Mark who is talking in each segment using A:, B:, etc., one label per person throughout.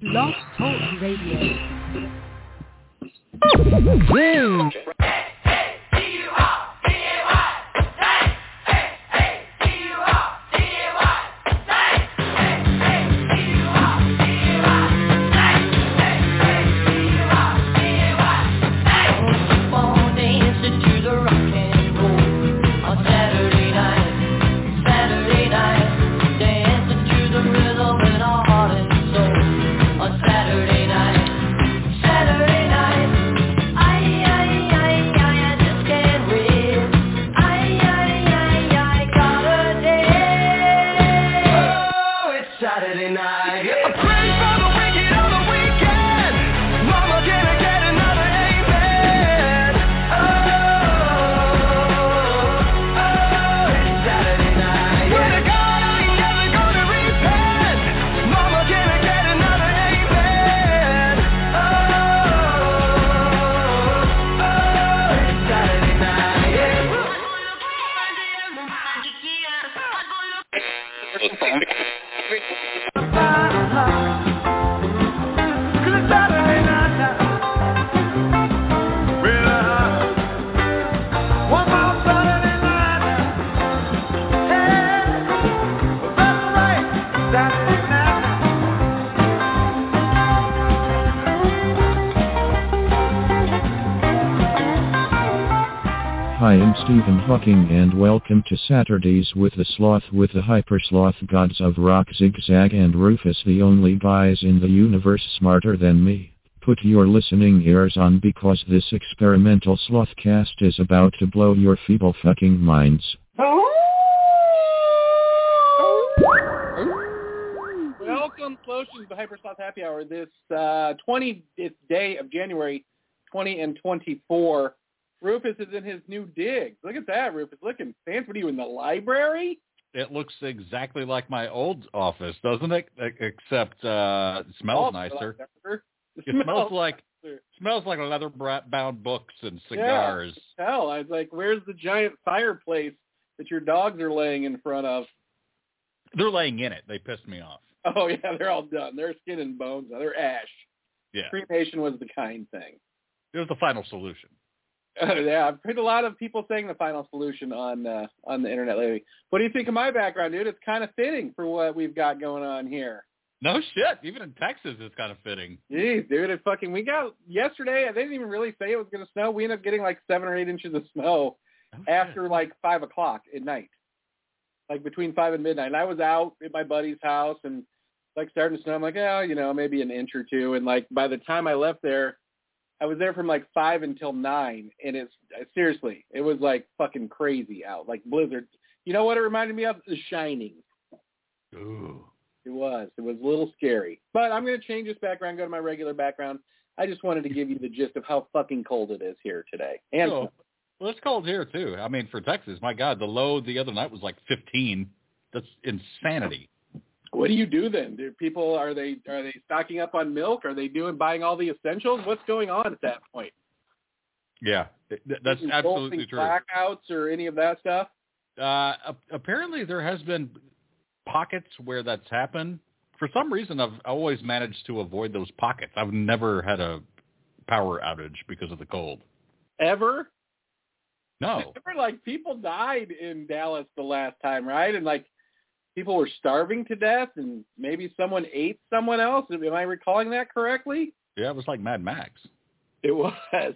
A: Blog Talk Radio.
B: Oh, Saturday night. I pray for the wicked on the weekend. Mama, can I get another amen? Oh, oh, it's Saturday night. Swear to God, I ain't never gonna repent. Mama, can I get another amen? Oh, oh, it's Saturday night.
C: Hi, I'm Stephen Hawking and welcome to Saturdays with the Sloth with the Hyper Sloth Gods of Rock Zigzag and Rufus the only guys in the universe smarter than me. Put your listening ears on because this experimental Slothcast is about to blow your feeble fucking minds.
D: Welcome, Clotions, to Hypersloth Happy Hour. This uh, 20th day of January, 20 and 24. Rufus is in his new digs. Look at that, Rufus. Looking fancy. What are you in the library?
E: It looks exactly like my old office, doesn't it? E- Except uh, it smells
D: Oh,
E: nicer.
D: It
E: It smells like
D: nicer.
E: smells like leather bra- bound books and
D: Yeah, I
E: cigars.
D: could tell. I was like, where's the giant fireplace that your dogs are laying in front of?
E: They're laying in it. They pissed me off.
D: Oh, yeah, they're all done. They're skin and bones. now. They're ash.
E: Yeah,
D: Cremation was the kind thing.
E: it was the final solution.
D: Uh, yeah, I've heard a lot of people saying the final solution on uh, on the internet lately. What do you think of my background, dude? It's kind of fitting for what we've got going on here.
E: No shit. Even in Texas, it's kind of fitting.
D: Jeez, dude, it fucking we got yesterday. They didn't even really say it was gonna snow. We ended up getting like seven or eight inches of snow
E: Oh, shit.
D: after like five o'clock at night, like between five and midnight. And I was out at my buddy's house and like starting to snow. I'm like, oh, you know, maybe an inch or two. And like by the time I left there, I was there from like five until nine, and it's uh, seriously, it was like fucking crazy out, like blizzard. You know what it reminded me of? The Shining.
E: Ooh.
D: It was. It was a little scary. But I'm going to change this background, go to my regular background. I just wanted to give you the gist of how fucking cold it is here today. And
E: So, well, it's cold here too. I mean, for Texas, my God, the low the other night was like 15. That's insanity.
D: what do you do then? Do people are they are they stocking up on milk? Are they doing buying all the essentials? What's going on at that point?
E: Yeah, Th- th- that's
D: Any
E: absolutely
D: bolting
E: true.
D: Blackouts or any of that stuff?
E: uh, ap- apparently there has been pockets where that's happened. For some reason, I've always managed to avoid those pockets. I've never had a power outage because of the cold.
D: Ever?
E: No,
D: Remember, like people died in Dallas the last time, right? And like people were starving to death, and maybe someone ate someone else. Am I recalling that correctly?
E: yeah, it was like Mad Max.
D: It was.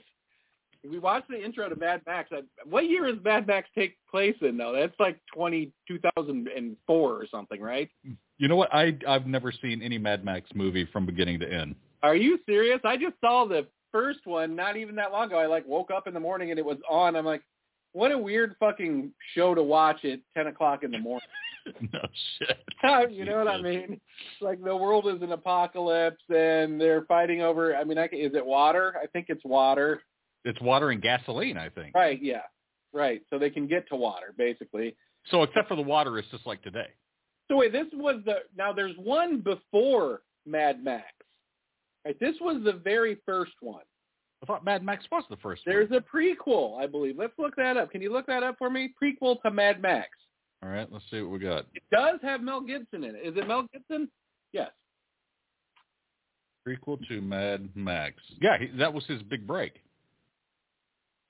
D: We watched the intro to Mad Max. I, what year does Mad Max take place in, though? That's like 20, 2004 or something, right?
E: You know what? I I've never seen any Mad Max movie from beginning to end.
D: Are you serious? I just saw the first one not even that long ago. I like woke up in the morning and it was on. I'm like, what a weird fucking show to watch at 10 o'clock in the morning.
E: no shit.
D: you know what I
E: Jesus.
D: mean? It's like the world is an apocalypse and they're fighting over, I mean, I, ca- is it water? I think it's water.
E: It's water and gasoline, I think.
D: Right, yeah. Right. So they can get to water, basically.
E: So except for the water, it's just like today.
D: So wait, this was the now there's one before Mad Max. Right, this was the very first one.
E: I thought Mad Max was the first. one.
D: There's a prequel, I believe. Let's look that up. Can you look that up for me? Prequel to Mad Max.
E: All right, let's see what we got.
D: It does have Mel Gibson in it. Is it Mel Gibson? Yes.
E: Prequel to Mad Max. Yeah, he, that was his big break.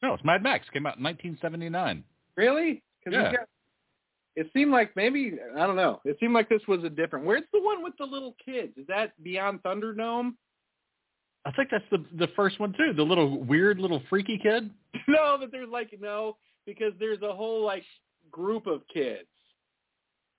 E: No, it's Mad Max. Came out in 1979.
D: Really? 'Cause he's
E: Yeah.
D: got- it seemed like maybe I don't know. It seemed like this was a different. Where's the one with the little kids? Is that Beyond Thunderdome?
E: I think that's the the first one too. The little weird little freaky kid.
D: no, that there's like no because there's a whole like group of kids.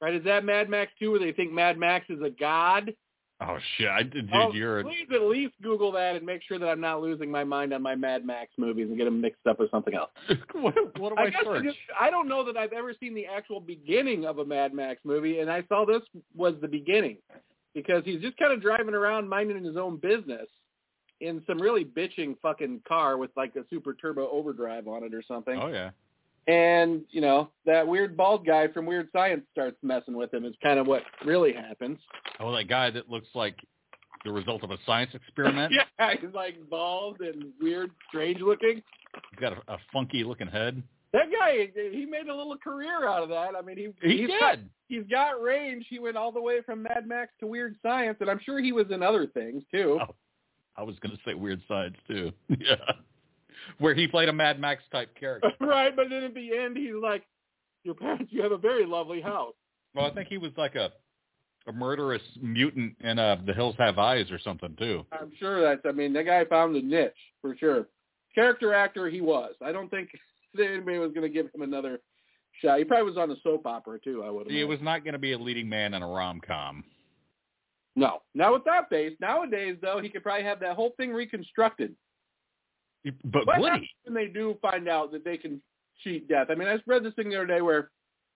D: Right? Is that Mad Max 2 where they think Mad Max is a god?
E: Oh shit, I, dude,
D: Oh,
E: you're a,
D: please at least Google that and make sure that I'm not losing my mind on my Mad Max movies and get them mixed up with something else.
E: what, what do
D: I
E: I,
D: guess I,
E: search?
D: just, I don't know that I've ever seen the actual beginning of a Mad Max movie, and I saw this was the beginning because he's just kind of driving around minding his own business in some really bitching fucking car with like a super turbo overdrive on it or something.
E: Oh yeah,
D: And, you know, that weird bald guy from Weird Science starts messing with him is kind of what really happens.
E: oh that guy that looks like the result of a science experiment.
D: yeah, he's like bald and weird, strange looking.
E: He's got a, a funky looking head.
D: That guy, he made a little career out of that. I mean, he,
E: He
D: he's
E: did.
D: got- he's got range. He went all the way from Mad Max to Weird Science, and I'm sure he was in other things too.
E: Oh. I was gonna say weird sides too. yeah, where he played a Mad Max type character.
D: right, but then at the end, he's like, "Your parents, you have a very lovely house."
E: Well, I think he was like a a murderous mutant in uh, The Hills Have Eyes or something too.
D: I'm sure that's. I mean, that guy found the niche for sure. Character actor, he was. I don't think that anybody was going to give him another shot. He probably was on a soap opera too. I would.
E: He
D: imagine.
E: was not going to be a leading man in a rom com.
D: no. Now with that base, nowadays though, he could probably have that whole thing reconstructed.
E: But
D: What
E: would
D: happens
E: he?
D: when they do find out that they can cheat death? I mean, I read this thing the other day where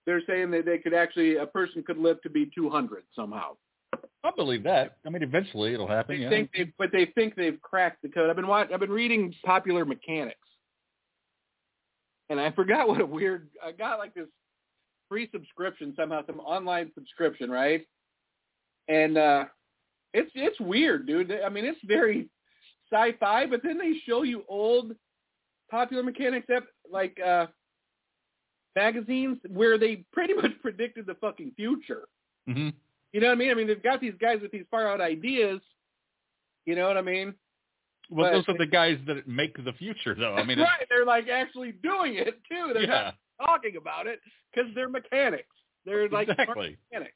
D: they're saying that they could actually a person could live to be 200 somehow.
E: I believe that. I mean, eventually it'll happen.
D: They
E: yeah.
D: think they, but they think they've cracked the code. I've been watch, I've been reading Popular Mechanics, and I forgot what a weird. I got like this free subscription somehow, some online subscription, right? And uh it's it's weird, dude. I mean, it's very sci-fi, but then they show you old Popular Mechanics ep- like uh magazines where they pretty much predicted the fucking future.
E: hmm
D: You know what I mean? I mean, they've got these guys with these far out ideas. You know what I mean?
E: Well,
D: But-
E: those are the guys that make the future, though. I mean, it's,
D: right? They're like actually doing it too. They're
E: yeah,
D: not talking about it because they're mechanics. They're like smart
E: exactly.
D: mechanics.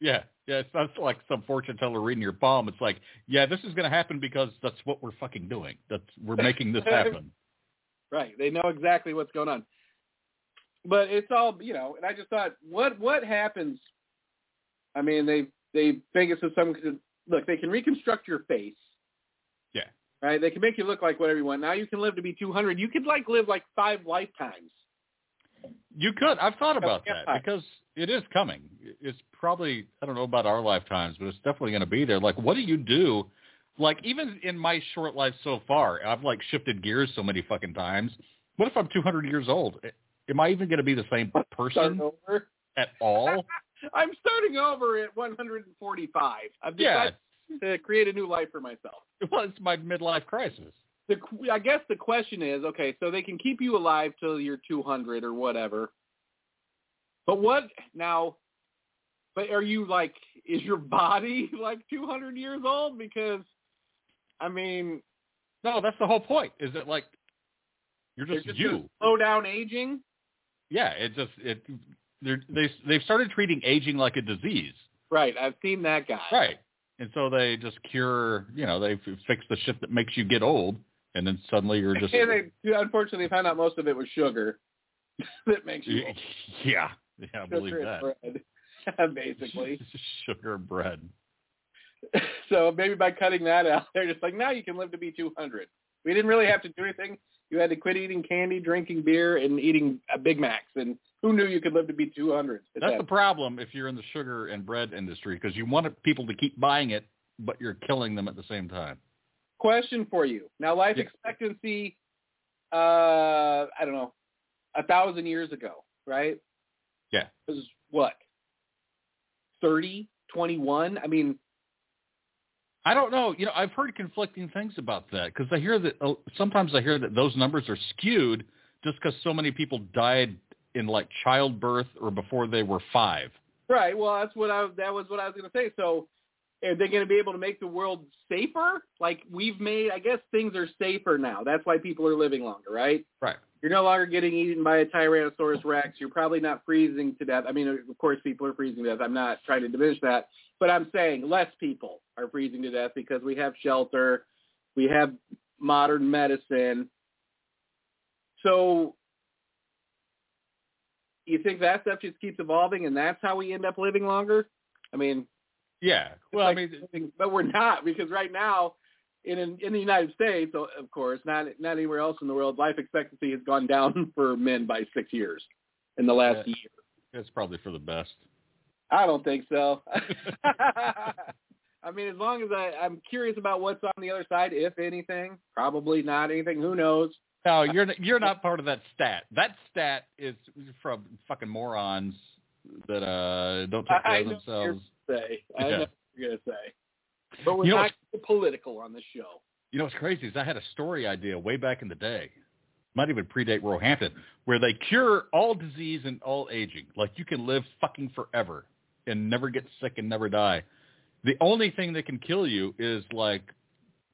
E: Yeah, yeah. It's not like some fortune teller reading your palm. It's like, yeah, this is going to happen because that's what we're fucking doing. That's we're making this happen.
D: Right. They know exactly what's going on. But it's all you know. And I just thought, what what happens? I mean, they they think it's some look. They can reconstruct your face.
E: Yeah.
D: Right. They can make you look like whatever you want. Now you can live to be two hundred. You could like live like five lifetimes.
E: You could. I've thought about
D: Yeah.
E: that because it is coming. It's probably I don't know about our lifetimes, but it's definitely going to be there. Like, what do you do? Like, even in my short life so far, I've like shifted gears so many fucking times. What if I'm 200 years old? Am I even going to be the same
D: Start
E: person
D: over.
E: at all?
D: I'm starting over at 145. I've
E: Yeah.
D: decided to create a new life for myself.
E: Well, it's my midlife crisis.
D: The, qu- I guess the question is, okay, so they can keep you alive till you're 200 or whatever. But what now? But are you like, is your body like 200 years old? Because, I mean,
E: No, that's the whole point. Is that like you're
D: they're
E: just,
D: just
E: you?
D: gonna slow down aging.
E: Yeah, it just it. They're, they they've started treating aging like a disease,
D: Right. I've seen that guy.
E: right? And so they just cure. You know, they f- fix the shit that makes you get old, and then suddenly you're just
D: And they, unfortunately, found out most of it was sugar that makes you old.
E: yeah, yeah. I believe
D: sugar
E: that.
D: and bread, basically.
E: sugar and bread.
D: so maybe by cutting that out, they're just like, now you can live to be 200. We didn't really have to do anything. You had to quit eating candy, drinking beer, and eating uh, Big Macs. And who knew you could live to be 200? at
E: That's the
D: that-
E: problem if you're in the sugar and bread industry because you want people to keep buying it, but you're killing them at the same time.
D: Question for you. Now, life
E: Yeah.
D: expectancy, uh, I don't know, a thousand years ago, right?
E: Yeah.
D: was what? 30, 21? I mean,
E: I don't know. You know, I've heard conflicting things about that because I hear that uh, sometimes I hear that those numbers are skewed just because so many people died in like childbirth or before they were five.
D: Right. Well, that's what I that was what I was going to say. So Are they going to be able to make the world safer? Like we've made, I guess things are safer now. That's why people are living longer, right?
E: Right.
D: You're no longer getting eaten by a Tyrannosaurus Rex. You're probably not freezing to death. I mean, of course, people are freezing to death. I'm not trying to diminish that, but I'm saying less people are freezing to death because we have shelter, we have modern medicine. So you think that stuff just keeps evolving, and that's how we end up living longer? I mean,
E: Yeah. Well, I
D: like
E: mean,
D: living- but we're not because right now, in in the United States, o- of course, not not anywhere else in the world, life expectancy has gone down for men by six years in the last
E: Yeah.
D: year.
E: it's probably for the best.
D: I don't think so. I mean, as long as I, I'm curious about what's on the other side, if anything, probably not anything. Who knows?
E: No, you're n- you're not part of that stat. That stat is from fucking morons that uh don't take
D: I-
E: care
D: I
E: of
D: know what you're
E: themselves.
D: Say, I know
E: Yeah.
D: what you're gonna say, but we're
E: You know
D: not political on the show.
E: You know what's crazy is I had a story idea way back in the day, might even predate Roehampton, where they cure all disease and all aging. Like you can live fucking forever and never get sick and never die. The only thing that can kill you is like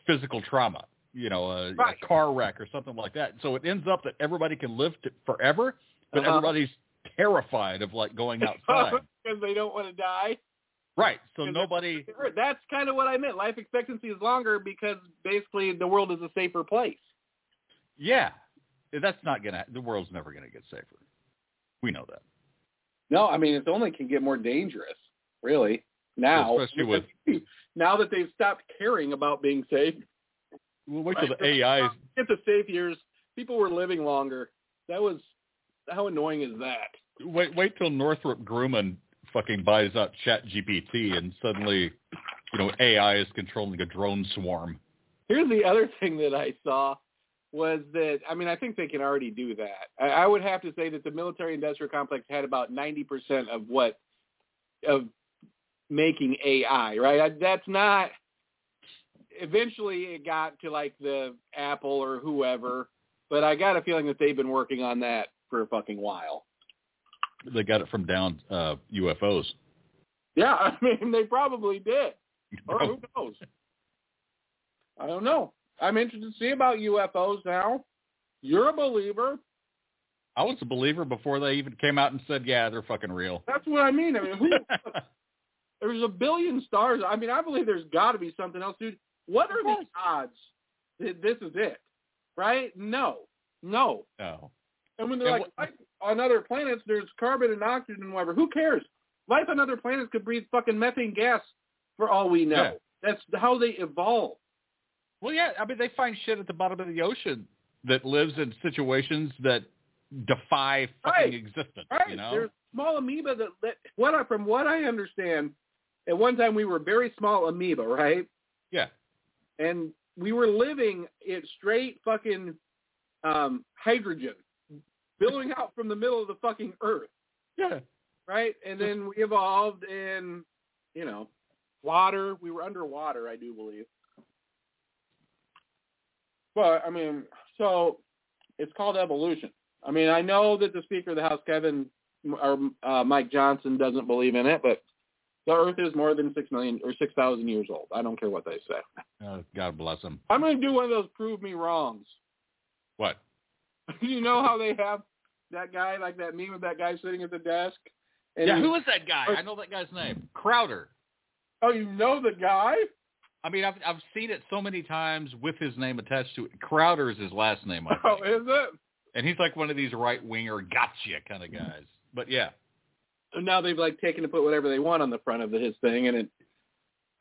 E: physical trauma, you know, a,
D: Right.
E: a car wreck or something like that. So it ends up that everybody can live to forever, but
D: Uh-huh.
E: everybody's terrified of like going outside.
D: because they don't want to die.
E: right. So
D: Because
E: nobody
D: That's kind of what I meant. Life expectancy is longer because basically the world is a safer place.
E: Yeah. That's not going to the world's never going to get safer. We know that.
D: No, I mean it only can get more dangerous, really. Now,
E: Especially with-
D: now that they've stopped caring about being safe,
E: We'll wait till
D: Right.
E: the AI.
D: get the safe years. People were living longer. That was how annoying is that?
E: Wait, wait till Northrop Grumman fucking buys out ChatGPT, and suddenly, you know, AI is controlling a drone swarm.
D: Here's the other thing that I saw was that I mean I think they can already do that. I, I would have to say that the military industrial complex had about ninety percent of what of making AI right. I, that's not. Eventually, it got to like the Apple or whoever, but I got a feeling that they've been working on that for a fucking while.
E: They got it from down uh, UFOs.
D: Yeah, I mean they probably did. or
E: Oh,
D: who knows? I don't know. I'm interested to see about UFOs now. You're a believer.
E: I was a believer before they even came out and said, "Yeah, they're fucking real."
D: That's what I mean. I mean, who, there's a billion stars. I mean, I believe there's got to be something else, dude. What are the odds that this is it? Right? No, no.
E: no.
D: And when they're
E: And
D: like, life on other planets, there's carbon and oxygen and whatever. Who cares? Life on other planets could breathe fucking methane gas for all we know.
E: Yeah.
D: That's how they evolve.
E: Well, yeah. I mean, they find shit at the bottom of the ocean that lives in situations that defy fucking
D: Right.
E: existence.
D: Right.
E: You know.
D: There's small amoeba that, that what I, from what I understand, at one time we were very small amoeba, right?
E: Yeah.
D: And we were living it straight fucking um, hydrogen, billowing out from the middle of the fucking earth,
E: Yeah.
D: right? And then we evolved in, you know, water. We were underwater, I do believe. But I mean, so it's called evolution. I mean, I know that the Speaker of the House, Kevin or uh, Mike Johnson, doesn't believe in it, but the Earth is more than six million or six thousand years old. I don't care what they say.
E: Oh, God bless them.
D: I'm going to do one of those prove me wrongs.
E: What?
D: you know how they have that guy, like that meme of that guy sitting at the desk. And
E: yeah.
D: he-
E: Who is that guy? I know that guy's name. Crowder.
D: oh, you know the guy?
E: I mean, I've I've seen it so many times with his name attached to it. Crowder is his last name, I
D: Oh,
E: think.
D: is it?
E: and he's like one of these right winger gotcha kind of guys. But yeah,
D: And now they've like taken to put whatever they want on the front of his thing, and it.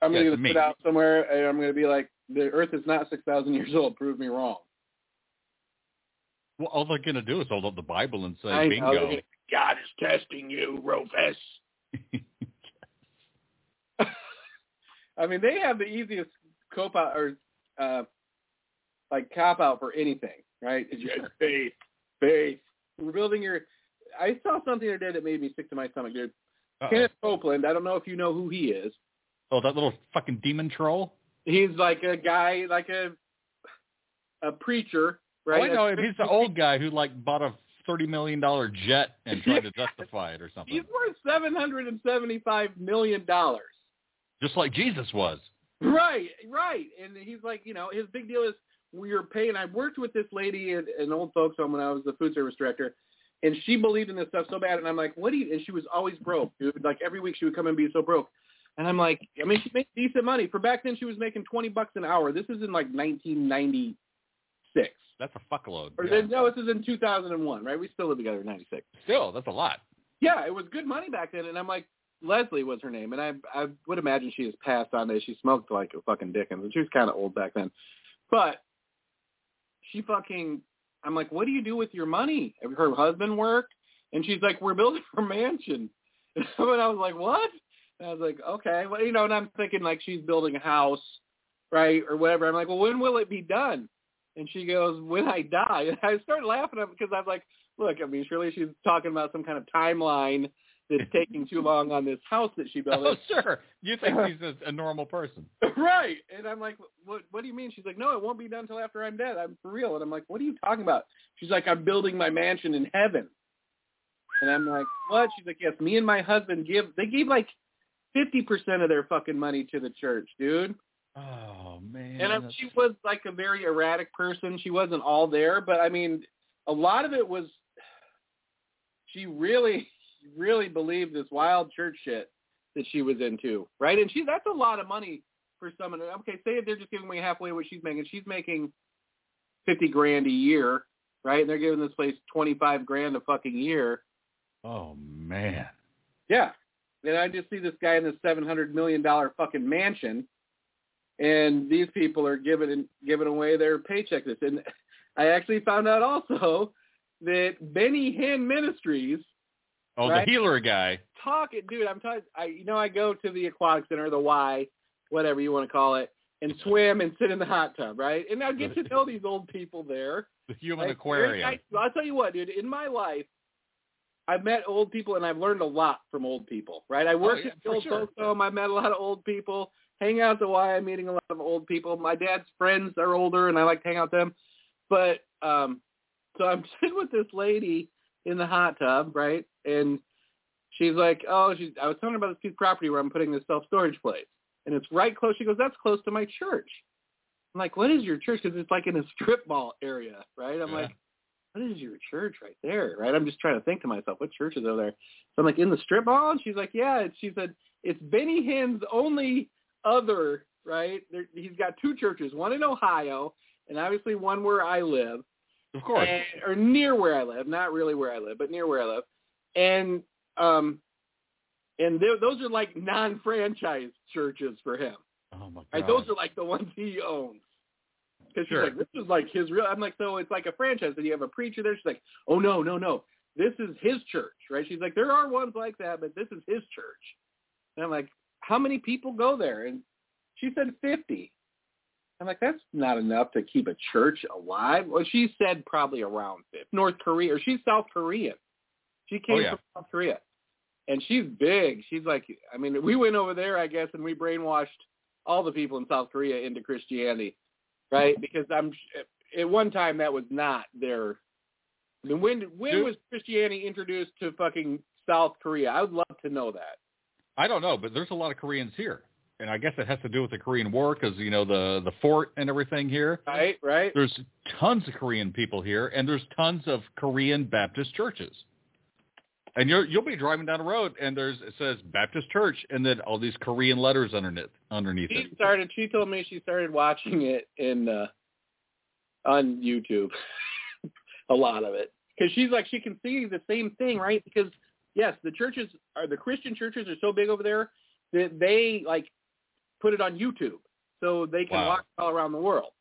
D: I'm
E: Yeah,
D: going
E: it's
D: to sit
E: me.
D: out somewhere, and I'm going to be like, the Earth is not six thousand years old. Prove me wrong.
E: well, all they're gonna do is hold up the Bible and say
D: I know, they're
E: bingo.
D: gonna- God is testing you, Rofus. I mean, they have the easiest cop out or uh, like cop out for anything, right? It's just faith, faith. We're building your. I saw something the other day that made me sick to my stomach, dude.
E: Uh-oh.
D: Kenneth Copeland. I don't know if you know who he is.
E: Oh, that little fucking demon troll.
D: He's like a guy, like a a preacher, right?
E: Oh, I know him. He's the old guy who like bought a thirty million dollar jet and tried to justify it or something.
D: He's worth seven hundred and seventy-five million dollars.
E: just like Jesus was.
D: Right, right. And he's like, you know, his big deal is we're paying. I worked with this lady at an old folks home when I was the food service director, and she believed in this stuff so bad. And I'm like, what do you? And she was always broke, dude. Like every week she would come and be so broke. And I'm like, I mean, she made decent money for back then. She was making twenty bucks an hour. This is in like 1996,
E: That's a fuckload.
D: or
E: Yeah.
D: no, this is in 2001, right? We still live together in '96.
E: Still, that's a lot.
D: yeah, it was good money back then. And I'm like, Leslie was her name, and I I would imagine she has passed on there. She smoked like a fucking Dickens, and she was kind of old back then. But she fucking, I'm like, what do you do with your money? Her husband worked, and she's like, we're building her mansion. And I was like, what? And I was like, okay, well, you know, and I'm thinking like she's building a house, right, or whatever. I'm like, well, when will it be done? And she goes, when I die. And I started laughing at because I was like, look, I mean, surely she's talking about some kind of timeline that's taking too long on this house that she
E: Oh,
D: built.
E: sure. You think he's a, a normal person?
D: right. And I'm like, what, what do you mean? She's like, no, it won't be done until after I'm dead. I'm for real. And I'm like, what are you talking about? She's like, I'm building my mansion in heaven. And I'm like, what? She's like, yes, me and my husband give, they gave like 50% of their fucking money to the church, dude.
E: Oh man.
D: And um,
E: that's-
D: she was like a very erratic person. She wasn't all there, but I mean, a lot of it was she really, really believed this wild church shit that she was into, right? And she that's a lot of money for someone. Okay, say if they're just giving away halfway what she's making. She's making fifty grand a year, right? And they're giving this place twenty five grand a fucking year.
E: oh man.
D: Yeah. And I just see this guy in this seven hundred million dollar fucking mansion, and these people are giving giving away their paycheck. This and I actually found out also that Benny Hinn Ministries
E: Oh,
D: Right?
E: the healer guy.
D: talking, dude. I'm talking. I you know I go to the aquatic center, the Y, whatever you want to call it, and swim and sit in the hot tub, right? And I get to know these old people there.
E: The human
D: Like,
E: aquarium.
D: I, I'll tell you what, dude. In my life, I've met old people and I've learned a lot from old people. Right? I worked
E: Oh, yeah,
D: at the
E: for
D: old
E: sure.
D: folks home. I met a lot of old people. Hang out to why I'm meeting a lot of old people. My dad's friends are older, and I like to hang out with them. But um, so I'm sitting with this lady in the hot tub, right? And she's like, "Oh, she's." I was telling her about this piece of property where I'm putting this self storage place, and it's right close. She goes, "That's close to my church." I'm like, "What is your church?" Because it's like in a strip mall area, right? I'm
E: Yeah.
D: like, "What is your church right there?" Right? I'm just trying to think to myself, "What church is over there?" So I'm like, "In the strip mall?" And she's like, "Yeah." And she said, "It's Benny Hinn's only other." Right? There, he's got two churches, one in Ohio, and obviously one where I live
E: of course.
D: and- or near where I live, not really where I live, but near where I live, and um, and th- those are like non-franchise churches for him.
E: oh my god.
D: Right? Those are like the ones he owns. Because she's
E: Sure.
D: like, this is like his real. I'm like, so it's like a franchise. And you have a preacher there. She's like, oh no, no, no, this is his church, right? She's like, there are ones like that, but this is his church. And I'm like, how many people go there? And she said fifty. I'm like, that's not enough to keep a church alive. Well, she said probably around 50. North Korea, or she's South Korean. She came
E: Oh, yeah.
D: from South Korea, and she's big. She's like, I mean, we went over there, I guess, and we brainwashed all the people in South Korea into Christianity, right? Because I'm at one time that was not their. I mean, when when
E: Dude.
D: was Christianity introduced to fucking South Korea? I would love to know that.
E: I don't know, but there's a lot of Koreans here, and I guess it has to do with the Korean War because you know the the fort and everything here.
D: Right, right.
E: There's tons of Korean people here, and there's tons of Korean Baptist churches. And you're, you'll be driving down the road, and there's it says Baptist Church, and then all these Korean letters underneath underneath
D: she
E: it.
D: started. She told me she started watching it in uh, on YouTube, a lot of it, because she's like she can see the same thing, right? Because yes, the churches are the Christian churches are so big over there that they like put it on YouTube, so they can
E: Wow.
D: watch it all around the world.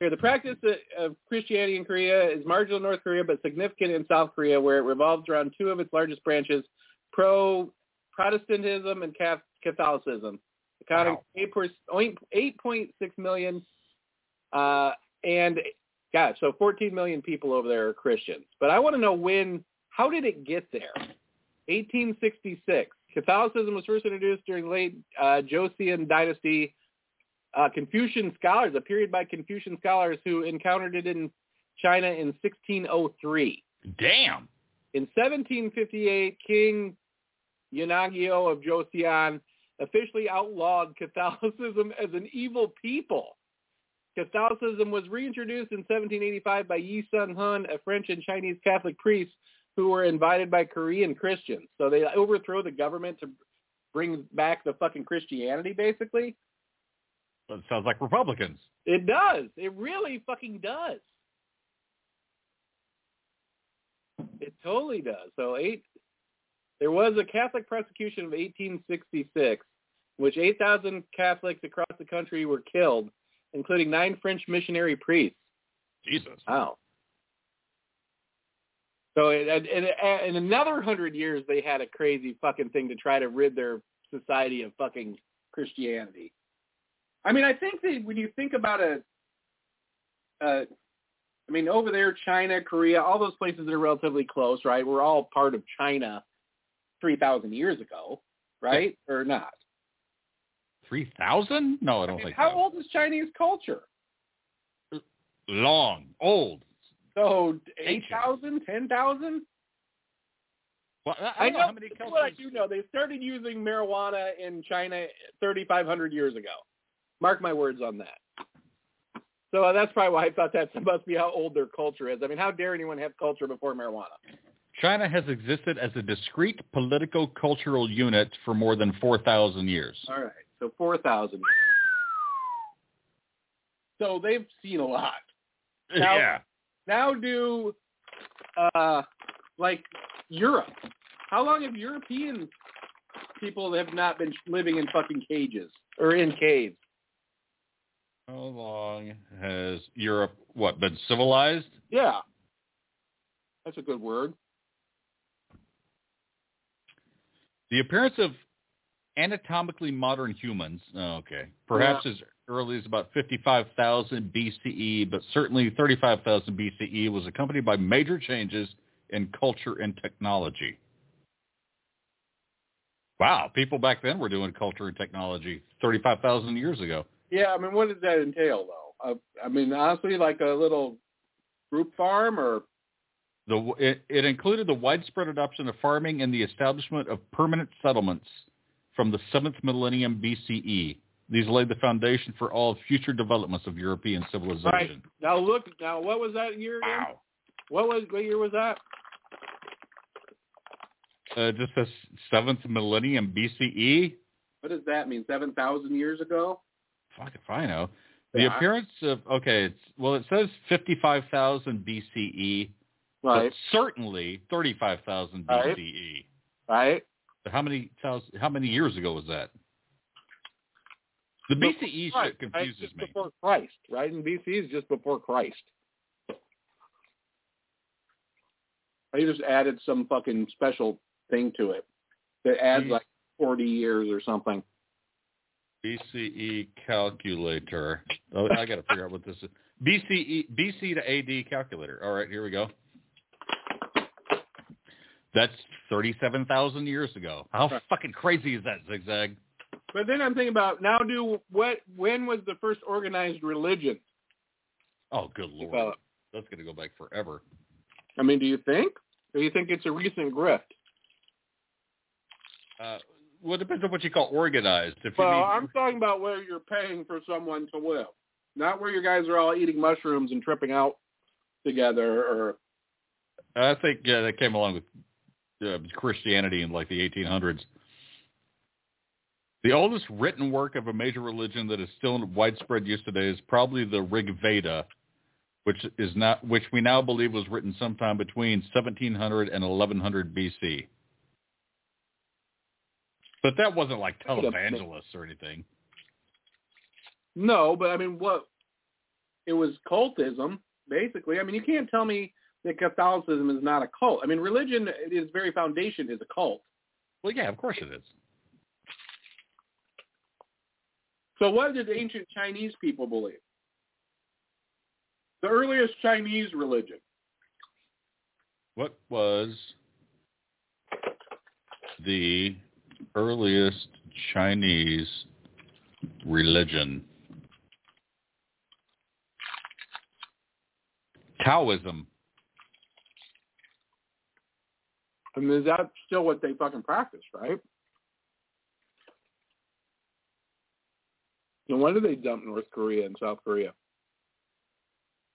D: Here, the practice of Christianity in Korea is marginal in North Korea, but significant in South Korea, where it revolves around two of its largest branches, pro Protestantism and Cath- Catholicism, accounting
E: Wow.
D: for 8.6 million. Uh, and gosh, so 14 million people over there are Christians. But I want to know when, how did it get there? 1866. Catholicism was first introduced during the late uh, Joseon dynasty. Uh, Confucian scholars, a period by Confucian scholars who encountered it in China in 1603.
E: Damn.
D: In 1758, King Yanagio of Joseon officially outlawed Catholicism as an evil people. Catholicism was reintroduced in 1785 by Yi Sun Hun, a French and Chinese Catholic priest who were invited by Korean Christians. So they overthrow the government to bring back the fucking Christianity, basically.
E: But it sounds like Republicans.
D: It does. It really fucking does. It totally does. So eight, there was a Catholic prosecution of 1866, in which 8,000 Catholics across the country were killed, including nine French missionary priests.
E: Jesus.
D: Wow. So it, and, and, and another hundred years, they had a crazy fucking thing to try to rid their society of fucking Christianity. I mean, I think that when you think about a, uh, I mean, over there, China, Korea, all those places that are relatively close, right? We're all part of China three thousand years ago, right? Or not?
E: Three thousand? No, I don't
D: I mean,
E: think
D: how
E: so.
D: old is Chinese culture?
E: Long, old.
D: So eight
E: Ancient.
D: thousand, ten thousand?
E: Well, I, I
D: I
E: don't
D: know.
E: know how many
D: this is
E: kills.
D: what I do know. They started using marijuana in China 3,500 years ago. Mark my words on that. So uh, that's probably why I thought that must be how old their culture is. I mean, how dare anyone have culture before marijuana?
E: China has existed as a discrete politico-cultural unit for more than 4,000 years.
D: All right, so 4,000. So they've seen a lot. Now-
E: yeah.
D: Now do, uh, like, Europe. How long have European people have not been living in fucking cages or in caves?
E: How long has Europe, what, been civilized?
D: Yeah. That's a good word.
E: The appearance of anatomically modern humans, oh, okay, perhaps as early as about 55,000 BCE, E, but certainly 35,000 BCE E was accompanied by major changes in culture and technology. Wow, people back then were doing culture and technology 35,000 years ago.
D: Yeah, I mean, what does that entail, though? Uh, I, I mean, honestly, like a little group farm or
E: The, it, it included the widespread adoption of farming and the establishment of permanent settlements from the 7th millennium BCE. These laid the foundation for all future developments of European civilization.
D: now look now what was that year? again?
E: Wow.
D: What was what year was that?
E: Uh, just the 7th millennium E? BCE?
D: What does that mean? Seven thousand years ago?
E: Fuck if I know. The
D: Yeah.
E: appearance of, okay, it's, well, it says 55,000 BCE,
D: Right,
E: E, but certainly 35,000 BCE.
D: Right. right.
E: So E. how many thousand, how many years ago was that? The
D: Before
E: BCE shit
D: Christ, right?
E: confuses
D: Just
E: me.
D: Before Christ, right? And BC is just before Christ. They just added some fucking special thing to it that adds
E: Mm.
D: like forty years or something.
E: BCE E calculator. Oh, I got to figure out what this is. BCE BC to AD calculator. All right, here we go. That's 37,000 years ago. How
D: Right.
E: fucking crazy is that, Zigzag?
D: But then I'm thinking about now. Do what? When was the first organized religion?
E: Oh, good lord.
D: Well-
E: That's going to go back forever.
D: I mean, do you think, or you think it's a recent grift?
E: Uh, well, it depends on what you call organized. If you
D: Well,
E: mean,
D: I'm talking about where you're paying for someone to live, not where you guys are all eating mushrooms and tripping out together. Or
E: Uh, I think yeah, that came along with uh, Christianity in like the 1800s. The oldest written work of a major religion that is still in widespread use today is probably the Rig Veda, which is not which we now believe was written sometime between 1700 and 1100 BC. But that wasn't like televangelists or anything.
D: no, but I mean, what? It was cultism, basically. I mean, you can't tell me that Catholicism is not a cult. I mean, religion, its very foundation, is a cult.
E: Well, yeah, of course it is.
D: So what did ancient Chinese people believe? The earliest Chinese religion.
E: What was the earliest Chinese religion? Taoism.
D: I mean, is that still what they fucking practice, right? No wonder they dumped North Korea and South Korea.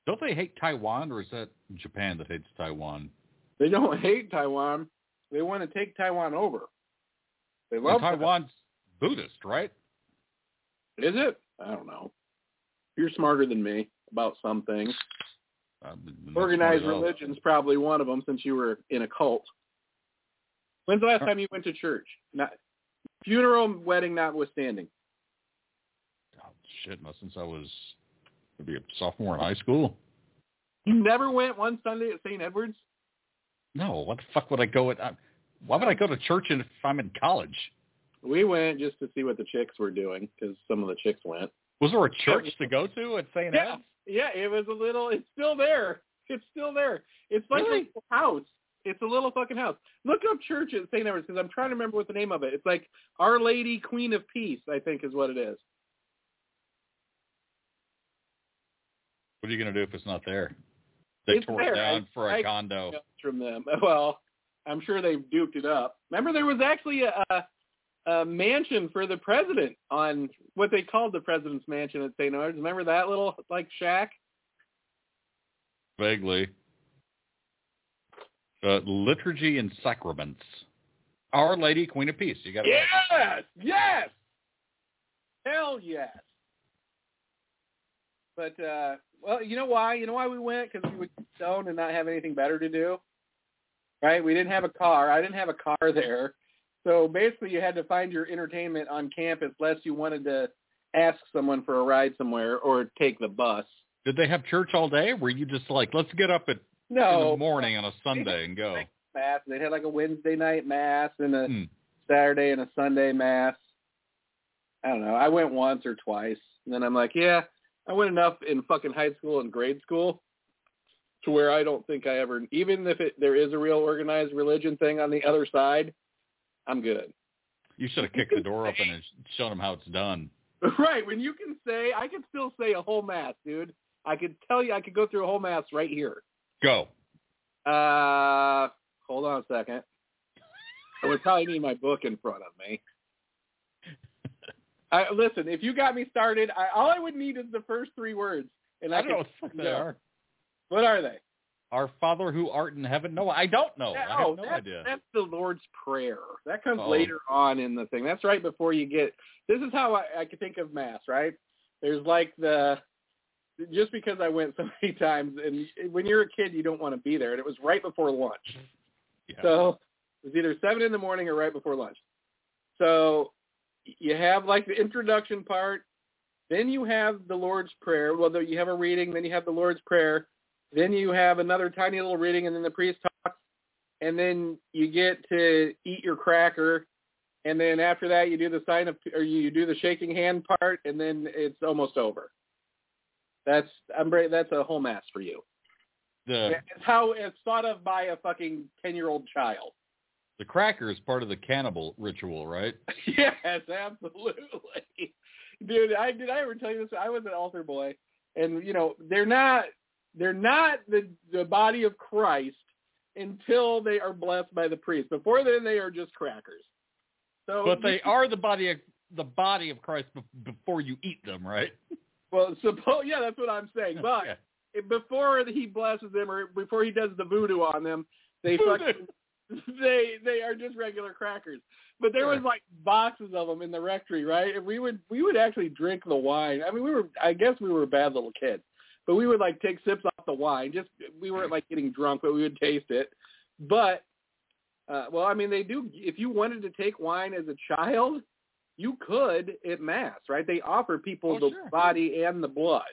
E: Don't they hate Taiwan, or is that Japan that hates Taiwan?
D: They don't hate Taiwan. They want to take Taiwan over. They
E: Well,
D: love
E: Taiwan's Buddhist, right?
D: Is it? I don't know. You're smarter than me about some things.
E: Um, that's
D: Organized
E: what it is.
D: religion's probably one of them since you were in a cult. When's the last time you went to church? Not funeral, wedding notwithstanding.
E: Oh, shit, not since I was maybe a sophomore in high school.
D: You never went one Sunday at St. Edward's?
E: No, what the fuck would I go at? I, why would I go to church if I'm in college?
D: We went just to see what the chicks were doing because some of the chicks went.
E: Was there a church to go to at St.
D: Yeah.
E: Ed's?
D: Yeah, it was a little. It's still there. It's still there. It's like
E: Really?
D: a little house. It's a little fucking house. Look up church at St. Edward's because I'm trying to remember what the name of it. It's like Our Lady Queen of Peace, I think is what it is.
E: What are you gonna do if it's not there? They
D: It's
E: tore
D: there.
E: it down
D: I-
E: for a
D: I-
E: condo.
D: notes from them. Well, I'm sure they've duked it up. Remember, there was actually a, a, a mansion for the president on what they called the president's mansion at St. Edward's. Remember that little like shack?
E: Vaguely. Uh, liturgy and sacraments. Our Lady, Queen of Peace. You got it. right.
D: Yes, yes, hell yes. But uh, well, you know why? You know why we went? Because we would get stoned and not have anything better to do, right? We didn't have a car. I didn't have a car there, so basically you had to find your entertainment on campus, unless you wanted to ask someone for a ride somewhere or take the bus.
E: Did they have church all day? Were you just like, let's get up at in the
D: No,
E: morning on a Sunday and go?
D: like mass. They had like a Wednesday night mass and a
E: Hmm.
D: Saturday and a Sunday mass. I don't know. I went once or twice, and then I'm like, yeah, I went enough in fucking high school and grade school to where I don't think I ever, even if it, there is a real organized religion thing on the other side, I'm good.
E: You should have kicked the door open and shown them how it's done.
D: Right when you can say, I could still say a whole mass, dude. I could tell you, I could go through a whole mass right here.
E: Go.
D: Uh, hold on a second. I would probably need my book in front of me. I, listen, if you got me started, I, all I would need is the first three words, and I,
E: I don't
D: could-
E: know what the fuck they
D: no.
E: are.
D: What are they?
E: Our Father who art in heaven. No, I don't know. I
D: oh,
E: have no
D: that's,
E: idea.
D: that's the Lord's Prayer. That comes
E: Oh.
D: later on in the thing. That's right before you get. This is how I, I could think of mass. Right? There's like the. Just because I went so many times, and when you're a kid, you don't want to be there, and it was right before lunch.
E: Yeah.
D: So it was either seven in the morning or right before lunch. So you have like the introduction part, then you have the Lord's Prayer. Well, you have a reading, then you have the Lord's Prayer, then you have another tiny little reading, and then the priest talks, and then you get to eat your cracker, and then after that you do the sign of or you do the shaking hand part, and then it's almost over. That's I'm bra- that's a whole mass for you.
E: the
D: It's how it's thought of by a fucking ten year old child.
E: the cracker is part of the cannibal ritual, right?
D: Yes, absolutely. Dude, I did I ever tell you this? I was an altar boy and you know, they're not they're not the the body of Christ until they are blessed by the priest. Before then they are just crackers. So
E: But they are the body of the body of Christ be- before you eat them, right?
D: well suppose yeah, that's what I'm saying. But
E: Yeah.
D: if- before he blesses them or before he does the voodoo on them, they
E: Voodoo.
D: fucking they they are just regular crackers. But there was
E: Sure.
D: like boxes of them in the rectory, right? And we would we would actually drink the wine. I mean, we were I guess we were bad little kids, but we would like take sips off the wine. Just we weren't like getting drunk, but we would taste it. But uh, well, I mean, they do. If you wanted to take wine as a child, you could at mass, right? They offer people
E: Oh,
D: the
E: sure.
D: body and the blood.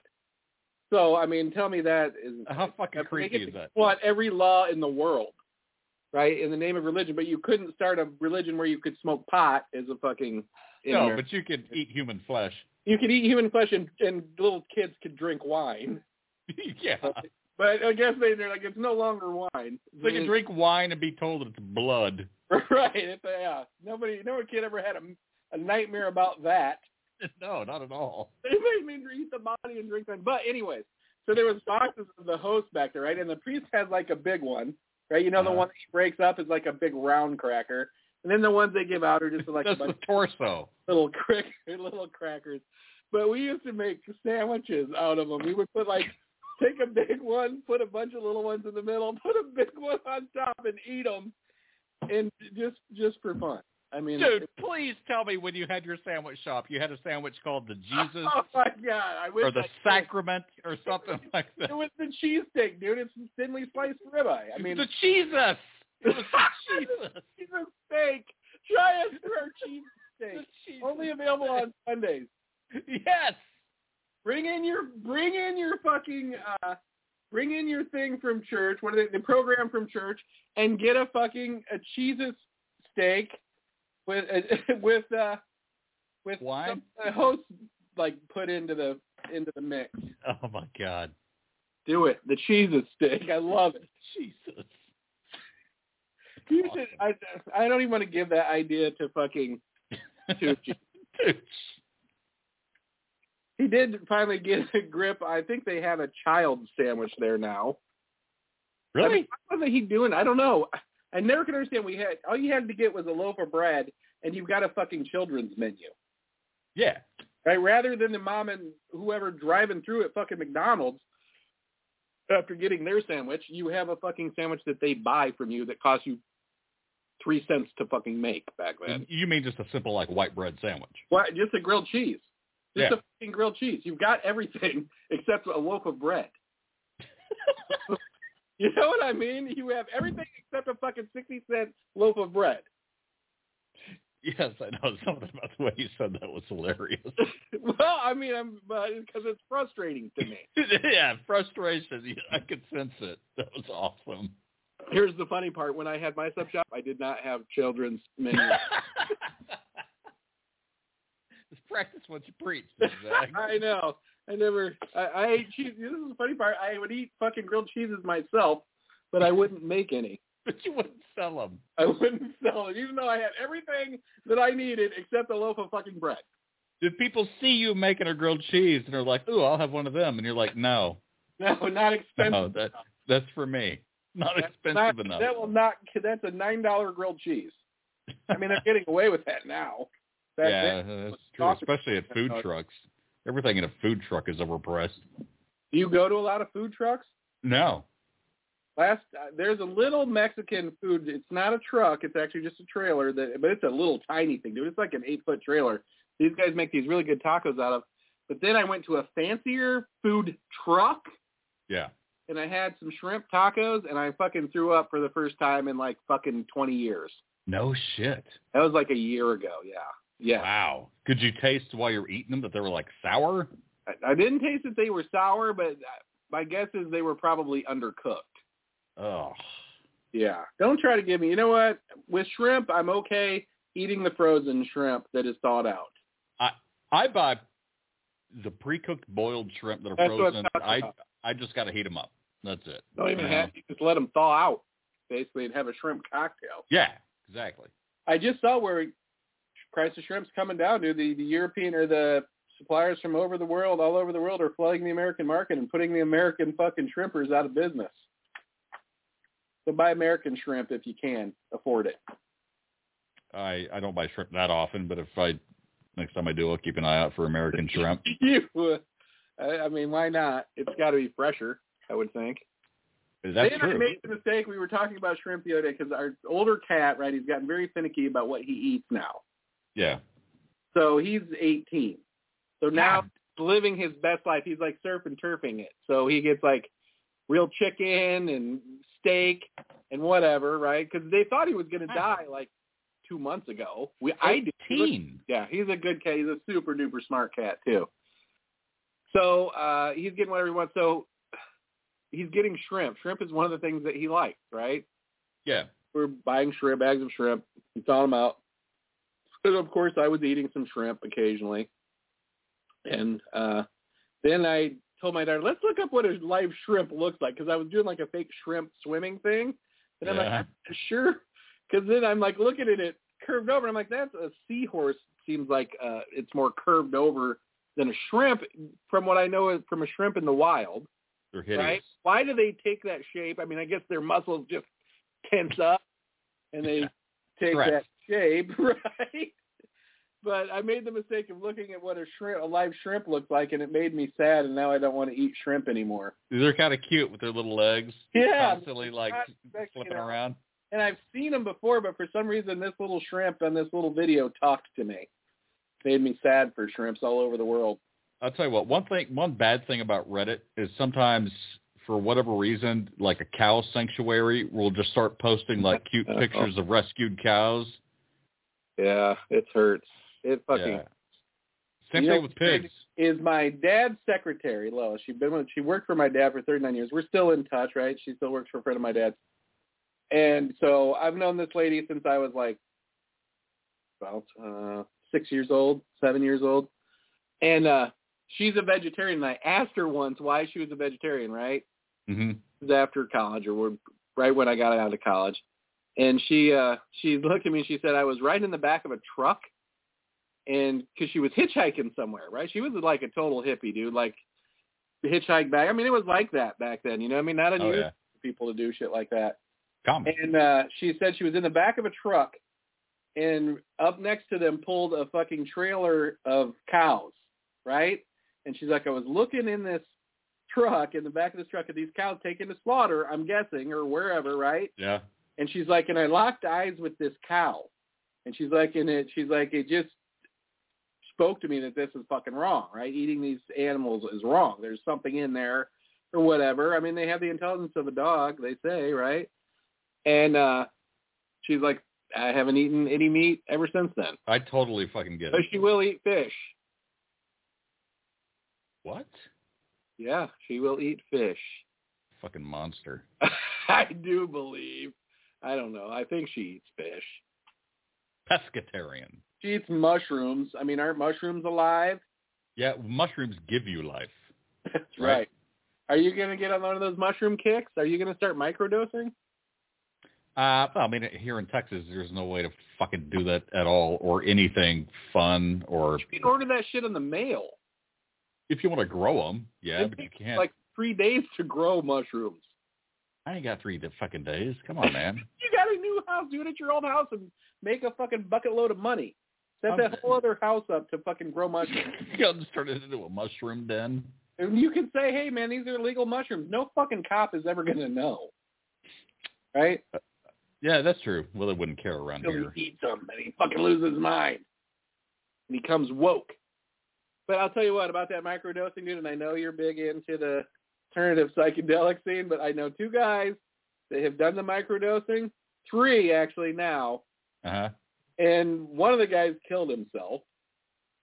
D: So I mean, tell me that isn't
E: How fucking
D: That's- they
E: creepy
D: get
E: is
D: to
E: that?
D: flaunt every law in the world, right? In the name of religion, but you couldn't start a religion where you could smoke pot as a fucking. in
E: No,
D: America.
E: but you could eat human flesh.
D: you could eat human flesh and, and little kids could drink wine.
E: yeah,
D: But I guess they, they're like it's no longer wine.
E: they can drink wine and be told it's blood.
D: right? It's, yeah. Nobody, no kid ever had a, a nightmare about that.
E: No, not at all.
D: They made me eat the body and drink wine. But anyways, so there was boxes of the host back there, right? And the priest had like a big one, right? You know, the
E: Uh-huh.
D: one that he breaks up is like a big round cracker, and then the ones they give out are just like a
E: That's
D: bunch
E: the torso.
D: of little crick, little crackers. But we used to make sandwiches out of them. We would put like take a big one, put a bunch of little ones in the middle, put a big one on top, and eat them, and just just for fun. I mean,
E: Dude, please tell me when you had your sandwich shop, you had a sandwich called the Jesus
D: oh my god, I wish
E: or the
D: I could.
E: Sacrament or something like that.
D: It was the cheesesteak, dude. It's thinly sliced ribeye. I mean,
E: the Jesus. It was the Jesus.
D: cheese steak. Try us for our cheese steak.
E: The Jesus.
D: Only available on Sundays.
E: Yes.
D: Bring in your bring in your fucking uh bring in your thing from church, what are they, the program from church, and get a fucking a cheeses steak with with uh with
E: Wine?
D: some- the host like put into the into the mix.
E: Oh my God.
D: Do it. The cheeses steak. I love it.
E: Jesus.
D: You should, I I don't even want to give that idea to fucking Tucci.
E: Dude.
D: He did finally get a grip. I think they have a child sandwich there now. I mean,
E: Really?
D: what was he doing? I don't know. I never could understand. We had all you had to get was a loaf of bread, and you've got a fucking children's menu,
E: Yeah.
D: right? Rather than the mom and whoever driving through at fucking McDonald's after getting their sandwich, you have a fucking sandwich that they buy from you that costs you three cents to fucking make back then.
E: You mean just a simple like white bread sandwich?
D: What? Just a grilled cheese. Just
E: Yeah.
D: a fucking grilled cheese. You've got everything except a loaf of bread. you know what I mean? You have everything except a fucking sixty cent loaf of bread.
E: Yes, I know. Something about the way you said that was hilarious.
D: well, I mean, I'm because it's frustrating to me.
E: yeah, frustration. Yeah, I could sense it. That was awesome.
D: Here's the funny part: when I had my sub shop, I did not have children's menu.
E: Just practice what you preach. Zach.
D: I know. I never. I, I ate cheese. This is the funny part. I would eat fucking grilled cheeses myself, but I wouldn't make any.
E: But you wouldn't sell them.
D: I wouldn't sell it, even though I had everything that I needed except a loaf of fucking bread.
E: Did people see you making a grilled cheese and are like, "Ooh, I'll have one of them," and you're like, "No,
D: No, not expensive.
E: no, that that's for me. Not
D: That's
E: expensive
D: not-
E: enough."
D: That will not. That's a nine dollar grilled cheese. I mean, they're getting away with that now. That,
E: yeah,
D: that-
E: that's true, especially at food trucks. Everything in a food truck is overpriced.
D: do you go to a lot of food trucks?
E: No,
D: Last uh, there's a little Mexican food. It's not a truck. It's actually just a trailer. That, but it's a little tiny thing, dude. It's like an eight foot trailer. These guys make these really good tacos out of. But then I went to a fancier food truck.
E: yeah,
D: and I had some shrimp tacos and I fucking threw up for the first time in like fucking 20 years.
E: no shit.
D: That was like a year ago. Yeah. Yeah.
E: Wow. Could you taste while you're eating them that they were like sour?
D: I, I didn't taste that they were sour, but uh, my guess is they were probably undercooked.
E: Oh,
D: Yeah. Don't try to give me, you know what? With shrimp, I'm okay eating the frozen shrimp that is thawed out.
E: I buy the pre-cooked boiled shrimp that are
D: That's what I'm
E: frozen.
D: talking
E: I
D: about.
E: I just got to heat them up. That's it.
D: Don't even
E: Yeah.
D: have, you just let them thaw out basically and have a shrimp cocktail.
E: Yeah, exactly.
D: I just saw where price of shrimp's coming down, dude. The, the European or the suppliers from over the world, all over the world, are flooding the American market and putting the American fucking shrimpers out of business. So buy American shrimp if you can afford it.
E: I I don't buy shrimp that often, but if I next time I do, I'll keep an eye out for American shrimp.
D: you, uh, I, I mean, why not? It's got to be fresher, I would think.
E: That's
D: Then I
E: true.
D: made the mistake. We were talking about shrimp the other day because our older cat, right? He's gotten very finicky about what he eats now.
E: Yeah.
D: So he's 18. So now he's living his best life. He's like surf and turfing it. So he gets like real chicken and steak and whatever, right? Because they thought he was going to die like two months ago. We, I did.
E: Teen.
D: Yeah, he's a good cat. He's a super duper smart cat too. So uh, he's getting whatever he wants. So he's getting shrimp. Shrimp is one of the things that he likes, right?
E: Yeah.
D: we're buying shrimp, bags of shrimp, and thaw them out. And of course, I was eating some shrimp occasionally. And uh, then I told my daughter, let's look up what a live shrimp looks like because I was doing like a fake shrimp swimming thing. And I'm like,
E: Yeah.
D: I'm not sure. Because then I'm like looking at it curved over. And I'm like, that's a seahorse. Seems like uh, it's more curved over than a shrimp from what I know is from a shrimp in the wild
E: They're hideous.
D: right? Why do they take that shape? I mean, I guess their muscles just tense up and they take
E: Correct.
D: that shape, right? but I made the mistake of looking at what a shrimp, a live shrimp looked like, and it made me sad. And now I don't want to eat shrimp anymore.
E: They're kind of cute with their little legs.
D: Yeah.
E: Constantly like
D: Not expecting
E: flipping
D: it.
E: around.
D: And I've seen them before, but for some reason, this little shrimp on this little video talked to me. Made me sad for shrimps all over the world.
E: I'll tell you what. One thing, one bad thing about Reddit is sometimes, for whatever reason, like a cow sanctuary will just start posting like cute
D: Uh-oh.
E: pictures of rescued cows.
D: Yeah, it hurts. It
E: Yeah. Same
D: You know
E: thing with
D: what's crazy?
E: pigs.
D: is my dad's secretary, Lois. She been with- she worked for my dad for 39 years. We're still in touch, right? She still works for a friend of my dad's. And so I've known this lady since I was like about uh, six years old, seven years old, and uh, she's a vegetarian. And I asked her once why she was a vegetarian, right?
E: hmm
D: was after college or were- right when I got out of college. And she uh she looked at me and she said I was right in the back of a truck and cuz she was hitchhiking somewhere, right? She was like a total hippie, dude, like hitchhike back. I mean, it was like that back then, you know? what I mean, not
E: Oh
D: unusual
E: yeah.
D: for people to do shit like that.
E: Common.
D: And uh she said she was in the back of a truck and up next to them pulled a fucking trailer of cows, right? And she's like, I was looking in this truck, in the back of this truck, at these cows taken to slaughter, I'm guessing, or wherever, right?
E: Yeah.
D: And she's like, and I locked eyes with this cow. And she's like, and it, she's like, it just spoke to me that this is fucking wrong, right? Eating these animals is wrong. There's something in there or whatever. I mean, they have the intelligence of a dog, they say, right? And uh she's like, I haven't eaten any meat ever since then.
E: I totally fucking get
D: But
E: it.
D: she will eat fish.
E: What?
D: Yeah, she will eat fish.
E: Fucking monster.
D: I do believe. I don't know. I think she eats fish.
E: Pescatarian.
D: She eats mushrooms. I mean, aren't mushrooms alive?
E: Yeah, mushrooms give you life.
D: That's
E: Right.
D: Are you going to get on one of those mushroom kicks? Are you going to start microdosing?
E: Uh, well, I mean, here in Texas, there's no way to fucking do that at all, or anything fun, or
D: You can order that shit in the mail.
E: if you want to grow them, yeah,
D: It
E: but you
D: takes,
E: can't.
D: Like three days to grow mushrooms.
E: I ain't got three di- fucking days. Come on, man.
D: You got a new house. Do it at your old house and make a fucking bucket load of money. Set
E: I'm-
D: that whole other house up to fucking grow mushrooms.
E: Y'all just turned it into a mushroom den.
D: and you can say, hey, man, these are legal mushrooms. No fucking cop is ever going to know. Right?
E: Yeah, that's true. Well, they wouldn't care around
D: until
E: here.
D: he eats them and he fucking loses his mind and he comes woke. But I'll tell you what about that microdosing, dude. And I know you're big into the alternative psychedelic scene, but I know two guys that have done the microdosing, three actually now,
E: Uh huh.
D: and one of the guys killed himself,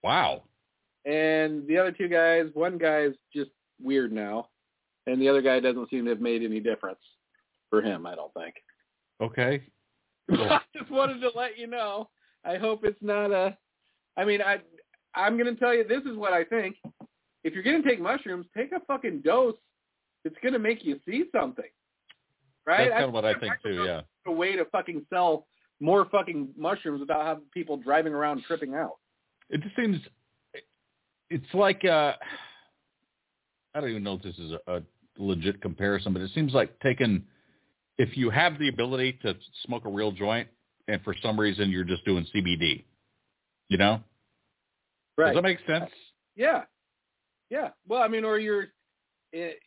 E: Wow.
D: and the other two guys, one guy's just weird now, and the other guy doesn't seem to have made any difference for him. I don't think.
E: Okay.
D: I just wanted to let you know. I hope it's not a. I mean, I I'm gonna tell you this is what I think. If you're gonna take mushrooms, take a fucking dose that's gonna make you see something, right?
E: That's kind of what I think too. Yeah.
D: A way to fucking sell more fucking mushrooms without having people driving around tripping out.
E: It just seems it's like uh I don't even know if this is a, a legit comparison, but it seems like taking if you have the ability to smoke a real joint and for some reason you're just doing CBD. You know? Does that make sense?
D: Yeah. Yeah. Well, I mean, or you're, it,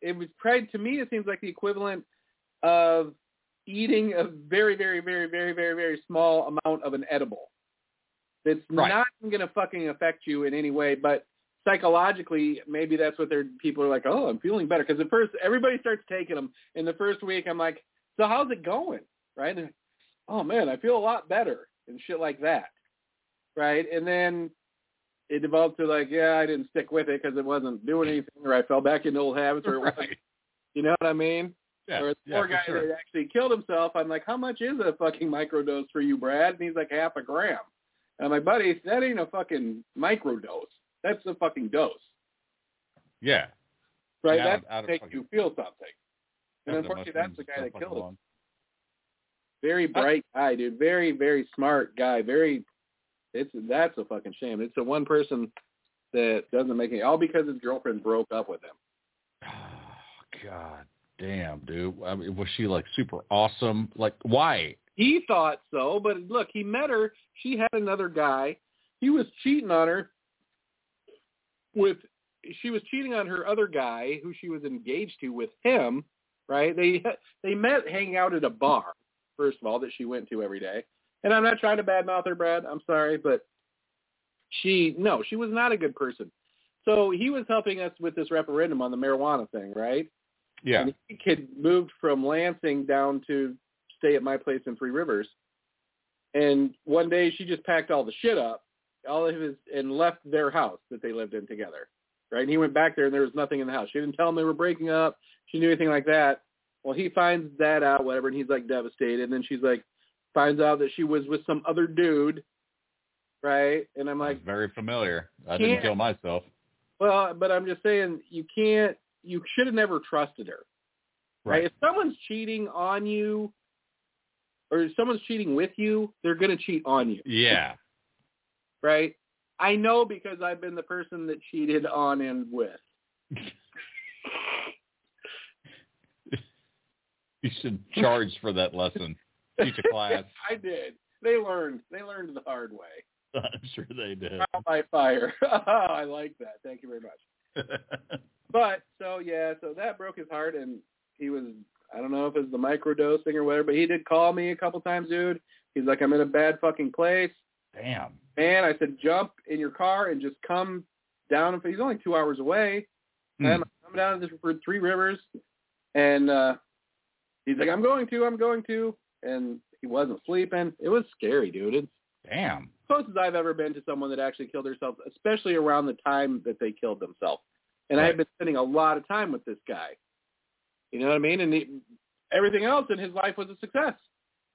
D: it was probably, to me, it seems like the equivalent of eating a very, very, very, very, very, very small amount of an edible. That's
E: Right.
D: not going to fucking affect you in any way, but psychologically, maybe that's what they're, people are like, oh, I'm feeling better. Because at first, everybody starts taking them. In the first week, I'm like, so how's it going? Right? And, oh, man, I feel a lot better and shit like that. Right? And then it developed to like, yeah, I didn't stick with it because it wasn't doing anything, or I fell back into old habits, or it wasn't-
E: Right.
D: you know what I mean?
E: Yeah.
D: or the
E: yeah,
D: poor
E: for
D: guy
E: sure.
D: that actually killed himself. I'm like, how much is a fucking microdose for you, Brad? And he's like, half a gram. And I'm like, buddy, that ain't a fucking microdose. That's a fucking dose,
E: Yeah.
D: right?
E: Yeah, I
D: that
E: don't- I don't
D: makes
E: fucking-
D: you feel something. And
E: Yeah,
D: unfortunately,
E: mushrooms
D: that's the
E: is
D: guy
E: so
D: that
E: fucking
D: killed him.
E: long.
D: Very bright guy, dude. Very, very smart guy. Very, it's that's a fucking shame. It's the one person that doesn't make any, all because his girlfriend broke up with him.
E: God damn, dude. I mean, was she like super awesome? Like why?
D: He thought so, but look, he met her. She had another guy. he was cheating on her with she was cheating on her other guy who she was engaged to with him, right? They they met hanging out at a bar, first of all, that she went to every day. And I'm not trying to badmouth her, Brad. I'm sorry, but she no, she was not a good person. So he was helping us with this referendum on the marijuana thing, right?
E: Yeah.
D: And he had moved from Lansing down to stay at my place in Three Rivers. And one day she just packed all the shit up, all of his, and left their house that they lived in together. Right. And he went back there and there was nothing in the house. She didn't tell him they were breaking up. She knew anything like that. Well, he finds that out, whatever, and he's like devastated. And then she's like, finds out that she was with some other dude. Right. And I'm like,
E: It's very familiar. I
D: Can't-
E: didn't kill myself.
D: well, but I'm just saying you can't, you should have never trusted her. right? If someone's cheating on you or if someone's cheating with you, they're going to cheat on you,
E: Yeah.
D: right? I know because I've been the person that cheated on and with.
E: You should charge for that lesson. Teach a class.
D: I did. They learned. They learned the hard way.
E: I'm sure they did.
D: Trial by fire. I like that. Thank you very much. But so yeah, so that broke his heart, and he was I don't know if it's the microdosing or whatever, but he did call me a couple times, dude. He's like, I'm in a bad fucking place.
E: Damn.
D: man, I said, jump in your car and just come down. He's only two hours away. And I'm like, "Come down to this for Three Rivers, and uh, he's like, I'm going to, I'm going to, and he wasn't sleeping. It was scary, dude. It's
E: Damn.
D: the closest I've ever been to someone that actually killed herself, especially around the time that they killed themselves. And I had
E: Right.
D: been spending a lot of time with this guy. You know what I mean? And he, everything else in his life was a success,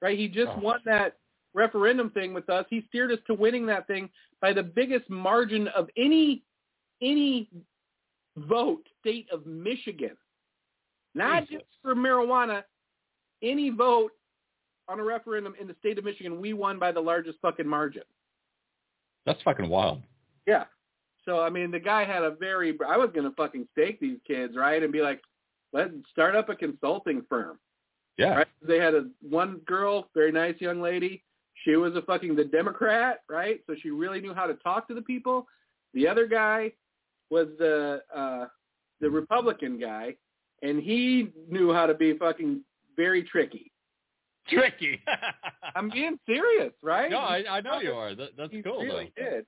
D: right? He just
E: Oh.
D: won that referendum thing with us. He steered us to winning that thing by the biggest margin of any any vote, state of Michigan. Not
E: Jesus.
D: just for marijuana, any vote on a referendum in the state of Michigan, we won by the largest fucking margin.
E: That's fucking wild.
D: Yeah. So I mean, the guy had a very. I was gonna fucking stake these kids, right, and be like, let's start up a consulting firm.
E: Yeah.
D: Right? They had a one girl, very nice young lady. She was a fucking the Democrat, right? So she really knew how to talk to the people. The other guy was the uh, the Republican guy, and he knew how to be fucking very tricky.
E: Tricky.
D: I'm being serious, right?
E: no, I, I know you are. That, that's
D: he
E: cool
D: really
E: though.
D: did.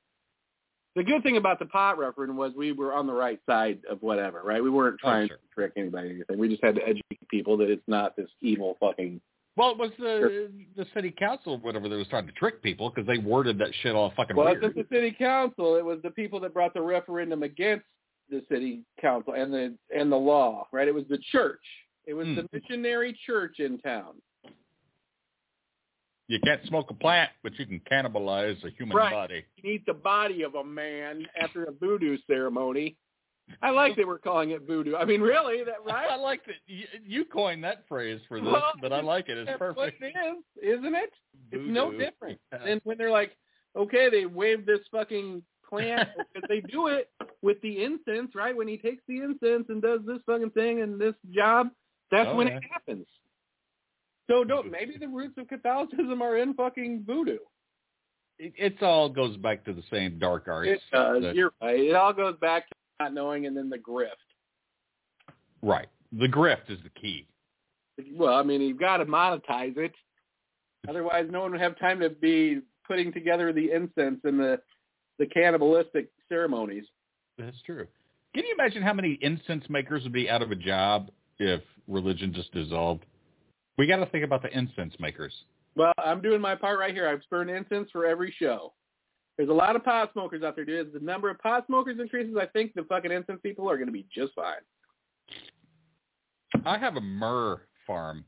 D: The good thing about the pot referendum was we were on the right side of whatever, right? We weren't
E: Oh,
D: trying
E: sure.
D: to trick anybody or anything. We just had to educate people that it's not this evil fucking.
E: Well, it was the the city council, or whatever, that was trying to trick people because they worded that shit all fucking
D: Well, it
E: weird.
D: wasn't the city council. It was the people that brought the referendum against the city council and the and the law, right? It was the church. It was
E: Hmm.
D: the missionary church in town.
E: You can't smoke a plant, but you can cannibalize a human
D: Right.
E: body.
D: You eat the body of a man after a voodoo ceremony. I like they were calling it voodoo. I mean, really, that right?
E: I like that you, you coined that phrase for this,
D: Well,
E: but I like it. It's
D: That's what
E: perfect.
D: it is, isn't it? It's no
E: Voodoo.
D: different than when they're like, okay, they wave this fucking plant because they do it with the incense, right? When he takes the incense and does this fucking thing and this job, that's
E: Oh,
D: when
E: yeah.
D: it happens. So don't maybe the roots of Catholicism are in fucking voodoo.
E: It, it's all goes back to the same dark arts.
D: It does.
E: that-
D: You're right. It all goes back to not knowing and then the grift.
E: right. The grift is the key.
D: Well, I mean, you've got to monetize it. Otherwise, no one would have time to be putting together the incense and the the cannibalistic ceremonies.
E: That's true. Can you imagine how many incense makers would be out of a job if religion just dissolved? We got to think about the incense makers.
D: Well, I'm doing my part right here. I've burned incense for every show. There's a lot of pot smokers out there, dude. As the number of pot smokers increases, I think the fucking incense people are going to be just fine.
E: I have a myrrh farm.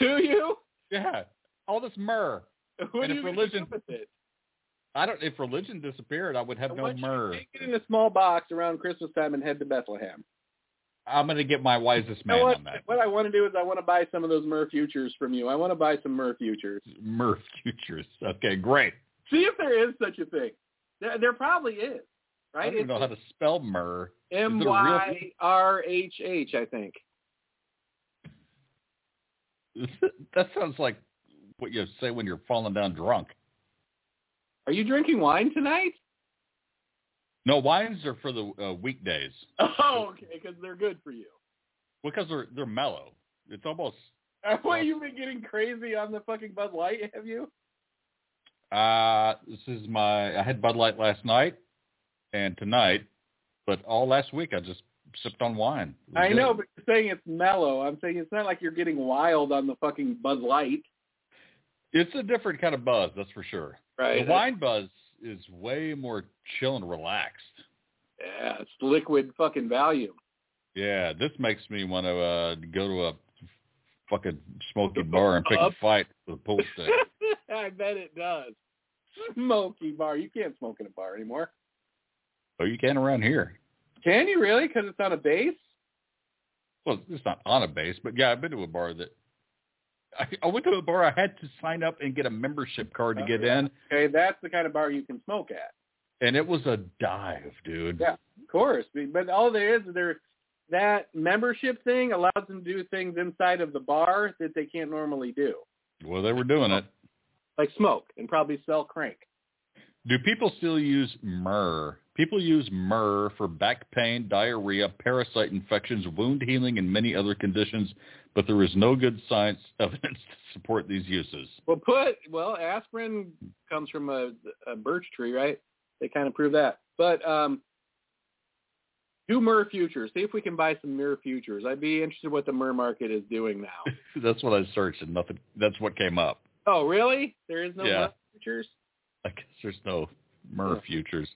D: Do you?
E: Yeah, all this myrrh.
D: What
E: And
D: do
E: if
D: you gonna
E: religion-
D: do with it?
E: I don't. If religion disappeared, I would have
D: I
E: no
D: want you to
E: myrrh.
D: Take it in a small box around Christmas time and head to Bethlehem.
E: I'm gonna get my wisest
D: You know
E: man
D: what,
E: on that.
D: what I want to do is I want to buy some of those Myrrh futures from you. I want to buy some Myrrh futures.
E: Myrrh futures. Okay, great.
D: See if there is such a thing. There, there probably is,
E: I
D: right?
E: don't even know how to spell myrrh.
D: M
E: is it a real
D: Y R H H, I think.
E: that sounds like what you say when you're falling down drunk.
D: Are you drinking wine tonight?
E: No, wines are for the uh, weekdays
D: Oh, okay, because they're good for you.
E: because they're they're mellow. It's almost
D: What, you've been getting crazy on the fucking Bud Light, have you?
E: uh this is my I had Bud Light last night and tonight, but all last week I just sipped on wine. It was
D: I
E: good.
D: know, but you're saying it's mellow. I'm saying it's not like you're getting wild on the fucking Bud Light.
E: it's a different kind of buzz, that's for sure.
D: Right.
E: The wine buzz is way more chill and relaxed.
D: Yeah, it's liquid fucking value.
E: Yeah, this makes me want to uh, go to a fucking smoky bar and pick a fight with a pool stick.
D: I bet it does. Smoky bar. You can't smoke in a bar anymore.
E: oh, you can around here.
D: Can you really? Because it's on a base?
E: Well, it's not on a base, but yeah, I've been to a bar that I, I went to a bar. I had to sign up and get a membership card to
D: Oh,
E: get in,
D: Okay, that's the kind of bar you can smoke at.
E: and it was a dive, dude.
D: Yeah. Of course. But all there is, there that membership thing allows them to do things inside of the bar that they can't normally do,
E: Well, they were doing it.
D: like smoke and probably sell crank.
E: Do people still use myrrh? People use myrrh for back pain, diarrhea, parasite infections, wound healing, and many other conditions, but there is no good science evidence to support these uses.
D: Well, put well, aspirin comes from a, a birch tree, right? They kind of prove that. But um, do Myrrh futures. See if we can buy some Myrrh futures. I'd be interested what the Myrrh market is doing now.
E: That's what I searched, and nothing. That's what came up.
D: oh, really? There is no
E: Yeah.
D: Myrrh futures.
E: I guess there's no myrrh
D: Yeah.
E: futures.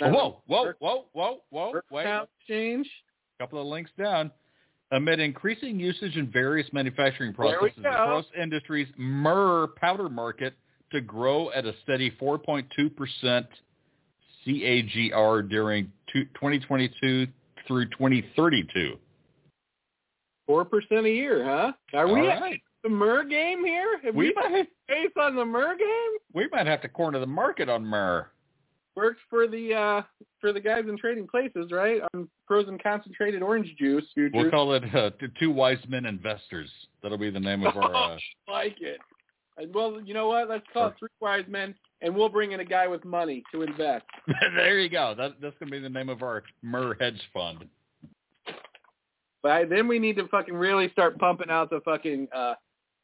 D: Not
E: whoa, whoa,
D: Myrrh-
E: whoa, whoa, whoa!
D: Myrrh
E: Wait, a
D: Town exchange.
E: couple of links down. Amid increasing usage in various manufacturing
D: There we
E: processes
D: go.
E: across industries, myrrh powder market to grow at a steady 4.2 percent CAGR during two- 2022 through 2032.
D: Four percent a year, huh? Are
E: All
D: we at
E: right.
D: the Myrrh game here? Have
E: We
D: we got
E: might,
D: face on the Myrrh game?
E: we might have to corner the market on myrrh.
D: Works for the uh for the guys in trading places, right? On frozen concentrated orange juice futures.
E: We'll call it uh, t- Two Wise Men Investors. That'll be the name of our. Uh,
D: like it. And, Well, you know what? Let's call it three wise men, and we'll bring in a guy with money to invest.
E: there you go. That, that's going to be the name of our Myrrh Hedge Fund.
D: But I- then we need to fucking really start pumping out the fucking uh,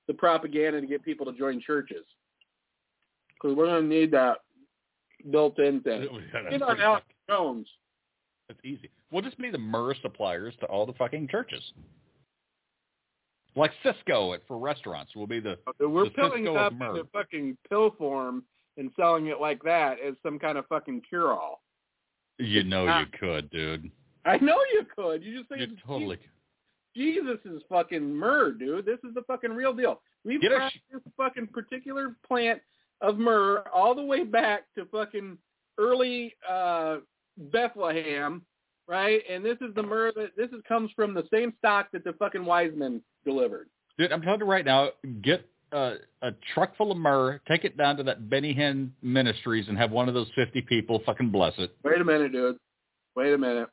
D: the propaganda to get people to join churches, because we're gonna need that built-in thing. Get on Alex Jones.
E: That's easy. We'll just be the Myrrh suppliers to all the fucking churches. Like Cisco at, for restaurants. We'll be the.
D: We're
E: The
D: pilling
E: Cisco of
D: it up
E: Merv.
D: into fucking pill form and selling it like that as some kind of fucking cure-all.
E: You know
D: Ah.
E: you could, dude.
D: I know you could. You just think
E: You
D: it's
E: totally.
D: Jesus is fucking myrrh, dude. This is the fucking real deal. We've
E: Get a
D: tracked this fucking particular plant of myrrh all the way back to fucking early uh, Bethlehem, right? And this is the myrrh that this is comes from the same stock that the fucking wise men delivered.
E: Dude, I'm telling you right now, get a, a truck full of myrrh, take it down to that Benny Hinn Ministries and have one of those 50 people fucking bless it.
D: Wait a minute, dude. Wait a minute.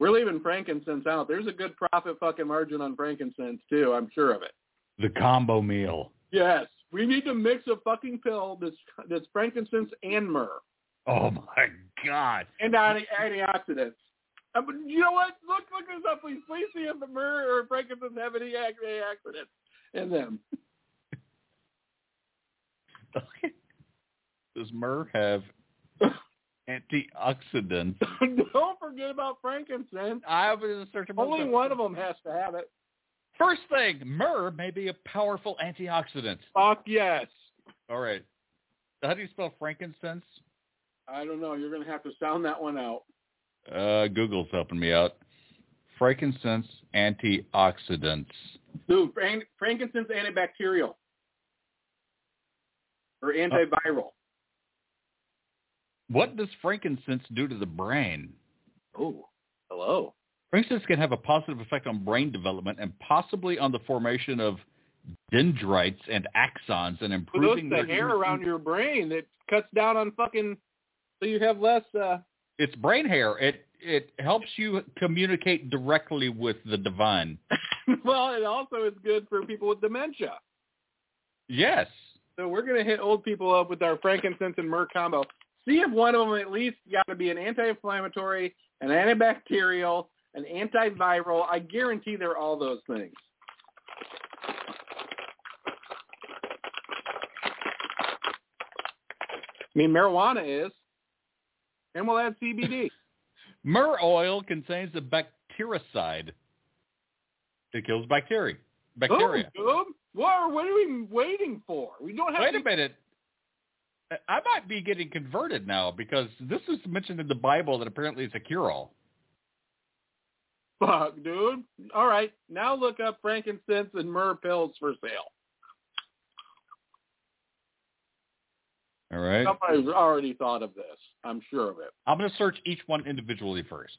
D: We're leaving frankincense out. There's a good profit fucking margin on frankincense too. I'm sure of it.
E: The combo meal.
D: Yes, we need to mix a fucking pill that's that's frankincense and myrrh.
E: Oh my god.
D: and anti- antioxidants. Uh, but you know what? Look, look this up, please. Please see if the myrrh or frankincense have any ac- antioxidants in them.
E: Does myrrh have antioxidants?
D: Don't forget about frankincense.
E: I was in search of
D: Only one of them has to have it.
E: First thing, myrrh may be a powerful antioxidant.
D: Fuck yes.
E: All right. How do you spell frankincense?
D: I don't know. You're gonna have to sound that one out.
E: Uh, Google's helping me out. Frankincense antioxidants.
D: Dude, fran- frankincense antibacterial or antiviral.
E: What does frankincense do to the brain?
D: Oh, hello.
E: Frankincense can have a positive effect on brain development and possibly on the formation of dendrites and axons and
D: Well, those
E: improving
D: the
E: their-
D: hair around your brain that cuts down on fucking, so you have less. uh
E: It's brain hair. It it helps you communicate directly with the divine.
D: well, it also is good for people with dementia.
E: Yes.
D: So we're gonna hit old people up with our frankincense and myrrh combo. See if one of them at least got to be an anti-inflammatory, an antibacterial, an antiviral. I guarantee they're all those things. I mean, marijuana is, and we'll add CBD.
E: Myrrh oil contains a bactericide. It kills bacteria. Bacteria.
D: Oh, dude. What, what are we waiting for? We don't have
E: Wait
D: to
E: a minute. I might be getting converted now because this is mentioned in the Bible that apparently it's a cure-all.
D: fuck, dude. All right, now look up frankincense and myrrh pills for sale.
E: All right.
D: Somebody's already thought of this. I'm sure of it.
E: I'm going to search each one individually first.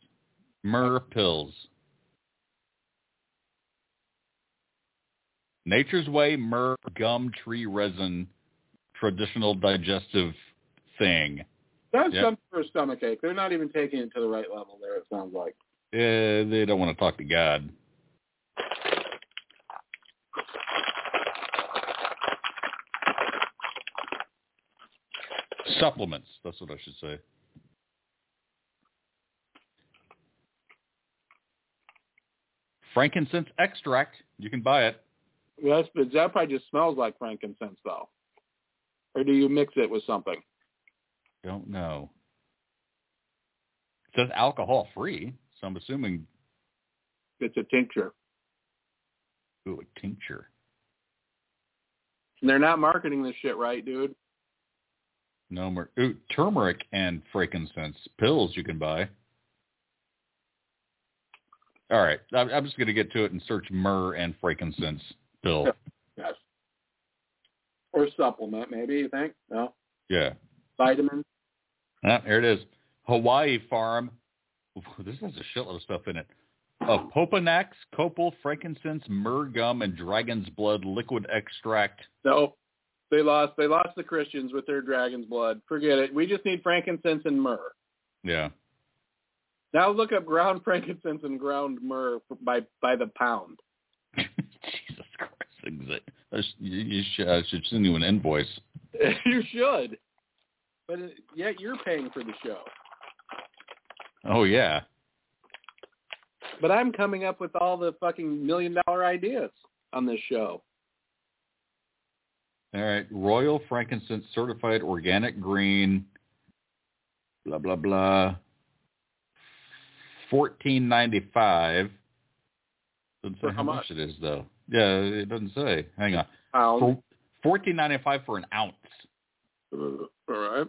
E: Myrrh pills. Nature's Way myrrh gum tree resin traditional digestive thing.
D: That's
E: Yep.
D: something for a stomach ache. They're not even taking it to the right level there, it sounds like.
E: Uh, they don't want to talk to God. Supplements. That's what I should say. Frankincense extract. You can buy it.
D: Well, That's, that probably just smells like frankincense, though. Or do you mix it with something?
E: Don't know. It says alcohol free, so I'm assuming
D: It's a tincture.
E: ooh, a tincture.
D: And they're not marketing this shit right, dude.
E: No more. Ooh, turmeric and frankincense pills you can buy. All right, I'm, I'm just going to get to it and search myrrh and frankincense pill.
D: Yes. Or supplement, maybe, you think? No.
E: Yeah.
D: Vitamin.
E: Ah, there it is. Hawaii Farm. Ooh, This has a shitload of stuff in it. Of Popanax, copal, frankincense, myrrh gum, and dragon's blood liquid extract.
D: No. They lost they lost the Christians with their dragon's blood. Forget it. We just need frankincense and myrrh.
E: Yeah.
D: Now look up ground frankincense and ground myrrh f- by by the pound.
E: Jesus Christ. exa- I sh- you- you sh- I should send you an invoice.
D: you should. But it, yet you're paying for the show.
E: Oh, yeah.
D: But I'm coming up with all the fucking million dollar ideas on this show.
E: All right, Royal Frankincense Certified Organic Green, blah blah blah, fourteen ninety five. Doesn't say
D: For
E: how
D: how
E: much Oh. it is though. Yeah, it doesn't say. Hang on,
D: Pound. Uh,
E: for fourteen ninety five for an ounce.
D: All right.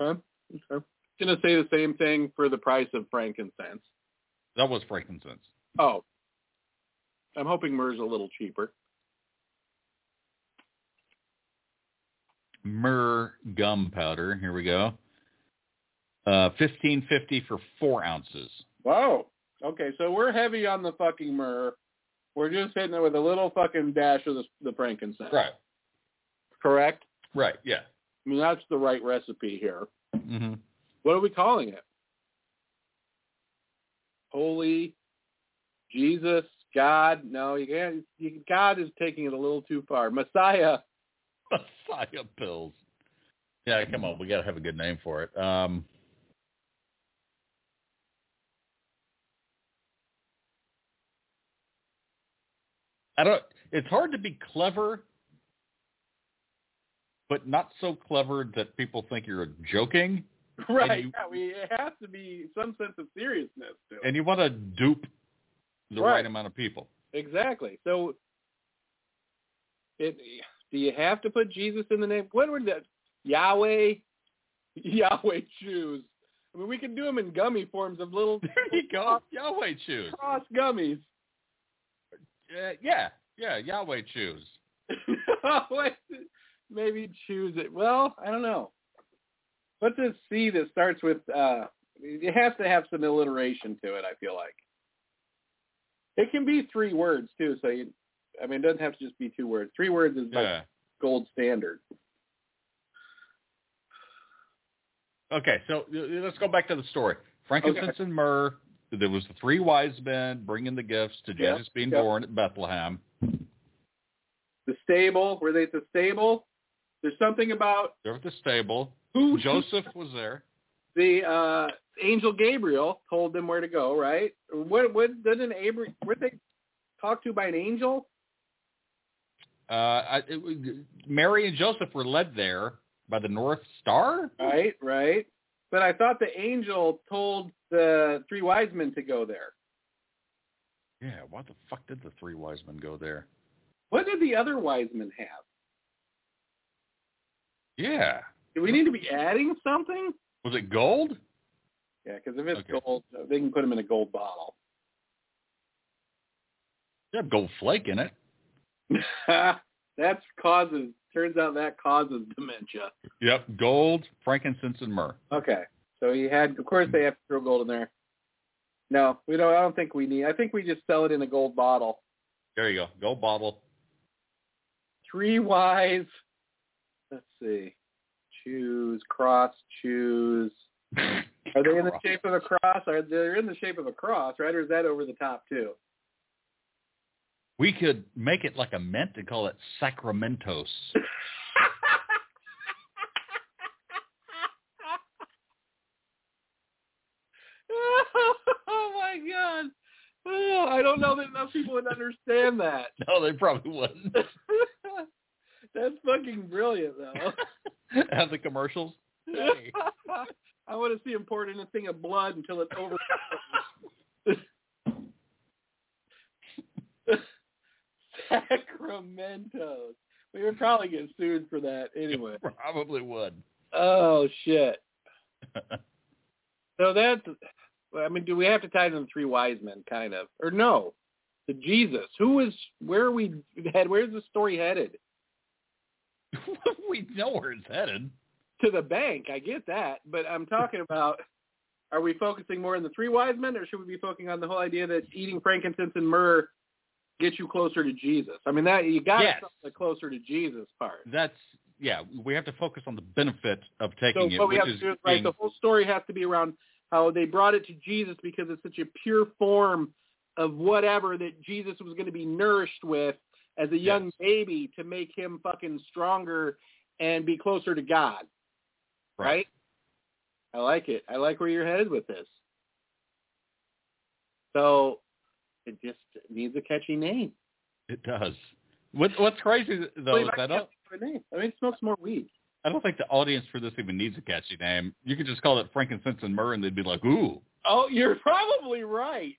D: Okay. Okay. I'm gonna say the same thing for the price of frankincense.
E: That was frankincense.
D: Oh. I'm hoping myrrh's a little cheaper.
E: Myrrh gum powder. Here we go. Uh, fifteen fifty for four ounces.
D: Wow. Okay, so we're heavy on the fucking myrrh. We're just hitting it with a little fucking dash of the, the frankincense.
E: Right.
D: Correct.
E: Right. Yeah.
D: I mean, that's the right recipe here.
E: hmm
D: What are we calling it? Holy Jesus, God. No, you can't. You, God is taking it a little too far. Messiah.
E: Messiah pills. Yeah, come on, we gotta have a good name for it. Um, I don't. It's hard to be clever, but not so clever that people think you're joking,
D: Right.
E: you-
D: yeah, we, it has to be some sense of seriousness to it.
E: and you want to dupe the right.
D: Right.
E: amount of people.
D: Exactly. So, it, do you have to put Jesus in the name? What would that Yahweh, Yahweh choose? I mean, we can do them in gummy forms of little
E: There you go, Yahweh choose.
D: cross gummies.
E: Uh, yeah, yeah, Yahweh choose.
D: Maybe choose it. Well, I don't know. What's this C that starts with? uh It has to have some alliteration to it. I feel like it can be three words too. So, you, I mean, it doesn't have to just be two words. Three words is like
E: Yeah.
D: gold standard.
E: Okay, so uh, let's go back to the story. Frankincense and myrrh. There was the three wise men bringing the gifts to
D: Yeah,
E: Jesus being
D: yeah.
E: born at Bethlehem.
D: the stable. Were they at the stable? There's something about
E: They're at the stable.
D: who
E: Joseph was there.
D: the uh, angel Gabriel told them where to go, right? What what did an Abra- were they talked to by an angel?
E: Uh, I, it, was- Mary and Joseph were led there by the North Star.
D: Right, right. But I thought the angel told the three wise men to go there.
E: Yeah, why the fuck did the three wise men go there?
D: What did the other wise men have?
E: Yeah.
D: Do we need to be adding something?
E: Was it gold?
D: Yeah, because if it's
E: Okay.
D: gold, uh, they can put them in a gold bottle.
E: You have gold flake in it.
D: That's causes. Turns out that causes dementia.
E: Yep, gold, frankincense, and myrrh.
D: Okay. So he had, of course, they have to throw gold in there. No, we don't. I don't think we need. I think we just sell it in a gold bottle.
E: There you go, gold bottle.
D: Three wise. Let's see. Choose cross. Choose. Are they in the shape of a cross? Are they're in the shape of a cross, right? Or is that over the top too?
E: We could make it like a mint and call it Sacramentos.
D: oh my god! Oh, I don't know that enough people would understand that.
E: No, they probably wouldn't.
D: That's fucking brilliant, though.
E: Have the commercials. Hey.
D: I want to see him poured in a thing of blood until it's over. Sacramento. We would probably get sued for that anyway.
E: Probably would.
D: Oh shit. So that's. I mean, do we have to tie to the three wise men, kind of, or no? To Jesus, who is where are we head? Where's the story headed?
E: we know where it's headed.
D: to the bank. I get that, but I'm talking about are we focusing more on the three wise men, or should we be focusing on the whole idea that eating frankincense and myrrh gets you closer to Jesus? I mean, that you got to
E: Yes.
D: stop the closer to Jesus part.
E: That's yeah. We have to focus on the benefit of taking
D: so
E: it,
D: what we
E: which
D: have to
E: is
D: do is right.
E: being-
D: The whole story has to be around how they brought it to Jesus because it's such a pure form of whatever that Jesus was going to be nourished with as a young
E: Yes.
D: baby to make him fucking stronger and be closer to God. right? I like it. I like where you're headed with this. So it just needs a catchy name.
E: It does. What, what's crazy though
D: Believe
E: is
D: I
E: that I
D: can't
E: don't,
D: think of a name. I mean, it smokes more weed.
E: I don't think the audience for this even needs a catchy name. You could just call it frankincense and myrrh, and they'd be like, "Ooh,
D: Oh, you're probably right.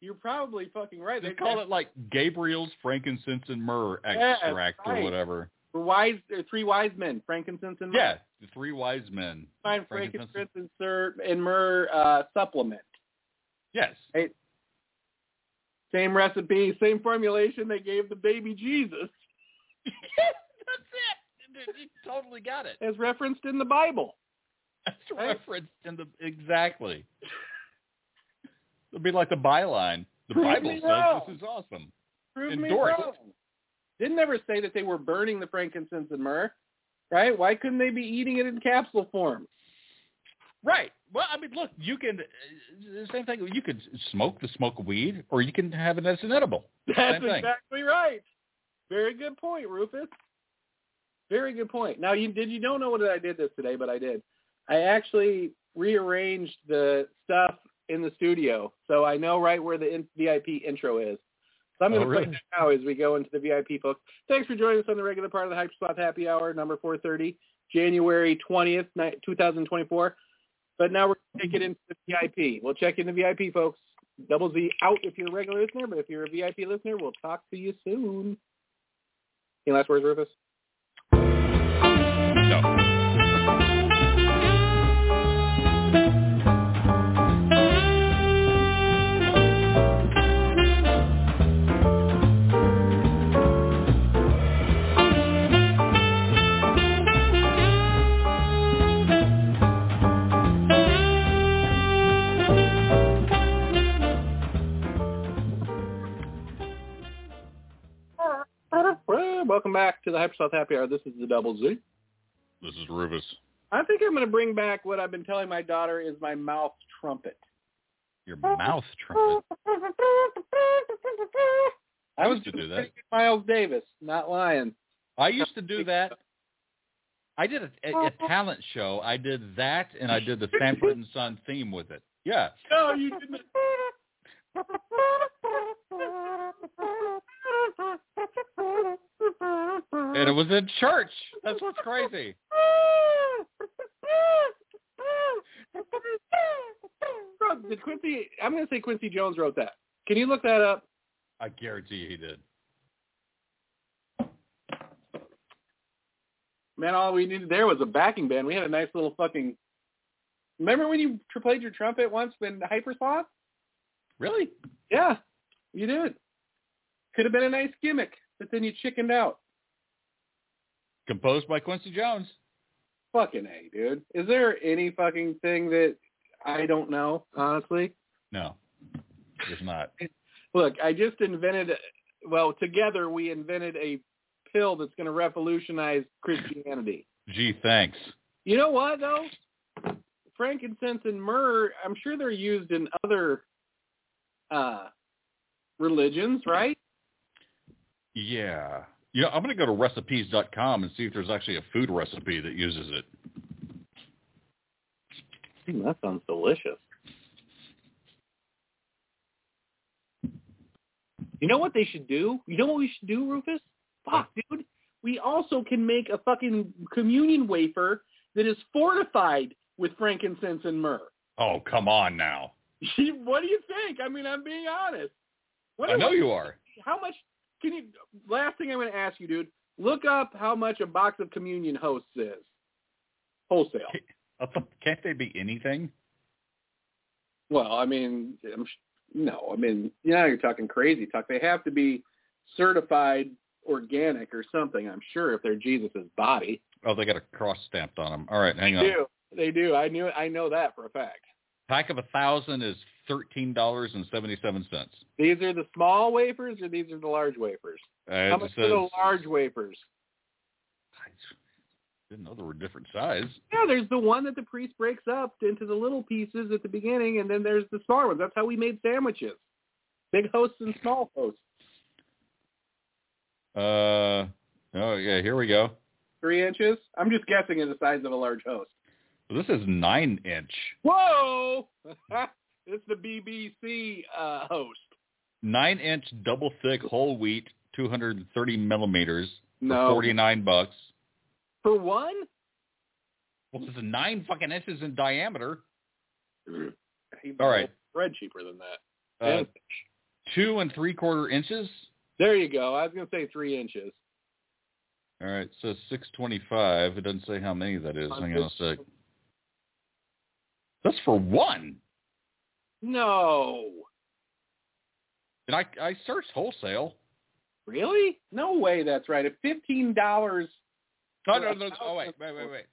D: You're probably fucking right.
E: They call it like Gabriel's frankincense and myrrh
D: Yeah,
E: extract or
D: right.
E: whatever.
D: for wise or three wise men, frankincense and myrrh.
E: Yeah, the three wise men.
D: Find
E: frankincense.
D: frankincense and, sir, and myrrh uh, supplement.
E: Yes,
D: Same recipe, same formulation they gave the baby Jesus,
E: that's it. You totally got it.
D: as referenced in the Bible.
E: That's
D: Right.
E: referenced in the exactly. It'll be like the byline. The
D: Prove
E: Bible
D: me
E: says
D: wrong.
E: this is awesome.
D: Prove me
E: Endorsed.
D: wrong. Didn't ever say that they were burning the frankincense and myrrh, right? Why couldn't they be eating it in capsule form?
E: Right. Well, I mean, look, you can uh, same thing. You could smoke the smoke of weed, or you can have it as an edible.
D: That's
E: Same thing.
D: exactly right. Very good point, Rufus. Very good point. Now you did you don't know what I did this today, but I did. I actually rearranged the stuff in the studio, so I know right where the in- VIP intro is. So I'm
E: Oh,
D: going to
E: really?
D: play that now as we go into the VIP folks. Thanks for joining us on the regular part of the Hype Swap Happy Hour, number 430, January 20th, ni- 2024. But now we're going to take it into the VIP. We'll check in the VIP, folks. Double Z out if you're a regular listener, but if you're a VIP listener, we'll talk to you soon. Any last words, Rufus?
E: No.
D: Well, Welcome back to the Hypersouth Happy Hour. This is the Double Z.
E: This is Rufus.
D: I think I'm going to bring back what I've been telling my daughter is my mouth trumpet.
E: Your mouth trumpet.
D: I
E: I
D: was
E: used to do that.
D: Miles Davis, not lying.
E: I used to do that I did a, a, a talent show. I did that, and I did the Sanford and Son theme with it. Yeah,
D: No, you didn't.
E: and it was in church. That's what's crazy.
D: Bro, did Quincy? I'm gonna say Quincy Jones wrote that. Can you look that up?
E: I guarantee he did.
D: Man, all we needed there was a backing band. We had a nice little fucking. Remember when you tr- played your trumpet once in Hypersloth?
E: Really?
D: Yeah, you did. Could have been a nice gimmick, but then you chickened out.
E: Composed by Quincy Jones.
D: Fucking a, dude. Is there any fucking thing that I don't know? Honestly,
E: No, it's not.
D: look, I just invented. Well, together we invented a pill that's going to revolutionize Christianity.
E: Gee, thanks.
D: You know what though? Frankincense and myrrh, I'm sure they're used in other uh religions, right?
E: Yeah. You know, I'm going to go to recipes.com and see if there's actually a food recipe that uses it.
D: that sounds delicious. You know what they should do? You know what we should do, Rufus? Fuck, dude. We also can make a fucking communion wafer that is fortified with frankincense and myrrh.
E: Oh, come on now.
D: what do you think? I mean, I'm being honest. What
E: I
D: do
E: know you are.
D: how much can you last thing i'm going to ask you dude look up how much a box of communion hosts is wholesale
E: I thought- Can't they be anything?
D: well i mean I'm, sh- no i mean yeah you're talking crazy talk they have to be certified organic or something i'm sure if they're jesus's body
E: Oh, they got a cross stamped on them. All right, hang
D: they
E: on.
D: do they do i knew i know that for a fact
E: Pack of a thousand is thirteen dollars and seventy-seven cents.
D: these are the small wafers or these are the large wafers
E: Uh,
D: how
E: it
D: much
E: says,
D: are the large wafers
E: I didn't know there were different size.
D: Yeah, there's the one that the priest breaks up into the little pieces at the beginning, and then there's the smaller ones. That's how we made sandwiches. Big hosts and small hosts.
E: Uh, oh yeah, here we go.
D: Three inches? I'm just guessing is the size of a large host.
E: This is nine inch,
D: Whoa! it's the BBC uh, host.
E: nine inch double thick whole wheat, two hundred and thirty millimeters
D: No.
E: for forty-nine bucks.
D: For one?
E: Well, this is nine fucking inches in diameter.
D: He
E: All right.
D: Bread cheaper than that.
E: Uh,
D: And-
E: two and three quarter inches.
D: there you go. I was going to say three inches.
E: All right, so six twenty-five. It doesn't say how many that is. Hang on a sec. That's for one.
D: No.
E: And I I searched wholesale.
D: Really? No way that's right. At $15
E: No, no, no. Oh, wait, wait, wait, wait.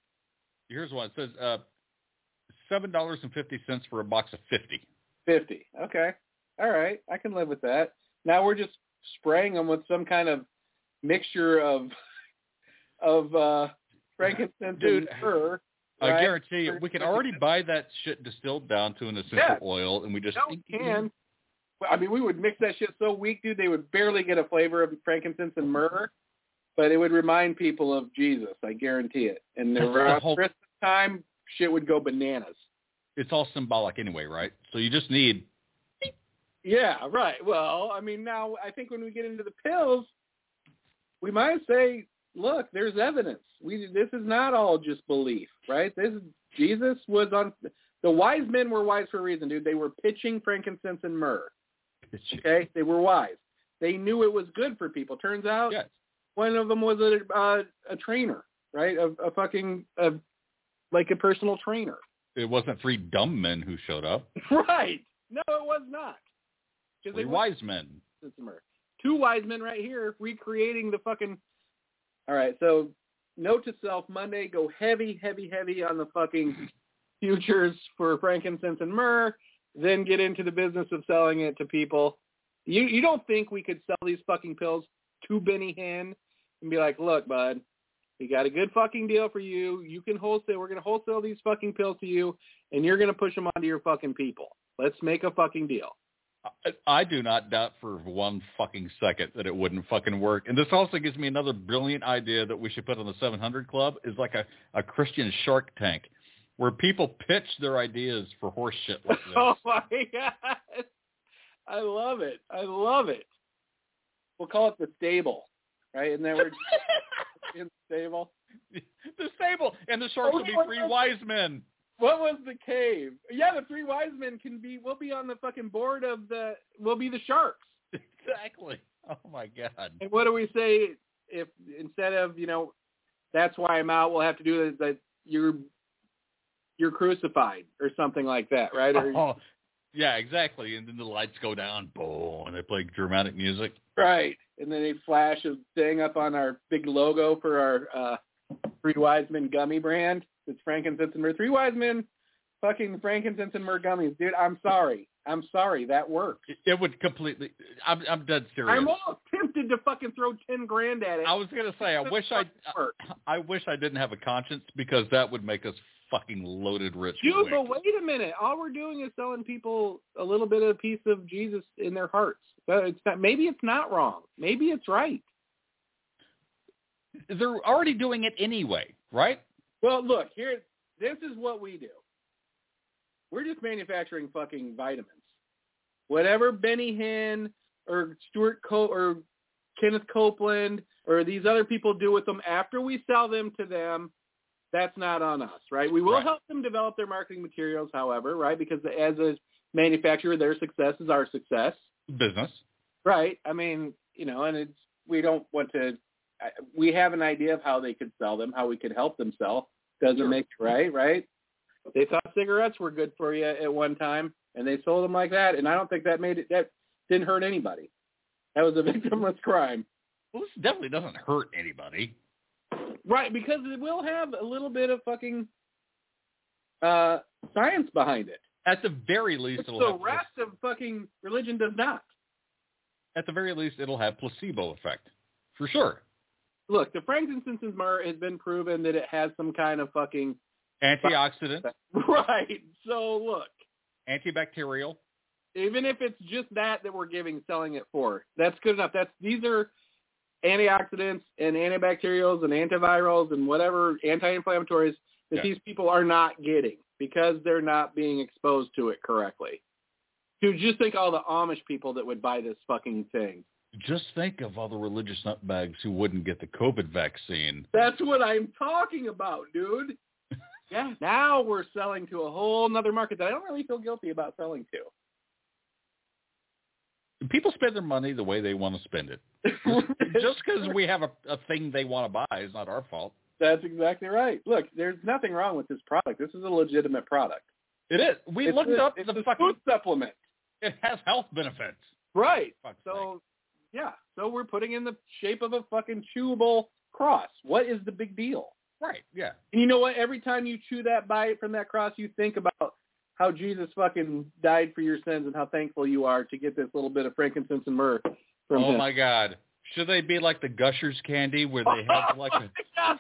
E: Here's one. It says uh, seven dollars and fifty cents for a box of fifty.
D: 50. Okay. All right. I can live with that. Now we're just spraying them with some kind of mixture of of uh frankincense
E: Dude,
D: and myrrh.
E: I
D: right?
E: guarantee you, we can already buy that shit distilled down to an essential
D: Yeah.
E: oil, and we just
D: No, we can. Well, I mean, we would mix that shit so weak, dude, they would barely get a flavor of frankincense and myrrh, but it would remind people of Jesus. I guarantee it. And
E: That's the
D: around
E: whole-
D: Christmas time, shit would go bananas.
E: It's all symbolic anyway, right? So you just need.
D: Yeah, right. Well, I mean, now I think when we get into the pills, we might say, look, there's evidence. We this is not all just belief, right? This Jesus was on. The wise men were wise for a reason, dude. They were pitching frankincense and myrrh. Okay, they were wise. They knew it was good for people. Turns out,
E: Yes.
D: one of them was a uh, a trainer, right? A, a fucking a, like a personal trainer.
E: It wasn't three dumb men who showed up.
D: right? No, it was not. 'Cause
E: Three
D: were-
E: wise men.
D: Sitzmer. Two wise men right here recreating the fucking. All right, so note to self: Monday, go heavy, heavy, heavy on the fucking futures for frankincense and myrrh. Then get into the business of selling it to people. You you don't think we could sell these fucking pills to Benny Hinn and be like, look, bud, we got a good fucking deal for you. You can wholesale. We're gonna wholesale these fucking pills to you, and you're gonna push them onto your fucking people. Let's make a fucking deal.
E: I, I do not doubt for one fucking second that it wouldn't fucking work. And this also gives me another brilliant idea that we should put on the 700 Club is like a, a Christian Shark Tank where people pitch their ideas for horse shit like this.
D: Oh my god! I love it. I love it. We'll call it the stable, right? And then we're in the stable.
E: the stable and the sharks will be three wise men.
D: What was the cave? Yeah, the three wise men can be. We'll be on the fucking board of the. We'll be the sharks.
E: Exactly. Oh my god.
D: And what do we say if instead of you know, that's why I'm out. We'll have to do is that you're you're crucified or something like that, right? Or,
E: Oh, yeah, exactly. And then the lights go down, boom, and they play dramatic music.
D: Right. And then they flash a thing up on our big logo for our uh, Three Wise Men gummy brand. It's frankincense and myrrh. Three Wise Men, fucking frankincense and myrrh gummies, dude. I'm sorry. I'm sorry. That worked.
E: It- It would completely. I'm I'm dead serious.
D: I'm almost tempted to fucking throw ten grand at it.
E: I was gonna say I
D: This
E: wish uh, I
D: fucking worked.
E: I wish I didn't have a conscience because that would make us fucking loaded rich.
D: Dude,
E: quick.
D: but wait a minute. All we're doing is selling people a little bit of a piece of Jesus in their hearts. So it's not. Maybe it's not wrong. Maybe it's right.
E: They're already doing it anyway, right?
D: Well, look here. This is what we do. We're just manufacturing fucking vitamins. Whatever Benny Hinn or Stuart Co- or Kenneth Copeland or these other people do with them after we sell them to them, that's not on us, right? We will
E: Right.
D: help them develop their marketing materials, however, right? Because as a manufacturer, their success is our success,
E: Business.
D: right? I mean, you know, and it's we don't want to. I- We have an idea of how they could sell them, how we could help them sell. Doesn't
E: Sure.
D: make it right, right? They thought cigarettes were good for you at one time, and they sold them like that. And I don't think that made it. That didn't hurt anybody. That was a victimless crime.
E: Well, this definitely doesn't hurt anybody.
D: Right, because it will have a little bit of fucking uh, science behind it.
E: At the very least,
D: Which
E: it'll
D: the
E: have pla-
D: rest of fucking religion does not.
E: at the very least it'll have placebo effect for sure.
D: Look, the frankincense and myrrh has been proven that it has some kind of fucking
E: Antioxidant,
D: right. So look,
E: antibacterial.
D: even if it's just that that we're giving, selling it for, that's good enough. That's these are antioxidants and antibacterials and antivirals and whatever anti-inflammatories that
E: Yeah.
D: these people are not getting because they're not being exposed to it correctly. Dude, just think all the Amish people that would buy this fucking thing.
E: Just think of all the religious nutbags who wouldn't get the COVID vaccine.
D: That's what I'm talking about, dude. yeah, now we're selling to a whole nother market that I don't really feel guilty about selling to.
E: People spend their money the way they want to spend it. Just because we have a, a thing they want to buy is not our fault.
D: That's exactly right. Look, there's nothing wrong with this product. This is a legitimate product.
E: It is. We
D: It's
E: looked
D: a-
E: up
D: it's
E: the
D: a
E: fucking.
D: food supplement.
E: It has health benefits.
D: Right.
E: Fuck's sake.
D: So yeah, so we're putting in the shape of a fucking chewable cross. What is the big deal?
E: right? Yeah.
D: And you know what? Every time you chew that bite from that cross, you think about how Jesus fucking died for your sins and how thankful you are to get this little bit of frankincense and myrrh from
E: Oh
D: him.
E: my God. Should they be like the Gushers candy where they have like a,
D: God,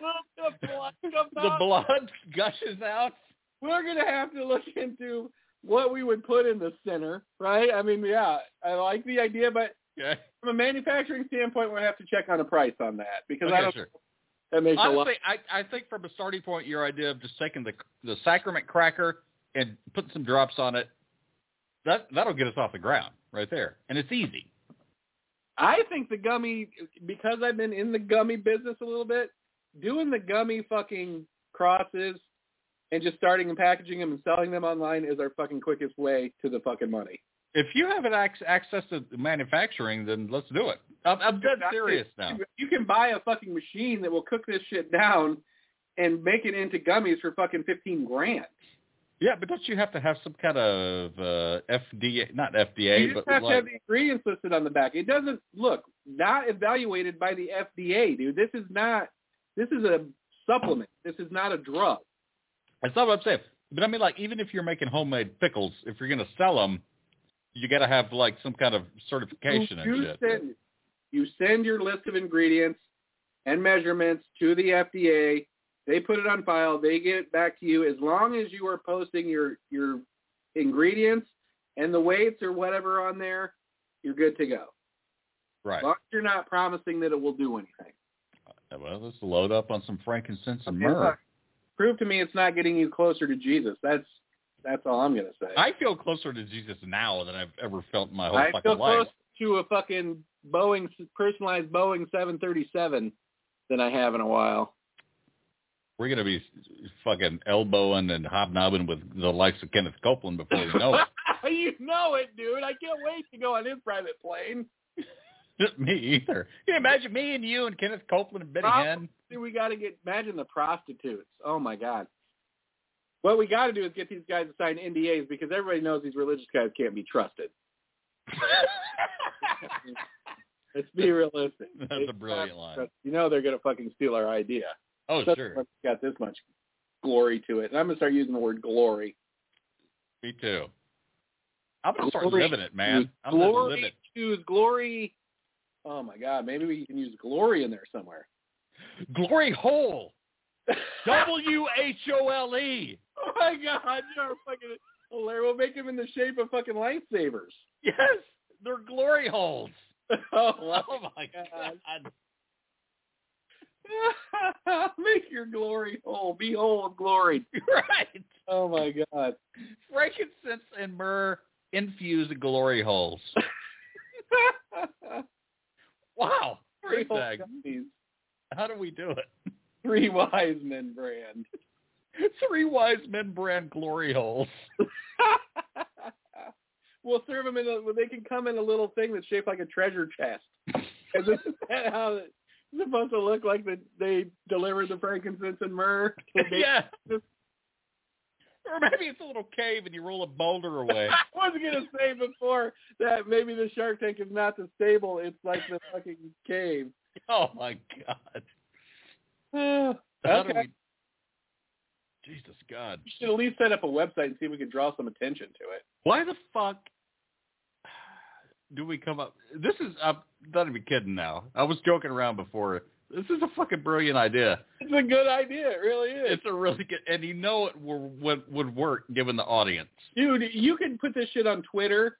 D: the blood comes
E: the
D: out.
E: blood gushes out?
D: we're gonna have to look into what we would put in the center, right? I mean, yeah, I like the idea, but
E: Yeah.
D: from a manufacturing standpoint, we're gonna have to check on a price on that because I
E: Okay,
D: don't
E: sure.
D: that makes a lot.
E: Honestly, I, I think from a starting point, your idea of just taking the the sacrament cracker and putting some drops on it, that that'll get us off the ground right there, and it's easy.
D: I think the gummy because I've been in the gummy business a little bit, doing the gummy fucking crosses and just starting and packaging them and selling them online is our fucking quickest way to the fucking money.
E: If you have an ac- access to manufacturing, then let's do it. I'm, I'm dead serious now.
D: You can buy a fucking machine that will cook this shit down and make it into gummies for fucking fifteen grand.
E: Yeah, but don't you have to have some kind of uh, FDA, not FDA,
D: You just
E: but
D: have
E: like,
D: to have the ingredients listed on the back. It doesn't look not evaluated by the FDA, dude. This is not. This is a supplement. This is not a drug.
E: That's not what I'm saying. But I mean, like, even if you're making homemade pickles, if you're going to sell them, you got to have like some kind of certification
D: you,
E: and shit.
D: Send, you send your list of ingredients and measurements to the FDA. They put it on file. They get it back to you as long as you are posting your your ingredients and the weights or whatever on there, you're good to go.
E: Right.
D: As long as you're not promising that it will do anything.
E: Uh, Well, let's load up on some frankincense and
D: Okay,
E: myrrh.
D: look, prove to me it's not getting you closer to Jesus. That's that's all I'm gonna say.
E: I feel closer to Jesus now than I've ever felt in my whole
D: I
E: fucking
D: feel
E: life.
D: close to a fucking Boeing personalized Boeing 737 than I have in a while.
E: We're gonna be fucking elbowing and hobnobbing with the likes of Kenneth Copeland before we know
D: you know it, dude. I can't wait to go on his private plane.
E: it. me either. Can you imagine me and you and Kenneth Copeland and Benny
D: Prob-
E: Hinn?
D: Dude, we got to get imagine the prostitutes. Oh my god. What we got to do is get these guys to sign NDAs because everybody knows these religious guys can't be trusted. Let's be realistic.
E: That's
D: They
E: a brilliant
D: can't
E: line.
D: trust- You know they're going to fucking steal our idea.
E: Oh
D: That's why
E: sure,
D: it's got this much glory to it. And I'm going to start using the word glory.
E: me too. I'm gonna start
D: Glory
E: living it, man.
D: to-
E: I'm gonna live
D: glory
E: it.
D: to glory. Oh my god, maybe we can use glory in there somewhere.
E: Glory hole. W H O L E.
D: Oh my god, you're fucking hilarious. We'll make them in the shape of fucking lightsabers.
E: Yes, they're glory holes.
D: Oh,
E: Oh my god.
D: wow. make your glory whole. Be whole of glory.
E: Right.
D: Oh my god.
E: Frankincense and myrrh infused glory holes. Wow.
D: Three
E: Great
D: whole
E: thing.
D: companies.
E: How do we do it?
D: Three wise men brand.
E: Three wise men brand glory holes.
D: we'll serve them in a, they can come in a little thing that's shaped like a treasure chest. Is this that how it's supposed to look like that they delivered the frankincense and myrrh?
E: yeah. Or maybe it's a little cave and you roll a boulder away.
D: I was gonna say before that maybe the Shark Tank is not the stable; it's like the fucking cave.
E: oh my god. How do
D: okay.
E: we Jesus God.
D: We should at least set up a website and see if we can draw some attention to it.
E: Why the fuck do we come up? This is I'm not even kidding now. I was joking around before. This is a fucking brilliant idea.
D: It's a good idea, it really is.
E: It's a really good, and you know it would would, would work given the audience.
D: Dude, you can put this shit on Twitter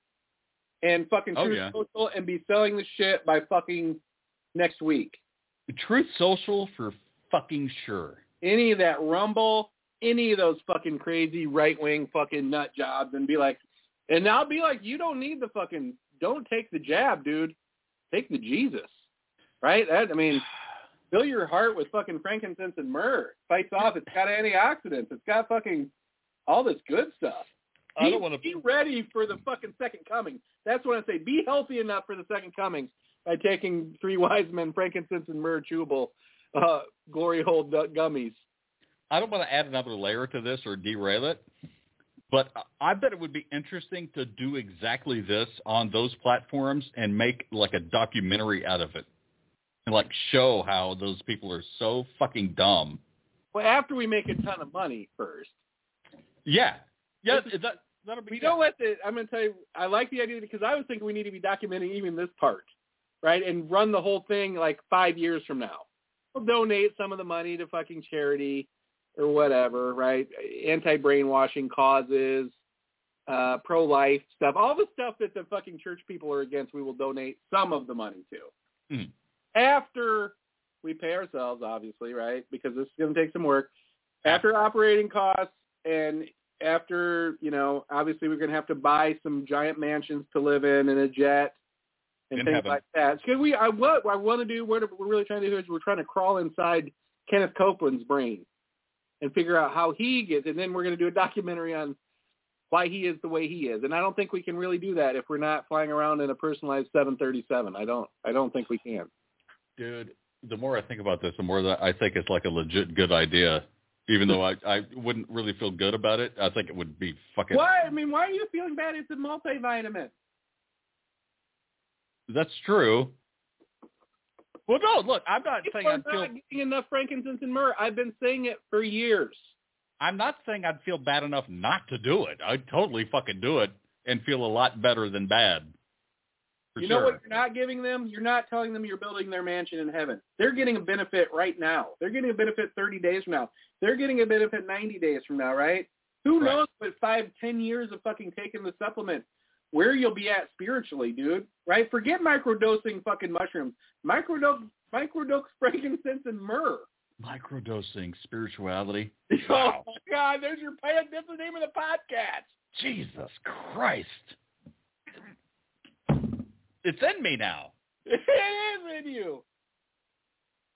D: and fucking
E: Oh,
D: Truth
E: yeah.
D: Social and be selling the shit by fucking next week.
E: Truth Social for fucking sure.
D: Any of that Rumble, any of those fucking crazy right wing fucking nut jobs, and be like, and I'll be like, you don't need the fucking, don't take the jab, dude. Take the Jesus, right? That I mean, fill your heart with fucking frankincense and myrrh. Fights off. It's got antioxidants. It's got fucking all this good stuff.
E: I don't
D: Be-
E: wanna-
D: be ready for the fucking second coming. That's what I say. Be healthy enough for the second coming by taking three wise men, frankincense and myrrh chewable, uh, glory hole du- gummies.
E: I don't want to add another layer to this or derail it, but I- I bet it would be interesting to do exactly this on those platforms and make like a documentary out of it and like show how those people are so fucking dumb.
D: Well, after we make a ton of money first.
E: Yeah, yeah, that that'll be.
D: We don't let the. I'm going to tell you. I like the idea because I was thinking we need to be documenting even this part, right, and run the whole thing like five years from now. We'll donate some of the money to fucking charity or whatever, right? Anti-brainwashing causes, uh, pro-life stuff, all the stuff that the fucking church people are against. We will donate some of the money to
E: Hmm.
D: after we pay ourselves, obviously, right? Because this is going to take some work. After operating costs and after you know, obviously we're going to have to buy some giant mansions to live in and a jet and
E: In
D: things
E: heaven.
D: like that. Because we, I what I want to do, what we're really trying to do is we're trying to crawl inside Kenneth Copeland's brain and figure out how he gets, and then we're going to do a documentary on why he is the way he is. And I don't think we can really do that if we're not flying around in a personalized 737. I don't, I don't think we can.
E: dude. The more I think about this, the more that I think it's like a legit good idea. Even though I, I wouldn't really feel good about it, I think it would be fucking.
D: Why? I mean, why are you feeling bad? It's a multivitamin.
E: That's true. Well, no, look, I'm not saying
D: People are
E: I
D: not
E: feel.
D: getting enough frankincense and myrrh. I've been saying it for years.
E: I'm not saying I'd feel bad enough not to do it. I'd totally fucking do it and feel a lot better than bad. For
D: you
E: sure.
D: know what you're not giving them? You're not telling them you're building their mansion in heaven. They're getting a benefit right now. They're getting a benefit 30 days from now. They're getting a benefit 90 days from now, right? Who
E: Right.
D: knows what five, ten years of fucking taking the supplement where you'll be at spiritually, dude. Right? Forget microdosing fucking mushrooms. Microdose microdose frankincense and myrrh.
E: Microdosing spirituality.
D: Oh my god, there's your plan. That's the name of the podcast.
E: Jesus Christ. It's in me now.
D: It is in you.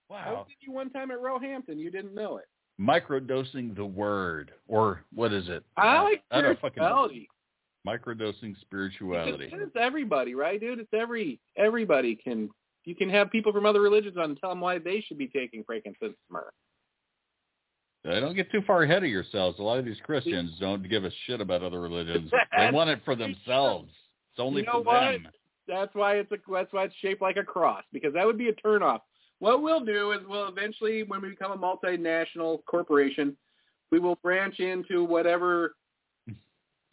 D: I
E: Wow.
D: was with you one time at Roehampton. You didn't know it.
E: Microdosing the word. Or what is it?
D: I like
E: I don't fucking know.
D: spirituality.
E: Microdosing
D: Because
E: spirituality.
D: It's everybody, right, dude? It's every everybody can. You can have people from other religions on and tell them why they should be taking frankincense and myrrh.
E: Uh, Don't get too far ahead of yourselves. A lot of these Christians don't give a shit about other religions. They want it for themselves. It's only
D: You know
E: for
D: what?
E: them.
D: That's why it's a that's why it's shaped like a cross because that would be a turnoff. What we'll do is we'll eventually, when we become a multinational corporation, we will branch into whatever.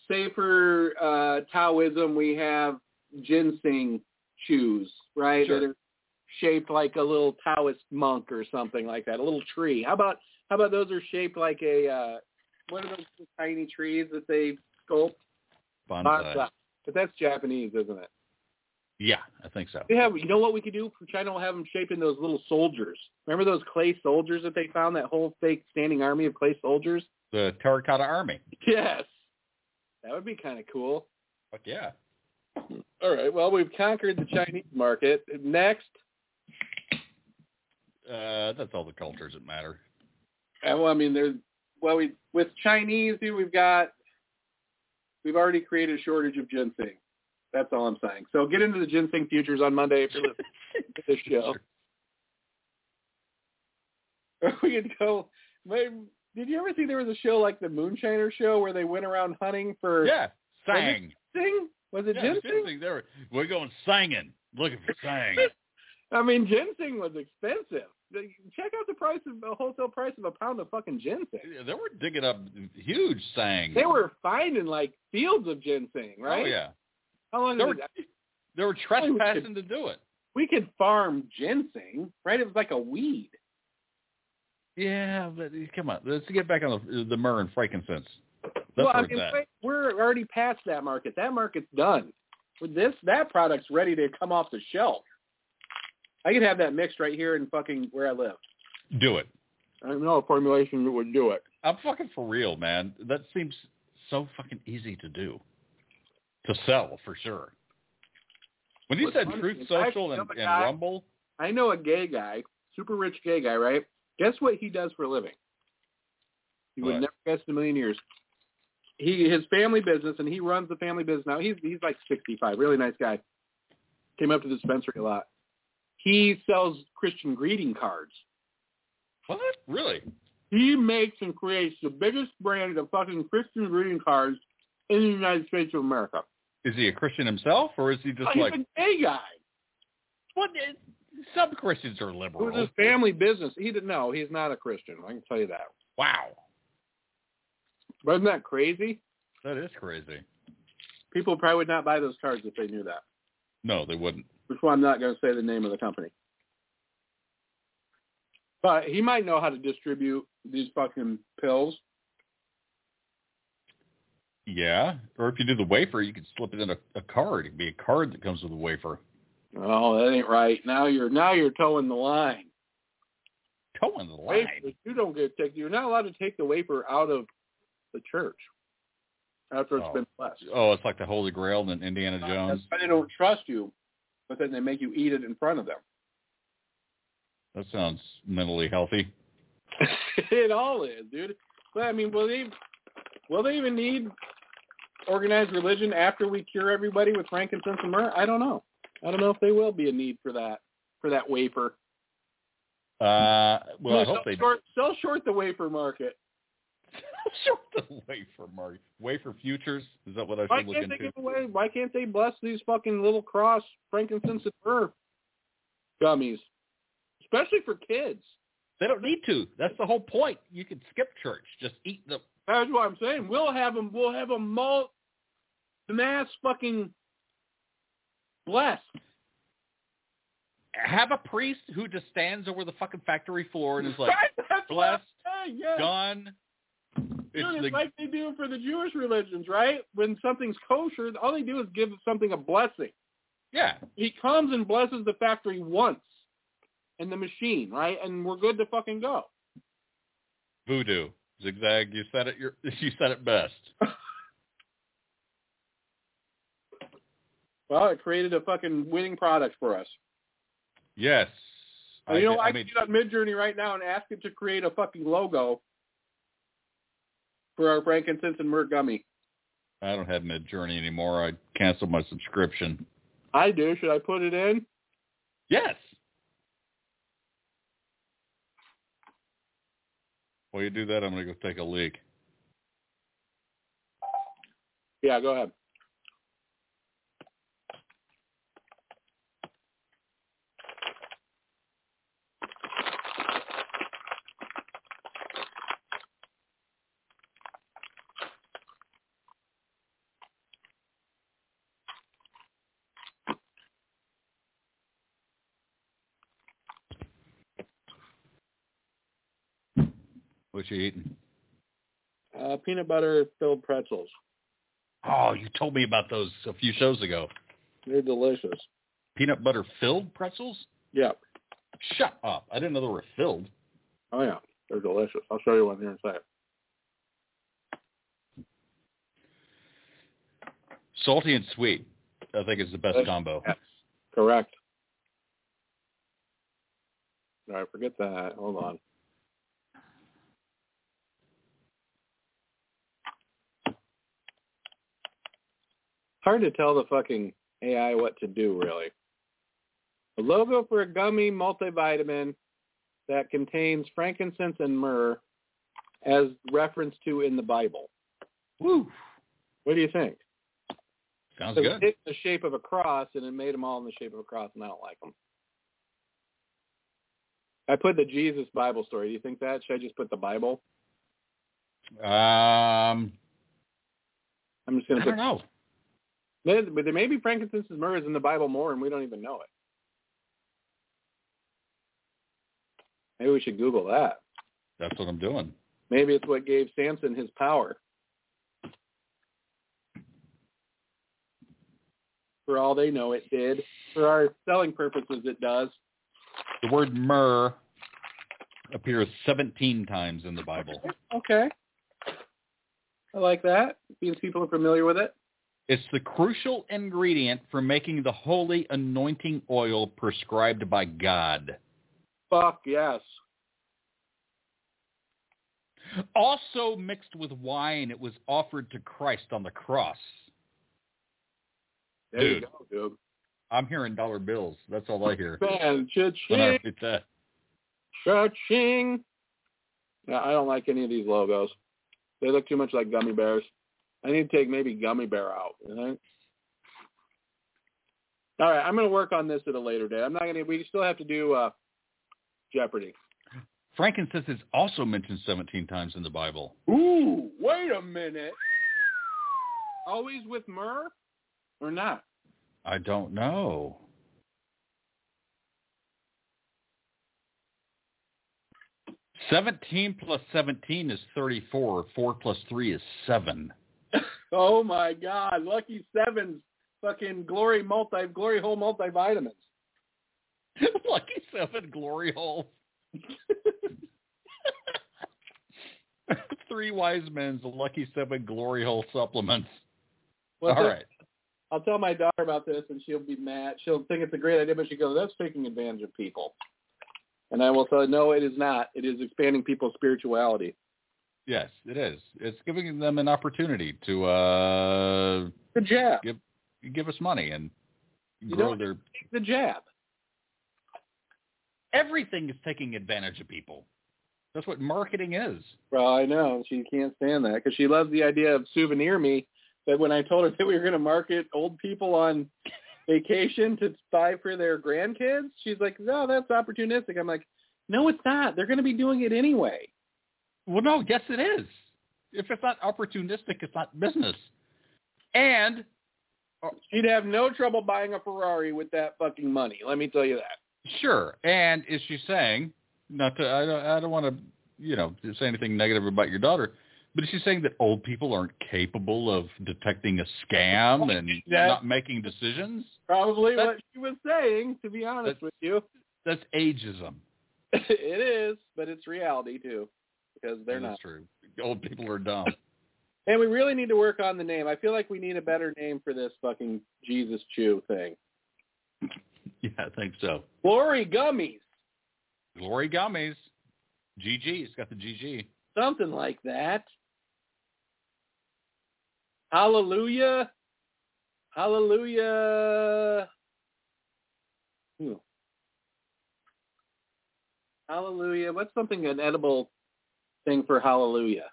D: Say for uh, Taoism, we have ginseng shoes, right?
E: Sure.
D: That are shaped like a little Taoist monk or something like that, a little tree. How about how about those are shaped like a uh, what are those tiny trees that they sculpt?
E: Bonsai.
D: But that's Japanese, isn't it?
E: Yeah, I think so.
D: They have, you know what we could do for China? We'll have them shaping those little soldiers. Remember those clay soldiers that they found? That whole fake standing army of clay soldiers?
E: The Terracotta Army.
D: Yes. That would be kind of cool.
E: Fuck yeah.
D: All right. Well, we've conquered the Chinese market. Next,
E: Uh, that's all the cultures that matter.
D: uh, well, I mean, there's well, we with Chinese, dude, we've got we've already created a shortage of ginseng. That's all I'm saying. So get into the ginseng futures on Monday if you're listening to this show. Or we could go. Maybe, did you ever see there was a show like the Moonshiner Show where they went around hunting for
E: Yeah, sang.
D: ginseng? Was it
E: Yeah,
D: ginseng?
E: ginseng, There, we're going singing, looking for sang.
D: I mean, ginseng was expensive. The- Check out the price of the wholesale price of a pound of fucking ginseng.
E: they were digging up huge sang.
D: They were finding like fields of ginseng, right?
E: Oh yeah,
D: How long?
E: They
D: is
E: were,
D: it-
E: they were trespassing to do it.
D: we could farm ginseng, right? It was like a weed.
E: Yeah, but come on, let's get back on the the myrrh and frankincense. That's
D: well, I
E: worth
D: mean,
E: that.
D: wait, we're already past that market. That market's done. With this, that product's ready to come off the shelf. I could have that mixed right here in fucking where I live.
E: Do it.
D: I don't know a formulation that would do it.
E: I'm fucking for real, man. That seems so fucking easy to do, to sell for sure. When you
D: What's
E: said
D: funny
E: Truth
D: is I
E: Social and,
D: know a
E: and
D: guy-
E: Rumble,
D: I know a gay guy, super rich gay guy, right? Guess what he does for a living? You would
E: What?
D: never guess in a million years. He his family business, and he runs the family business now. He's he's like sixty five, really nice guy. Came up to the dispensary a lot. He sells Christian greeting cards.
E: what? Really?
D: He makes and creates the biggest brand of fucking Christian greeting cards in the United States of America. Oh,
E: Is he a Christian himself, or is he just
D: he's
E: like
D: a gay guy.
E: what? Some Christians are
D: It was
E: liberal.
D: his family business. He didn't know. He's not a Christian. I can tell you that.
E: Wow,
D: But isn't that crazy?
E: that is crazy.
D: People probably would not buy those cards if they knew that.
E: No, they wouldn't.
D: Which is why I'm not going to say the name of the company. But he might know how to distribute these fucking pills.
E: Yeah, or if you do the wafer, you could slip it in a, a card. It'd be a card that comes with a wafer.
D: Oh, that ain't right. Now you're now you're towing the line.
E: Toe in the line.
D: Wafers, you don't get to take. You're not allowed to take the wafer out of the church after it's
E: Oh.
D: been blessed.
E: Oh, it's like the Holy Grail in Indiana Jones.
D: That's why they don't trust you, but then they make you eat it in front of them.
E: That sounds mentally healthy.
D: it all is, dude. But I mean, will they will they even need organized religion after we cure everybody with frankincense and myrrh? I don't know. I don't know if they will be a need for that for that wafer.
E: Uh, well, I hope
D: sell
E: they
D: short, sell short the wafer market.
E: short the wafer market. Wafer futures is that what I should
D: Why
E: look
D: can't they
E: into?
D: give away? Why can't they bless these fucking little cross frankincense and myrrh gummies, especially for kids?
E: They don't need to. That's the whole point. You could skip church. Just eat the.
D: That's what I'm saying. We'll have them. We'll have them malt mass fucking blessed.
E: Have a priest who just stands over the fucking factory floor and is like,
D: That's what
E: blessed,
D: I'm saying, yes.
E: done. It's
D: Dude,
E: the-
D: it's like they do for the Jewish religions, right? When something's kosher, all they do is give something a blessing.
E: yeah,
D: He comes and blesses the factory once and the machine, right? And we're good to fucking go.
E: voodoo. Zigzag, you said it. Your, you said it best.
D: Well, it created a fucking winning product for us.
E: Yes.
D: And you know,
E: did-
D: I,
E: mean,
D: could get on Midjourney right now and ask it to create a fucking logo for our frankincense and myrrh gummy.
E: I don't have Mid Journey anymore. I canceled my subscription.
D: I do. Should I put it in?
E: Yes. While you do that, I'm going to go take a leak.
D: Yeah, go ahead.
E: What you eating?
D: Uh, peanut butter filled pretzels.
E: Oh, you told me about those a few shows ago.
D: They're delicious.
E: Peanut butter filled pretzels?
D: Yeah.
E: Shut up. I didn't know they were filled.
D: Oh yeah, they're delicious. I'll show you one here in a second.
E: Salty and sweet, I think is the best
D: Yes.
E: combo.
D: Yes. Correct. All right, forget that. Hold on. Hard to tell the fucking AI what to do, really. A logo for a gummy multivitamin that contains frankincense and myrrh as referenced to in the Bible.
E: Woo.
D: What do you think?
E: Sounds
D: So we
E: good.
D: picked the shape of a cross, and it made them all in the shape of a cross, and I don't like them. I put the Jesus Bible story. Do you think that? Should I just put the Bible?
E: Um,
D: I'm just going
E: I
D: to
E: don't
D: put.
E: know.
D: There, but there may be frankincense and myrrh is in the Bible more, and we don't even know it. Maybe we should Google that.
E: That's what I'm doing.
D: Maybe it's what gave Samson his power. For all they know, it did. For our selling purposes, it does.
E: The word myrrh appears 17 times in the Bible.
D: Okay. I like that. Means people are familiar with it.
E: It's the crucial ingredient for making the holy anointing oil prescribed by God.
D: Fuck yes.
E: Also mixed with wine, it was offered to Christ on the cross.
D: There
E: Dude.
D: you go,
E: I'm hearing dollar bills. That's all I hear. uh,
D: dude. Man,
E: When I
D: cha-ching,
E: read that.
D: cha-ching. No, I don't like any of these logos. They look too much like gummy bears. I need to take maybe gummy bear out. You think? All right, I'm going to work on this at a later date. I'm not going to. We still have to do uh, Jeopardy.
E: Frankincense is also mentioned 17 times in the Bible.
D: Ooh, wait a minute. Always with myrrh, or not?
E: I don't know. Seventeen plus seventeen is thirty-four. Four plus three is seven.
D: Oh my God! Lucky Sevens, fucking glory multi, glory hole multivitamins.
E: Lucky seven glory hole. Three wise men's lucky seven glory hole supplements.
D: Well,
E: All right.
D: I'll tell my daughter about this, and she'll be mad. She'll think it's a great idea, but she goes, "That's taking advantage of people." And I will tell her, "No, it is not. It is expanding people's spirituality."
E: Yes, it is. It's giving them an opportunity to uh,
D: The jab.
E: give us money and
D: You
E: grow
D: don't-
E: their.
D: Take the jab.
E: Everything is taking advantage of people. That's what marketing is.
D: Well, I know she can't stand that because she loves the idea of souvenir me. But when I told her that we were going to market old people on vacation to buy for their grandkids, she's like, "No, that's opportunistic." I'm like, "No, it's not. They're going to be doing it anyway."
E: Well, no, yes, it is. If it's not opportunistic, it's not business. And
D: She'd have no trouble buying a Ferrari with that fucking money. Let me tell you that.
E: Sure. And is she saying not to? I don't. I don't want to. You know, say anything negative about your daughter. But she's saying that old people aren't capable of detecting a scam and
D: Yeah.
E: not making decisions.
D: Probably
E: That's-
D: what she was saying, to be honest
E: That's-
D: with you.
E: That's ageism.
D: it is, but it's reality too, because they're
E: That's
D: not.
E: true. Old people are dumb.
D: And we really need to work on the name. I feel like we need a better name for this fucking Jesus Chew thing.
E: yeah, I think so.
D: Glory gummies,
E: Glory gummies. GG. It's got the GG.
D: something like that. Hallelujah, hallelujah. Hmm. Hallelujah. What's something an edible thing for hallelujah?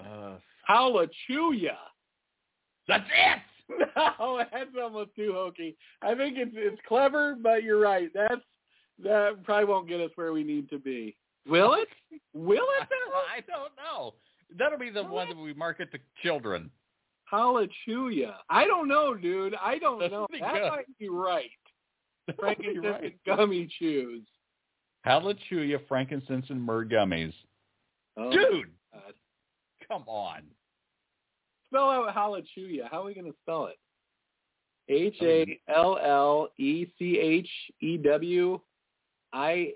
E: Uh,
D: Hallelujah.
E: that's it.
D: No, that's almost too hokey. I think it's it's clever, but you're right. That's that probably won't get us where we need to be. Will it? Will
E: I,
D: it? though?
E: I don't know. That'll be the one that we market to children.
D: Hallelujah. I don't know, dude. I don't
E: That's
D: know.
E: pretty
D: That
E: good.
D: might be right.
E: That'll be
D: Frankie
E: right.
D: gummy chews.
E: Hallelujah, frankincense, and myrrh gummies.
D: Oh,
E: Dude,
D: God.
E: come on.
D: Spell out hallelujah. How are we gonna spell it? H A L L E C H E W I.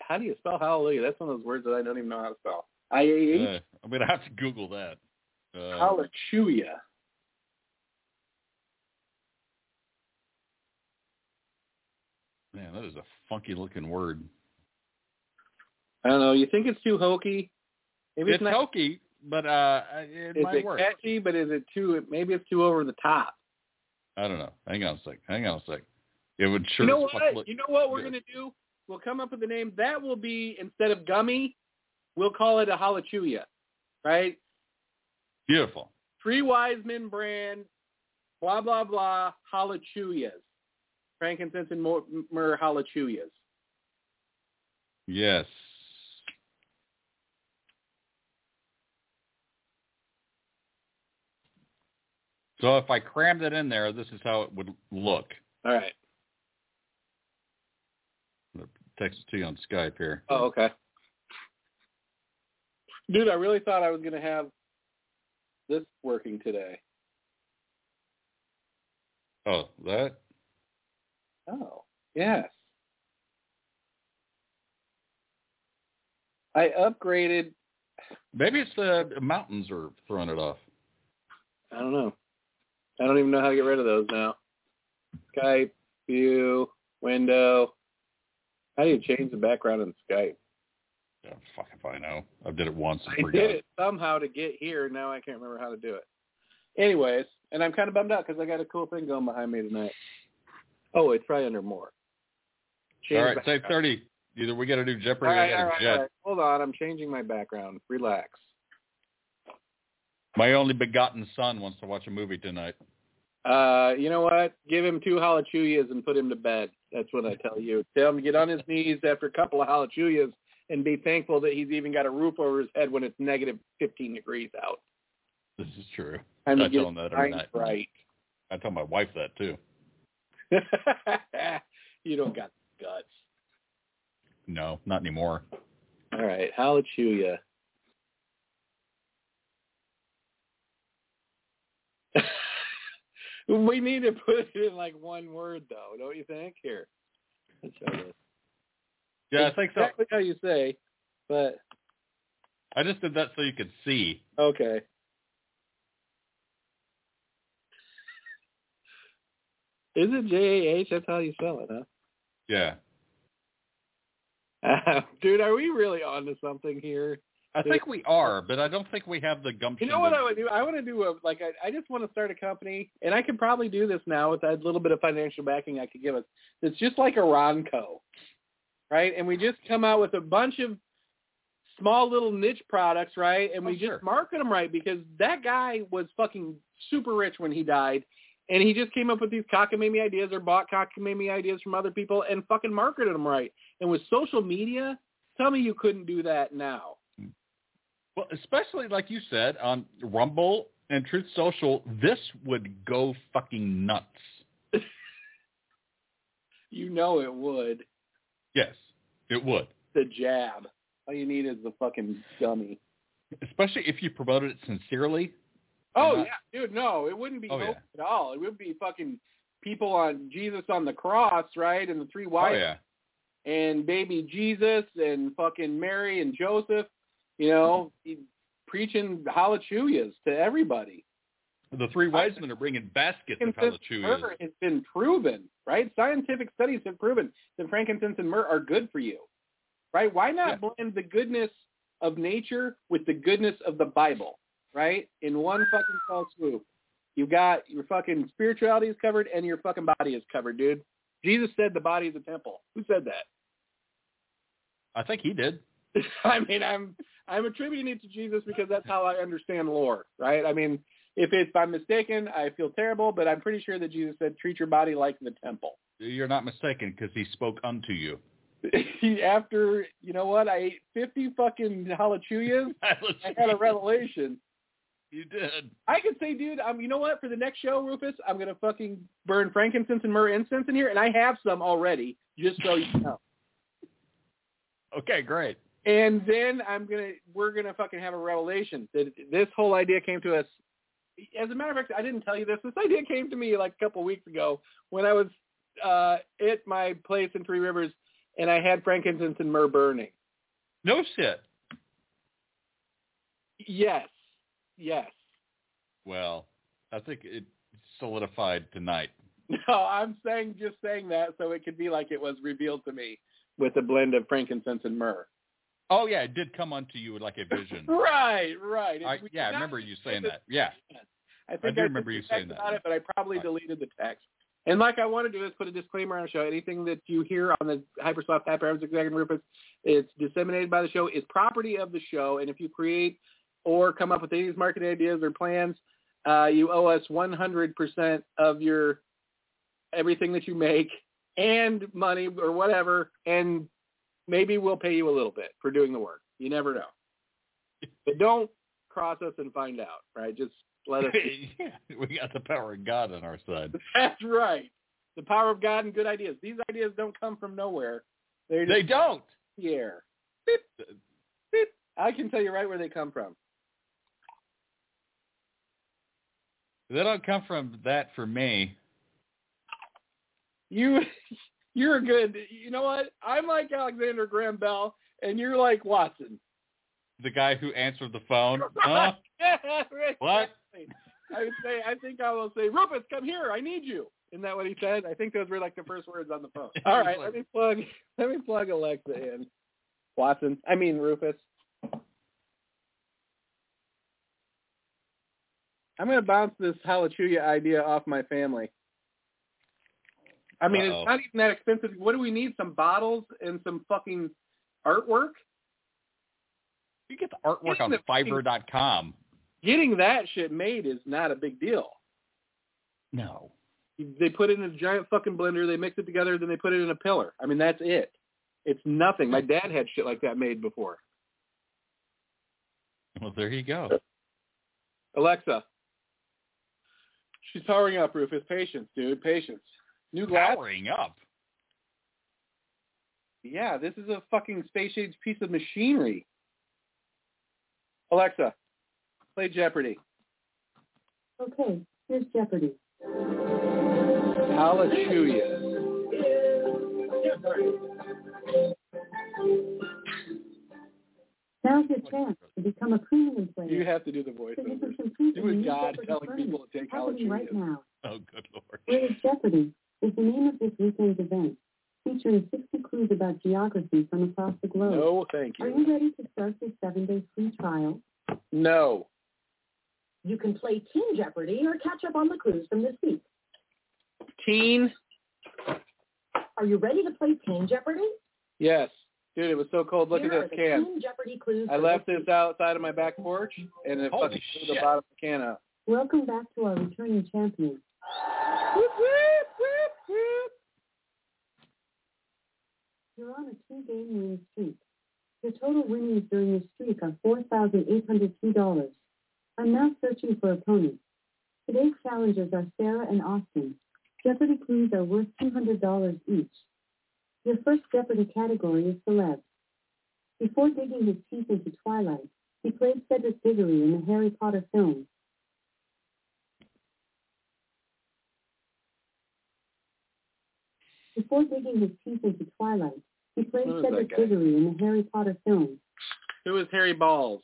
D: How do you spell hallelujah? That's one of those words that I don't even know how to spell. I A H.
E: Uh, I'm gonna have to Google that. Uh,
D: Hallelujah.
E: man, that is a funky looking word.
D: I don't know. You think it's too hokey? Maybe it's,
E: It's
D: not.
E: hokey, but uh, it
D: is
E: might
D: it
E: work.
D: catchy? But is it too? Maybe it's too over the top.
E: I don't know. Hang on a sec. Hang on a sec. It would sure
D: You know
E: as fuck
D: what?
E: look.
D: You know what we're
E: good.
D: gonna do? We'll come up with a name that will be instead of gummy, we'll call it a hallelujah, right?
E: Beautiful.
D: Three wise men brand, blah blah blah, hallelujahs, frankincense and mor- myrrh hallelujahs.
E: Yes. So if I crammed it in there, this is how it would look.
D: All right.
E: Text it to you on Skype here.
D: Oh, okay. Dude, I really thought I was gonna have this working today.
E: Oh, that?
D: Oh, yes. I upgraded.
E: Maybe it's the mountains are throwing it off.
D: I don't know. I don't even know how to get rid of those now. Skype view window. How do you change the background in Skype?
E: Yeah, fuck if I know. I did it once. and
D: I
E: forgot.
D: did it somehow to get here. Now I can't remember how to do it. Anyways, and I'm kind of bummed out because I got a cool thing going behind me tonight. Oh, it's probably under more. Change
E: All right, save
D: background.
E: 30. Either we got to do Jeopardy
D: All right,
E: or
D: all
E: we
D: right,
E: got to jet.
D: all right. Hold on, I'm changing my background. Relax.
E: My only begotten son wants to watch a movie tonight.
D: Uh, you know what? Give him two hallelujahs and put him to bed. That's what I tell you. Tell him to get on his knees after a couple of hallelujahs and be thankful that he's even got a roof over his head when it's negative 15 degrees out.
E: This is true.
D: Time to
E: I
D: get
E: tell him that every
D: his
E: night.
D: mind right.
E: I tell my wife that too.
D: you don't got the guts.
E: No, not anymore.
D: All right, hallelujah. we need to put it in like one word, though, don't you think? Here, let's try this.
E: Yeah, I
D: It's
E: think so.
D: Exactly how you say, but
E: I just did that so you could see.
D: okay. Is it J A H? That's how you spell it,
E: Yeah.
D: huh? Dude, are we really on to something here?
E: I think we are, but I don't think we have the
D: You
E: gumption.
D: know what
E: to-
D: I would do? I want to do a like I, I just want to start a company, and I could probably do this now with a little bit of financial backing I could give us. It's just like a Ronco, right? And we just come out with a bunch of small little niche products, right? And we
E: Oh,
D: just
E: sure.
D: market them right because that guy was fucking super rich when he died, and he just came up with these cockamamie ideas or bought cockamamie ideas from other people and fucking marketed them right. And with social media, tell me you couldn't do that now.
E: Well, especially like you said on Rumble and Truth Social, this would go fucking nuts.
D: You know it would.
E: Yes, it would.
D: the jab. All you need is the fucking dummy.
E: Especially if you promoted it sincerely.
D: Oh
E: not-
D: yeah, dude. No, it wouldn't be
E: Uh-huh. Oh,
D: hope at all. It would be fucking people on Jesus on the cross, right? And the three
E: Oh
D: wives
E: yeah.
D: and baby Jesus and fucking Mary and Joseph. You know, he- preaching hallelujahs to everybody.
E: The three wise men are bringing baskets of
D: frankincense and myrrh
E: hallelujahs.
D: has been proven, right? Scientific studies have proven that frankincense and myrrh are good for you, right? Why not blend the goodness of nature with the goodness of the Bible, right? In one fucking fell swoop. You got your fucking spirituality is covered and your fucking body is covered, dude. Jesus said the body is a temple. Who said that?
E: I think he did.
D: I mean, I'm I'm attributing it to Jesus because that's how I understand lore, right? I mean, if it's, if I'm mistaken, I feel terrible, but I'm pretty sure that Jesus said treat your body like the temple.
E: You're not mistaken because he spoke unto you.
D: after you know what, I ate fifty fucking hallelujahs. I had a revelation.
E: You did.
D: I could say, dude, um, you know what? For the next show, Rufus, I'm gonna fucking burn frankincense and myrrh incense in here, and I have some already, just so you know.
E: Okay, great.
D: And then I'm gonna, we're gonna fucking have a revelation that this whole idea came to us. As a matter of fact, I didn't tell you this. This idea came to me like a couple weeks ago when I was uh, at my place in Three Rivers, and I had frankincense and myrrh burning.
E: No shit.
D: Yes, yes.
E: Well, I think it solidified tonight.
D: No, I'm saying just saying that so it could be like it was revealed to me with a blend of frankincense and myrrh.
E: Oh yeah, it did come unto you like a vision.
D: Right, right.
E: Mm. I,
D: It's- we
E: yeah, I
D: did not
E: remember you saying
D: this-
E: that. Yeah,
D: I think
E: I
D: I,
E: do remember
D: put
E: you
D: the
E: saying
D: text
E: that.
D: About it, but I probably
E: Right.
D: deleted the text. And like I want to do is put a disclaimer on the show. Anything that you hear on the Hypersoft Happy Hours Exec and Rufus, it's disseminated by the show, is property of the show. And if you create or come up with any of these marketing ideas or plans, uh, you owe us 100% of your everything that you make and money or whatever. And maybe we'll pay you a little bit for doing the work. You never know. But don't cross us and find out, right? Just let us
E: yeah. We got the power of God on our side.
D: That's right. The power of God and good ideas. These ideas don't come from nowhere. They're just
E: They don't.
D: in the air. Beep, beep. I can tell you right where they come from.
E: They don't come from that for me.
D: You, you're good. You know what? I'm like Alexander Graham Bell, and you're like Watson.
E: The guy who answered the phone. Huh?
D: Exactly.
E: What?
D: I would say. I think I will say, Rufus, come here. I need you. Isn't that what he said? I think those were like the first words on the phone. All right, let me plug. Let me plug Alexa in. Watson. I mean Rufus. I'm gonna bounce this hallelujah idea off my family. I mean,
E: Uh-oh.
D: it's not even that expensive. What do we need? Some bottles and some fucking artwork.
E: You get the artwork on
D: Isn't it-
E: Fiverr.com.
D: Getting that shit made is not a big deal.
E: No.
D: They put it in a giant fucking blender. They mix it together. Then they put it in a pillar. I mean, that's it. It's nothing. My dad had shit like that made before.
E: Well, there you go.
D: Alexa, she's powering up. Rufus, patience, dude, patience. New glass.
E: Powering up.
D: Yeah, this is a fucking space age piece of machinery. Alexa, play Jeopardy.
A: Okay, here's Jeopardy.
D: Hallelujah.
A: Now's your chance to become a premium player.
D: You have to do the
A: so you
D: voiceovers.
A: can compete in
D: Do a
A: the new
D: god
A: Jeopardy
D: telling
A: tournament
D: people to take
A: happening right
D: hallelujah.
A: now.
E: Oh, good
A: Where
E: lord.
A: is Jeopardy? Is the name of this weekend's event, featuring 60 clues about geography from across the globe.
D: No, thank
A: Are
D: you.
A: you ready to start your seven-day free trial?
D: No.
A: You can play Team Jeopardy or catch up on the clues from this week.
D: Teen.
A: Are you ready to play Team Jeopardy?
D: Yes. Dude, it was so cold. Look
A: Here
D: at
A: are
D: this
A: the
D: can.
A: Team Jeopardy clues.
D: I
A: for
D: left
A: this
D: this outside of my back porch, and it
E: Holy
D: fucking blew the
E: shit.
D: bottom of the can up.
A: week. Welcome back to our returning champion.
D: Whoop, whoop, whoop, whoop.
A: You're on a two-game winning streak. Your total winnings during this streak are $4,802. I'm now searching for opponents. Today's challengers are Sarah and Austin. Jeopardy clues are worth $200 each. Your first Jeopardy category is celeb. Before digging his teeth into Twilight, he played Cedric Diggory in the Harry Potter films. Before digging his teeth into Twilight, he played
D: Who is that
A: Cedric
D: guy?
A: Diggory in the Harry Potter films.
D: Who is Harry Balls?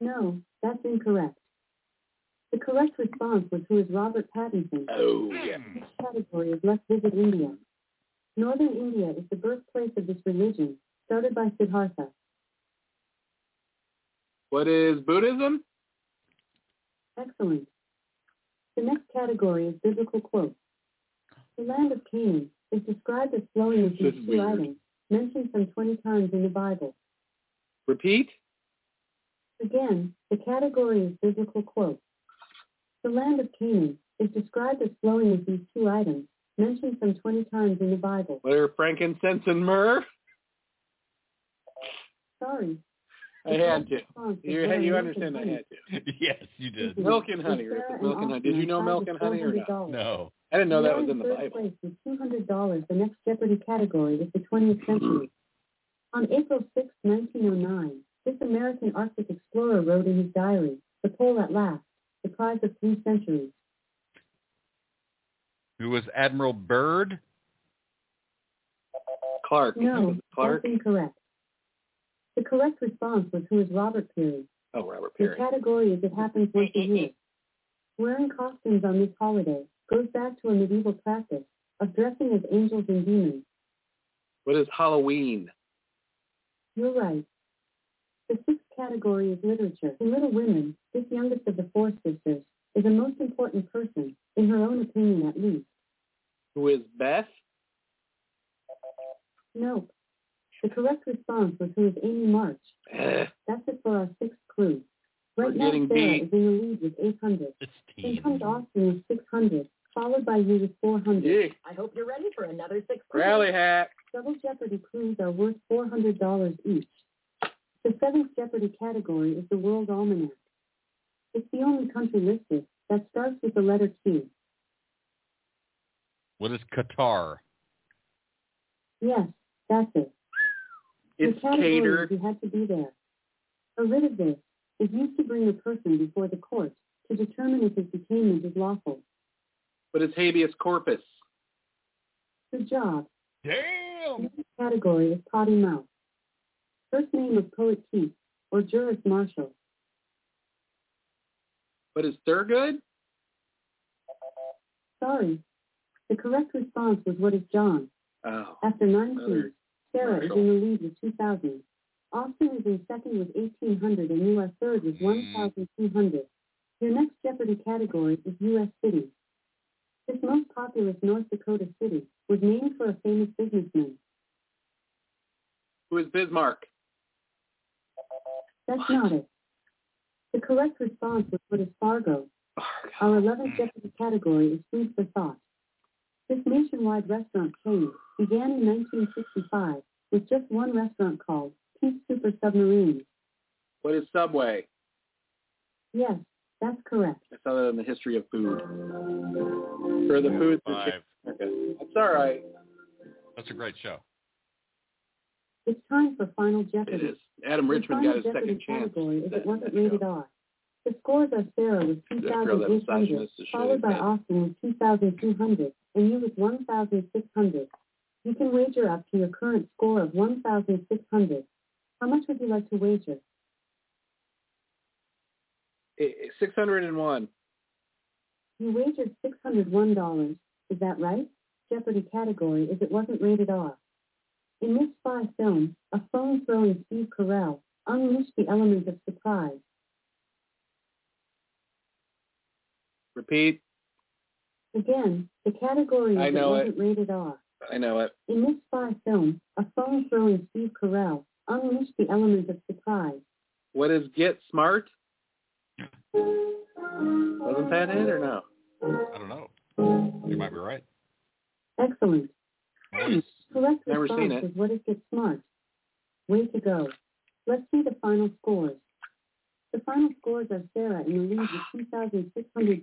A: No, that's incorrect. The correct response was who is Robert Pattinson.
D: Oh yeah.
E: Hmm.
A: This category is let's visit India. Northern India is the birthplace of this religion, started by Siddhartha.
D: What is Buddhism?
A: Excellent. The next category is biblical quotes. The land of Canaan is described as flowing with
D: This
A: these
D: is
A: two
D: weird.
A: items, mentioned some 20 times in the Bible.
D: Repeat.
A: Again, the category is biblical quotes. The land of Canaan is described as flowing with these two items, mentioned some 20 times in the Bible.
D: What are frankincense and myrrh?
A: Sorry.
D: I had to. You you understand I had to.
E: yes, you did.
D: Milk and honey, Rick. It's Milk and honey. Did you know milk and honey or not?
E: No.
D: I didn't know that was in the
A: third
D: Bible.
A: place with $200, the next Jeopardy category is the 20th century. On April 6, 1909, this American Arctic explorer wrote in his diary, The Pole at Last, the prize of three centuries.
E: Who was Admiral Byrd?
D: Clark.
A: No,
D: Clark.
A: that's incorrect. The correct response was who is Robert Peary.
D: Oh, Robert
A: The
D: Perry.
A: category is it happens once a year. Wearing costumes on this holiday goes back to a medieval practice of dressing as angels and demons.
D: What is Halloween?
A: You're right. The sixth category is literature. In Little Women, this youngest of the four sisters is a most important person, in her own opinion at least.
D: Who is Beth?
A: Nope. The correct response was who is Amy March.
D: Eh,
A: That's it for our sixth clue.
D: We're
A: Right now, Sarah
D: getting beat.
A: is in the lead with 800.
E: It's
A: Then comes Austin with 600, followed by you with 400.
D: yeah.
A: I hope you're ready for another six clues.
D: Rally hat.
A: Double Jeopardy clues are worth $400 each. The seventh Jeopardy category is the World Almanac. It's the only country listed that starts with the letter Q.
E: What is Qatar?
A: Yes, that's it.
D: It's
A: the category
D: catered.
A: is you had to be there. A writ of this is used to bring a person before the court to determine if his detainment is lawful.
D: What is habeas corpus?
A: Good job.
E: Damn.
A: Next category is potty mouth. First name of poet Keats or Juris Marshall.
D: What is Thurgood?
A: Sorry. The correct response was what is John?
D: Oh.
A: After nine
D: Another
A: teams, Sarah is
D: commercial.
A: in the lead with 2,000. Austin is in second with 1,800 and you are third with
E: Mm.
A: 1,200. Your next Jeopardy category is U.S. cities. This most populous North Dakota city was named for a famous businessman.
D: Who is Bismarck?
A: That's not it. The correct response was what is Fargo.
D: Fargo.
A: Our 11th Jeopardy category is food for thought. This nationwide restaurant chain began in 1965 with just one restaurant called Peace Super Submarine.
D: What is Subway?
A: Yes, that's correct.
D: I saw that in the history of food. For the food.
E: Five.
D: Okay. That's all right.
E: That's a great show.
A: It's time for Final
D: It
A: Jeopardy.
D: is. Adam
A: The
D: Richmond
A: Final
D: got his
A: Jeopardy
D: second chance.
A: category is
D: That-
A: it wasn't
D: that show.
A: rated R. The scores are Sarah with
D: That girl that
A: 2,800,
D: misogynist is
A: followed by
D: shit.
A: Austin with 2,200, and you with 1,600. You can wager up to your current score of 1,600. How much would you like to wager?
D: It- it- 601.
A: You wagered $601. Is that right? Jeopardy category is it wasn't rated R. In this spy film, a phone throwing Steve Carell unleashed the element of surprise.
D: Repeat.
A: Again, the category is
D: I know
A: it wasn't rated R.
D: I know it.
A: In this spy film, a phone throwing Steve Carell unleashed the element of surprise.
D: What is Get Smart? Wasn't that it or no?
E: I don't know. You might be right.
A: Excellent.
E: Nice.
A: Correct
D: Never seen
A: response
D: it.
A: is what is get smart. Way to go. Let's see the final scores. The final scores are Sarah in the lead with $2,600,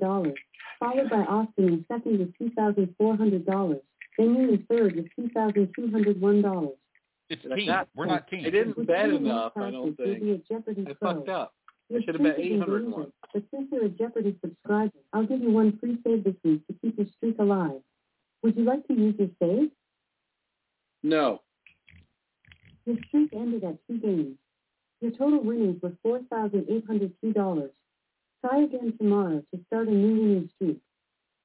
A: followed by Austin in second with $2,400, then you in third with $2,201.
E: It's
D: Like
E: team.
D: that.
E: We're not team.
D: I didn't
A: With
D: bet
A: three
D: enough, I
A: left passes,
D: don't
A: you'll
D: think.
A: be a Jeopardy
D: I
A: pro.
D: fucked up.
A: Your
D: should have bet
A: streak is in
D: 801.
A: danger, But since you're a Jeopardy subscriber, I'll give you one free save this week to keep your streak alive. Would you like to use your save?
D: No.
A: Your streak ended at two games. Your total winnings were $4,802. Try again tomorrow to start a new winning streak.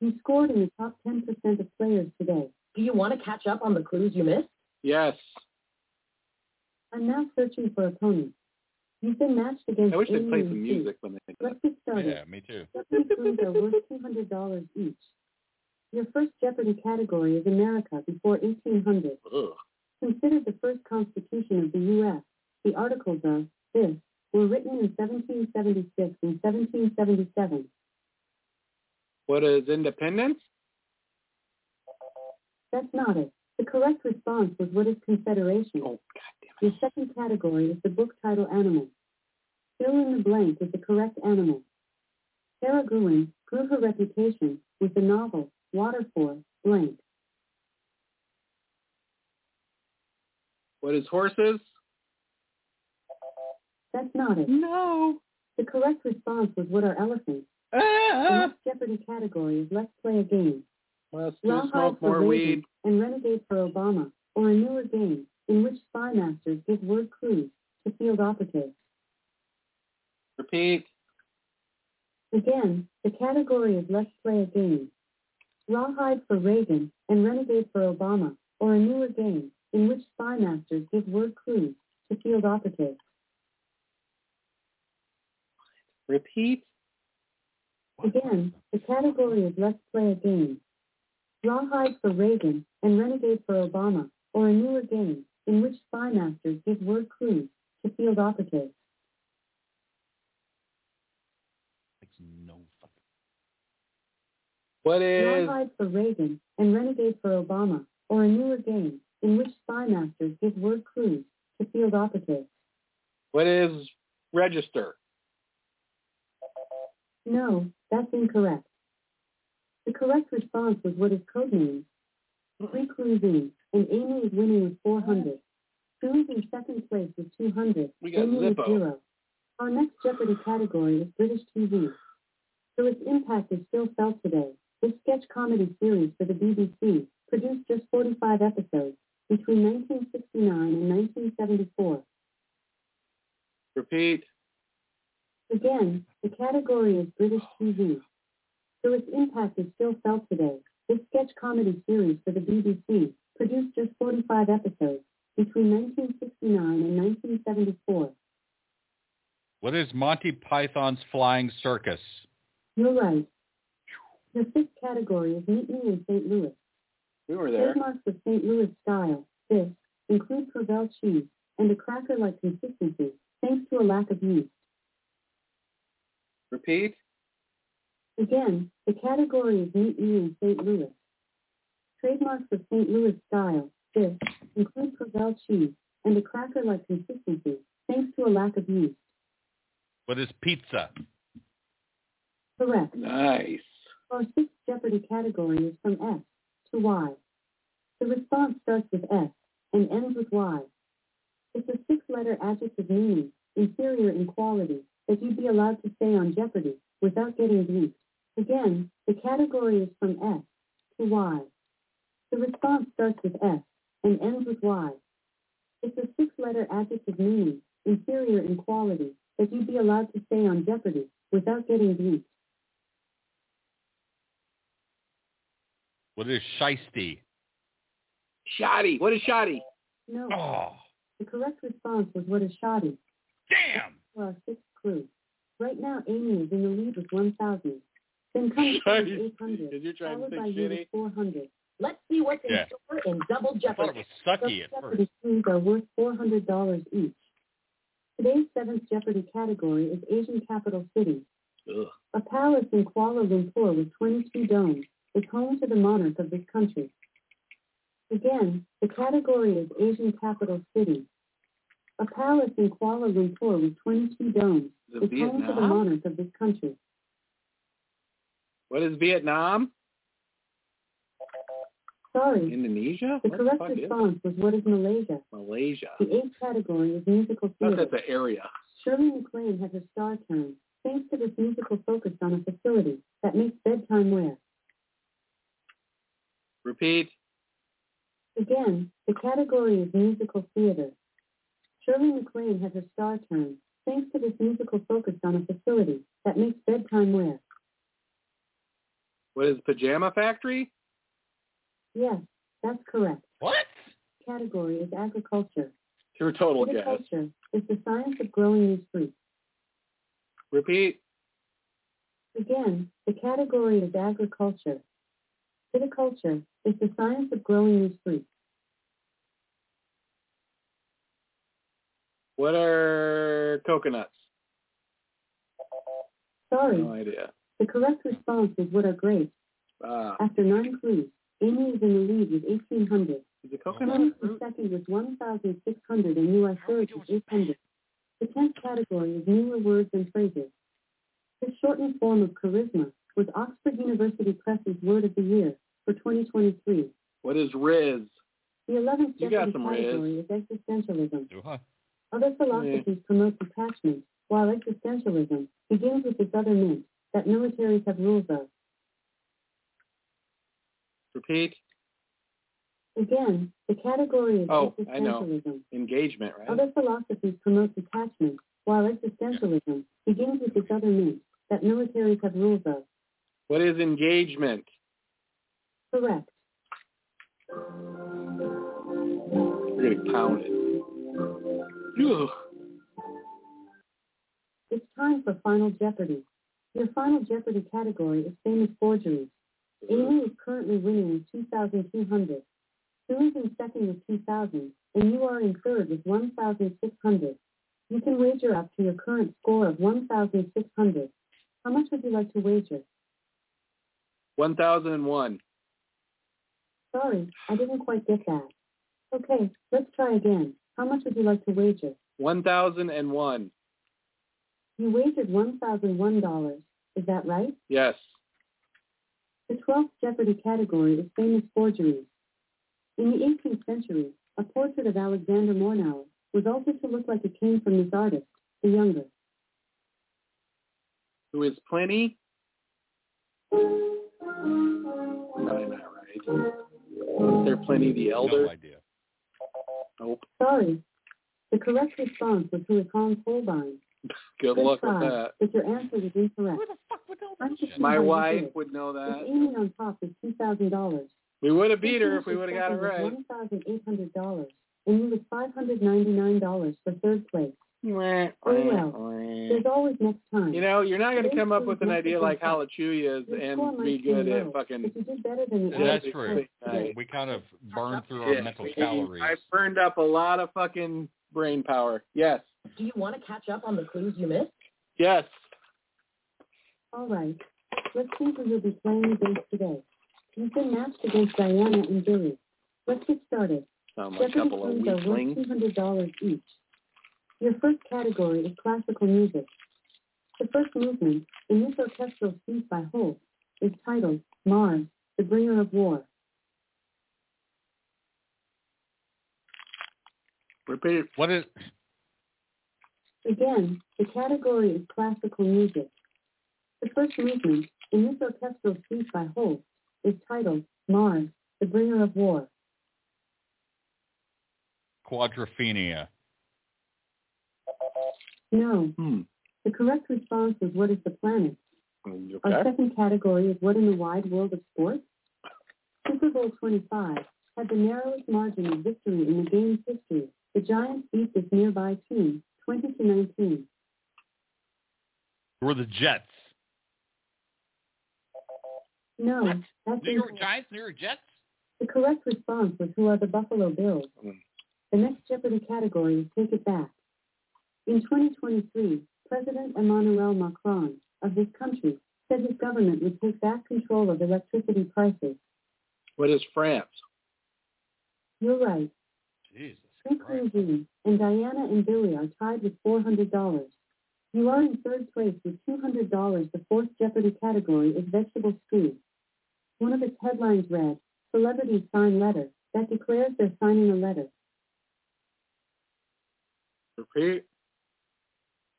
A: You scored in the top 10% of players today.
F: Do you want to catch up on the clues you missed?
D: Yes.
A: I'm now searching for opponents. You've been matched against
D: I wish they'd play
A: Alien
D: some
A: Chief.
D: music when they
A: Let's get started.
E: Yeah, me too.
A: Jeopardy clues are worth $200 each. Your first Jeopardy category is America before 1800.
D: Ugh.
A: Considered the first constitution of the U.S., the articles of this were written in 1776 and 1777.
D: What is independence?
A: That's not it. The correct response was what is confederation.
D: Oh,
A: Your second category is the book title animal. Fill in the blank with the correct animal. Sarah Gruen grew her reputation with the novel Water for Blank.
D: What is horses?
A: That's not it.
D: No.
A: The correct response was what are elephants. The
D: Ah!
A: next Jeopardy category is let's play a game.
D: Let's do
A: Rawhide
D: smoke
A: for
D: more
A: Reagan
D: weed.
A: and Renegade for Obama, or a newer game in which spy masters give word clues to field operatives.
D: Repeat.
A: Again, the category is Let's Play a Game. Rawhide for Reagan and Renegade for Obama, or a newer game in which spy masters give word clues to field operatives.
D: Repeat.
A: Again, the category is Let's Play a Game. Rawhide for Reagan and Renegade for Obama, or a newer game in which spy masters give word clues to field operatives.
E: Makes no fucking.
D: What is
A: Rawhide for Reagan and Renegade for Obama, or a newer game in which spy masters give word clues to field operatives.
D: what is register?
A: No, that's incorrect. The correct response was what is codenamed. Three clues in, and Amy is winning with 400. Sue is in second place with 200.
D: We got
A: Amy with
D: Zippo.
A: zero. Our next Jeopardy category is British TV. So its impact is still felt today. This sketch comedy series for the BBC produced just 45 episodes between 1969 and 1974.
D: Repeat.
A: Again, the category is British TV. So its impact is still felt today. This sketch comedy series for the BBC produced just 45 episodes between 1969 and 1974.
E: What is Monty Python's Flying Circus?
A: You're right. The fifth category is Mutiny in St. Louis.
D: We were there.
A: Trademarks of St. Louis style, this, include Provel cheese and a cracker-like consistency thanks to a lack of yeast.
D: Repeat.
A: Again, the category is meat eating in St. Louis. Trademarks of St. Louis style, this, include Provel cheese and a cracker-like consistency, thanks to a lack of yeast.
E: What is pizza?
A: Correct.
D: Nice.
A: Our sixth Jeopardy category is from S to Y. The response starts with S and ends with Y. It's a six-letter adjective meaning, inferior in quality, that you'd be allowed to say on Jeopardy without getting bleeped. Again, the category is from S to Y. The response starts with S and ends with Y. It's a six-letter adjective meaning, inferior in quality, that you'd be allowed to say on Jeopardy without getting bleeped.
E: What is shisty?
D: Shoddy. What is shoddy?
A: No.
E: Oh,
A: The correct response was what is shoddy
E: damn!
A: for our sixth clue. Right now, Amy is in the lead with 1,000. Then comes Sam with 800,
D: Because you're trying to
A: followed
D: think
A: by you with
D: shitty.
A: 400.
F: Let's see what's in
E: Yeah.
F: store in Double
E: I thought it
F: Jeopardy.
E: was
D: E.
E: sucky
A: Those
E: at first.
A: Jeopardy clues are worth $400 each. Today's seventh Jeopardy category is Asian capital city.
D: Ugh.
A: A palace in Kuala Lumpur with 22 domes is home to the monarch of this country. Again, the category is Asian capital city. A palace in Kuala Lumpur with 22 domes
D: Is
A: is
D: it
A: home to the
D: Vietnam?
A: monarch of this country.
D: What is Vietnam?
A: Sorry.
D: Indonesia?
A: The
D: What
A: correct
D: fuck is
A: response was what is Malaysia?
D: Malaysia?
A: The eighth category is musical
D: That's
A: theater.
D: at the area.
A: Shirley MacLaine has a star turn thanks to this musical focus on a facility that makes bedtime wear.
D: Repeat.
A: Again, the category is musical theater. Shirley MacLaine has a star turn thanks to this musical focus on a facility that makes bedtime wear.
D: What is Pajama Factory?
A: Yes, that's correct.
E: What?
A: Category is agriculture.
D: Your total guess.
A: Agriculture is the science of growing these fruits.
D: Repeat.
A: Again, the category is agriculture. Viticulture is the science of growing these fruits.
D: What are coconuts?
A: Sorry,
D: No idea.
A: the correct response is what are grapes.
D: Ah,
A: After nine clues, Amy is in the lead with 1,800.
D: is it
A: Thomas
D: coconut
A: is
D: fruit?
A: second with 1,600 and U.S. Surge with 800. The tenth category is newer words and phrases. This shortened form of charisma was Oxford University Press's word of the year for 2023.
D: What is Riz?
A: The 11th
D: You got
A: Jeopardy
D: some, Riz.
A: category is existentialism.
E: Do I?
A: Other philosophies promote detachment, while existentialism begins with this other myth that militaries have rules of.
D: Repeat.
A: Again, the category is
D: Oh, I know.
A: existentialism.
D: Engagement, right?
A: Other philosophies promote detachment, while existentialism begins with this other myth that militaries have rules of.
D: What is engagement?
A: Correct.
D: We're gonna pound it. Ugh.
A: It's time for Final Jeopardy. Your Final Jeopardy category is famous forgeries. Amy is currently winning with 2,200. Sue is in second with 2,000, and you are in third with 1,600. You can wager up to your current score of 1,600. How much would you like to wager?
D: One thousand and one.
A: Sorry, I didn't quite get that. Okay, let's try again. How much would you like to wager?
D: One thousand and one.
A: You wagered $1,001. Is that right?
D: Yes.
A: The 12th Jeopardy category is famous forgeries. In the 18th century, a portrait of Alexander Mornau was altered to look like it came from this artist, the younger.
D: Who is Pliny? Probably not right. Is there Pliny the
E: No
D: Elder?
E: idea.
D: Nope.
A: Sorry. The correct response was who is Hans Holbein.
D: Good luck with
A: try,
D: that.
A: but your answer was incorrect.
E: Who the fuck would know
A: I'm
E: that
A: just
E: shit?
D: My
A: how you
D: wife
A: did it.
D: would know
A: It's
D: that.
A: aiming on top is $2,000.
D: We would have beat her if we would have got it right.
A: One thousand eight hundred dollars, and you was five hundred ninety nine dollars for third place. Oh, well. There's
D: You
A: always next time.
D: know, you're not going to come up with an idea like Halachuya's
A: Your score
D: and
A: might
D: be
A: seem
D: good at
A: low,
D: fucking.
A: but you did better than the
E: Yeah, that's
A: average
E: true.
A: person.
D: Right.
E: We kind of burn through
D: Yeah.
E: our mental calories.
D: I burned up a lot of fucking brain power. Yes.
F: Do you want to catch up on the clues you missed?
D: Yes.
A: All right. Let's see who you'll be playing against today. You've been matched against Diana and Billy. Let's get started.
D: Sound like a
A: Jeopardy
D: couple of
A: coins are worth
D: weaklings.
A: two hundred dollars each. Your first category is classical music. The first movement, in this orchestral suite by Holst, is titled "Mars, the Bringer of War."
D: Repeat it.
E: What is?
A: Again, the category is classical music. The first movement, in this orchestral suite by Holst, is titled "Mars, the Bringer of War."
E: Quadrophenia.
A: No,
D: Hmm.
A: the correct response is "What is the planet?" Our
D: Mm, Okay.
A: second category is what in the wide world of sports? Super Bowl 25 had the narrowest margin of victory in the game's history. The Giants beat this nearby team 20 to 19.
E: Who are the Jets?
A: No, that's
E: New York
A: incorrect.
E: Giants. New York Jets.
A: the correct response was who are the Buffalo Bills.
D: Mm.
A: The next Jeopardy category is Take It Back. In 2023, President Emmanuel Macron of this country said his government would take back control of electricity prices.
D: What is France?
A: You're right.
E: Jesus Christ.
A: Conclusion, and Diana and Billy are tied with $400. You are in third place with $200. The fourth Jeopardy category is vegetable stew. One of its headlines read, Celebrities sign letter that declares they're signing a letter.
D: Repeat.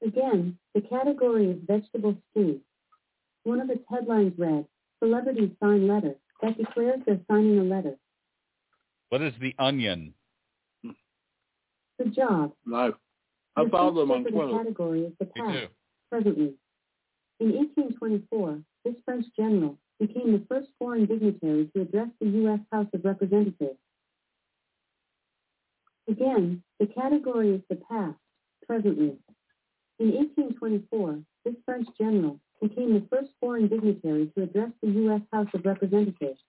A: Again, the category is vegetable stew. One of its headlines read, Celebrities sign letter that declares they're signing a letter.
E: What is the onion?
A: Good job.
D: Live. I
A: The
D: follow them
A: fifth
D: on
A: step of The
D: Twitter.
A: category is the
E: Me
A: past.
E: too.
A: presently. In 1824, this French general became the first foreign dignitary to address the U.S. House of Representatives. Again, the category is the past, presently. In 1824, this French general became the first foreign dignitary to address the U.S. House of Representatives.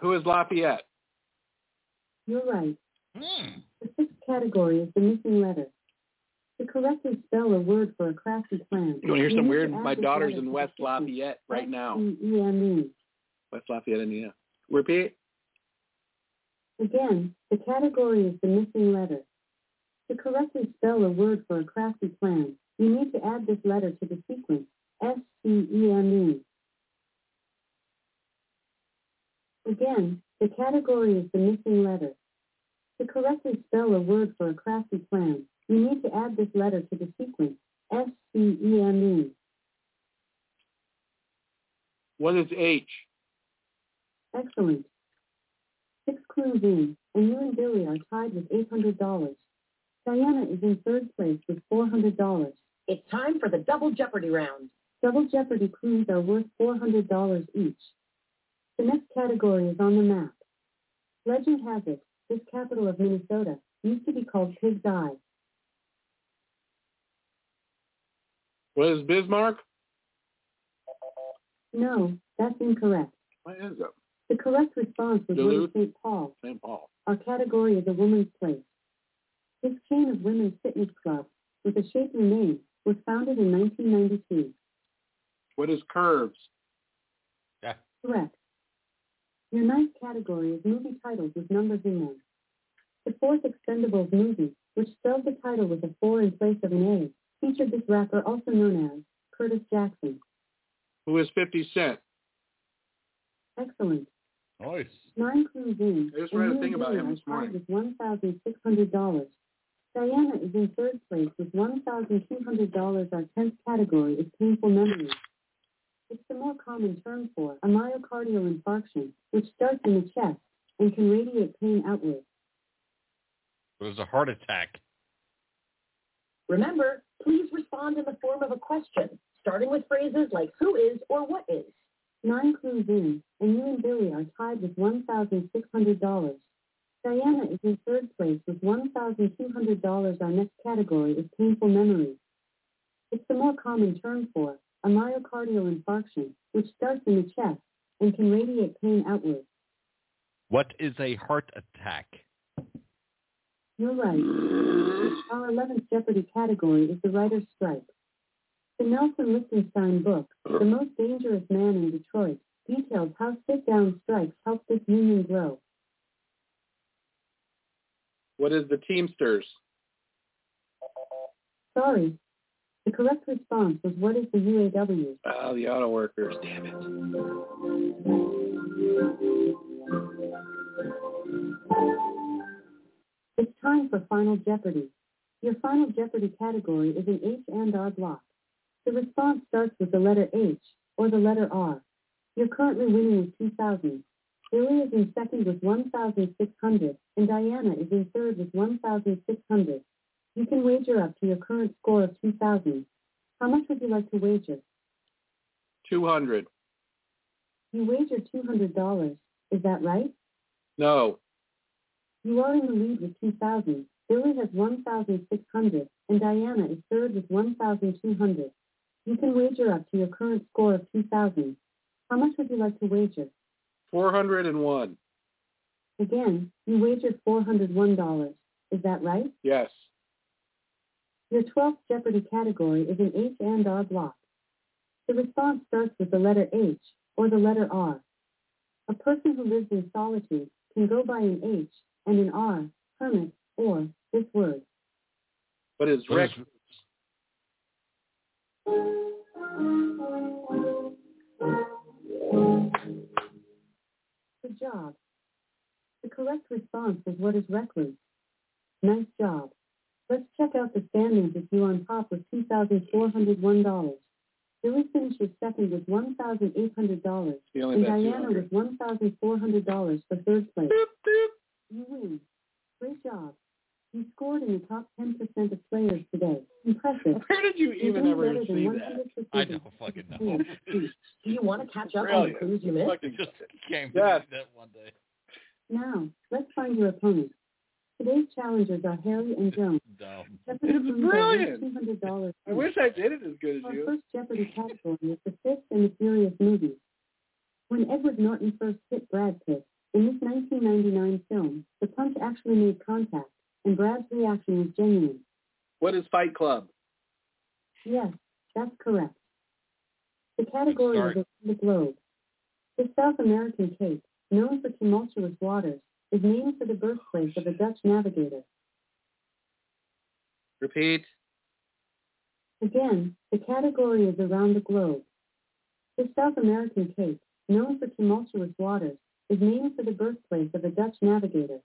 D: Who is Lafayette?
A: You're right.
E: Hmm.
A: The sixth category is the missing letter. To correctly spell a word for a crafty plan.
D: You want to hear
A: you
D: some
A: need
D: weird?
A: to add
D: My
A: this
D: daughter's
A: letter
D: in
A: to
D: West
A: the sentence.
D: Lafayette right now.
A: S-E-E-M-E.
D: West Lafayette, Indiana. Repeat.
A: Again, the category is the missing letter. To correctly spell a word for a crafty plan, you need to add this letter to the sequence, E S-C-E-M-E. Again, the category is the missing letter. To correctly spell a word for a crafty plan, you need to add this letter to the sequence, E S-C-E-M-E.
D: What is H?
A: Excellent. Six clues in, and you and Billy are tied with $800. Diana is in third place with $400.
F: It's time for the double jeopardy round.
A: Double Jeopardy clues are worth $400 each. The next category is on the map. Legend has it, this capital of Minnesota used to be called Pig's Eye.
D: What is Bismarck?
A: No, that's incorrect.
D: What is it?
A: The correct response was
D: Duluth?
A: Little St. Paul.
D: St. Paul.
A: Our category is a woman's place. This chain of women's fitness clubs, with a shapely name, was founded in 1992.
D: What is curves?
A: Correct. Your ninth category is movie titles with numbers in them. The fourth Expendables movie, which spelled the title with a 4 in place of an A, featured this rapper also known as Curtis Jackson.
D: Who is 50 Cent?
A: Excellent.
E: Nice.
A: Nine clues in.
D: I just
A: and
D: read a
A: you
D: thing
A: and
D: about
A: Billy
D: him
A: are
E: this
A: tied
E: morning.
A: With one thousand six hundred dollars. Diana is in third place with one thousand two hundred dollars. Our tenth category is painful memories. It's the more common term for a myocardial infarction, which starts in the chest and can radiate pain outward.
E: It was a heart attack.
F: Remember, please respond in the form of a question, starting with phrases like who is or what is.
A: Nine clues in, and you and Billy are tied with one thousand six hundred dollars. Diana is in third place with one thousand two hundred dollars. Our next category is painful memories. It's the more common term for a myocardial infarction, which starts in the chest and can radiate pain outward.
E: What is a heart attack?
A: You're right. Our eleventh Jeopardy category is the writer's strike. The Nelson Lichtenstein book, The Most Dangerous Man in Detroit, details how sit-down strikes helped this union grow.
D: What is the Teamsters?
A: Sorry. The correct response was what is the UAW?
D: Ah, the auto workers. Damn it.
A: It's time for Final Jeopardy. Your Final Jeopardy category is an H and R block. The response starts with the letter H or the letter R. You're currently winning with 2,000. Billy is in second with 1,600 and Diana is in third with 1,600. You can wager up to your current score of 2,000. How much would you like to wager?
D: 200.
A: You wager $200. Is that right?
D: No.
A: You are in the lead with 2,000. Billy has 1,600, and Diana is third with 1,200. You can wager up to your current score of 2,000. How much would you like to wager?
D: 401.
A: Again, you wagered $401. Is that right?
D: Yes.
A: Your 12th Jeopardy category is an H and R block. The response starts with the letter H or the letter R. A person who lives in solitude can go by an H and an R, hermit, or this word.
D: What is
E: What
D: Rick?
E: is-
A: Good job. The correct response is what is recluse? Nice job. Let's check out the standings with you on top with $2,401. Billy finishes second with $1,800
D: He only
A: and
D: bet
A: Diana
D: 200.
A: with $1,400 for third place. You win. Great job. You scored in the top 10% of players today. Impressive.
D: Where did you
A: You're
D: even
A: doing
D: ever
A: better than
D: see
A: one
D: that?
A: hundred
E: I
A: percent.
E: don't fucking know.
D: Mm-hmm.
F: Do you want to catch up on
D: Brilliant.
F: the clues you missed?
D: Fucking
E: just came to
D: Yes.
E: me that one day.
A: Now, let's find your opponent. Today's challengers are Harry and Joan.
E: Dumb.
A: Jeopardy
D: It's
A: clues are worth
D: brilliant.
A: $200.
D: I wish I did it as good as
A: Our
D: you.
A: first Jeopardy category is the Fifth and the Furious movies. When Edward Norton first hit Brad Pitt in this 1999 film, the punch actually made contact, and Brad's reaction was genuine.
D: What is Fight Club?
A: Yes, that's correct. The category
E: Sorry.
A: is around the globe. The South American Cape, known for tumultuous waters, is named for the birthplace of a Dutch navigator.
D: Repeat.
A: Again, the category is around the globe. The South American Cape, known for tumultuous waters, is named for the birthplace of a Dutch navigator.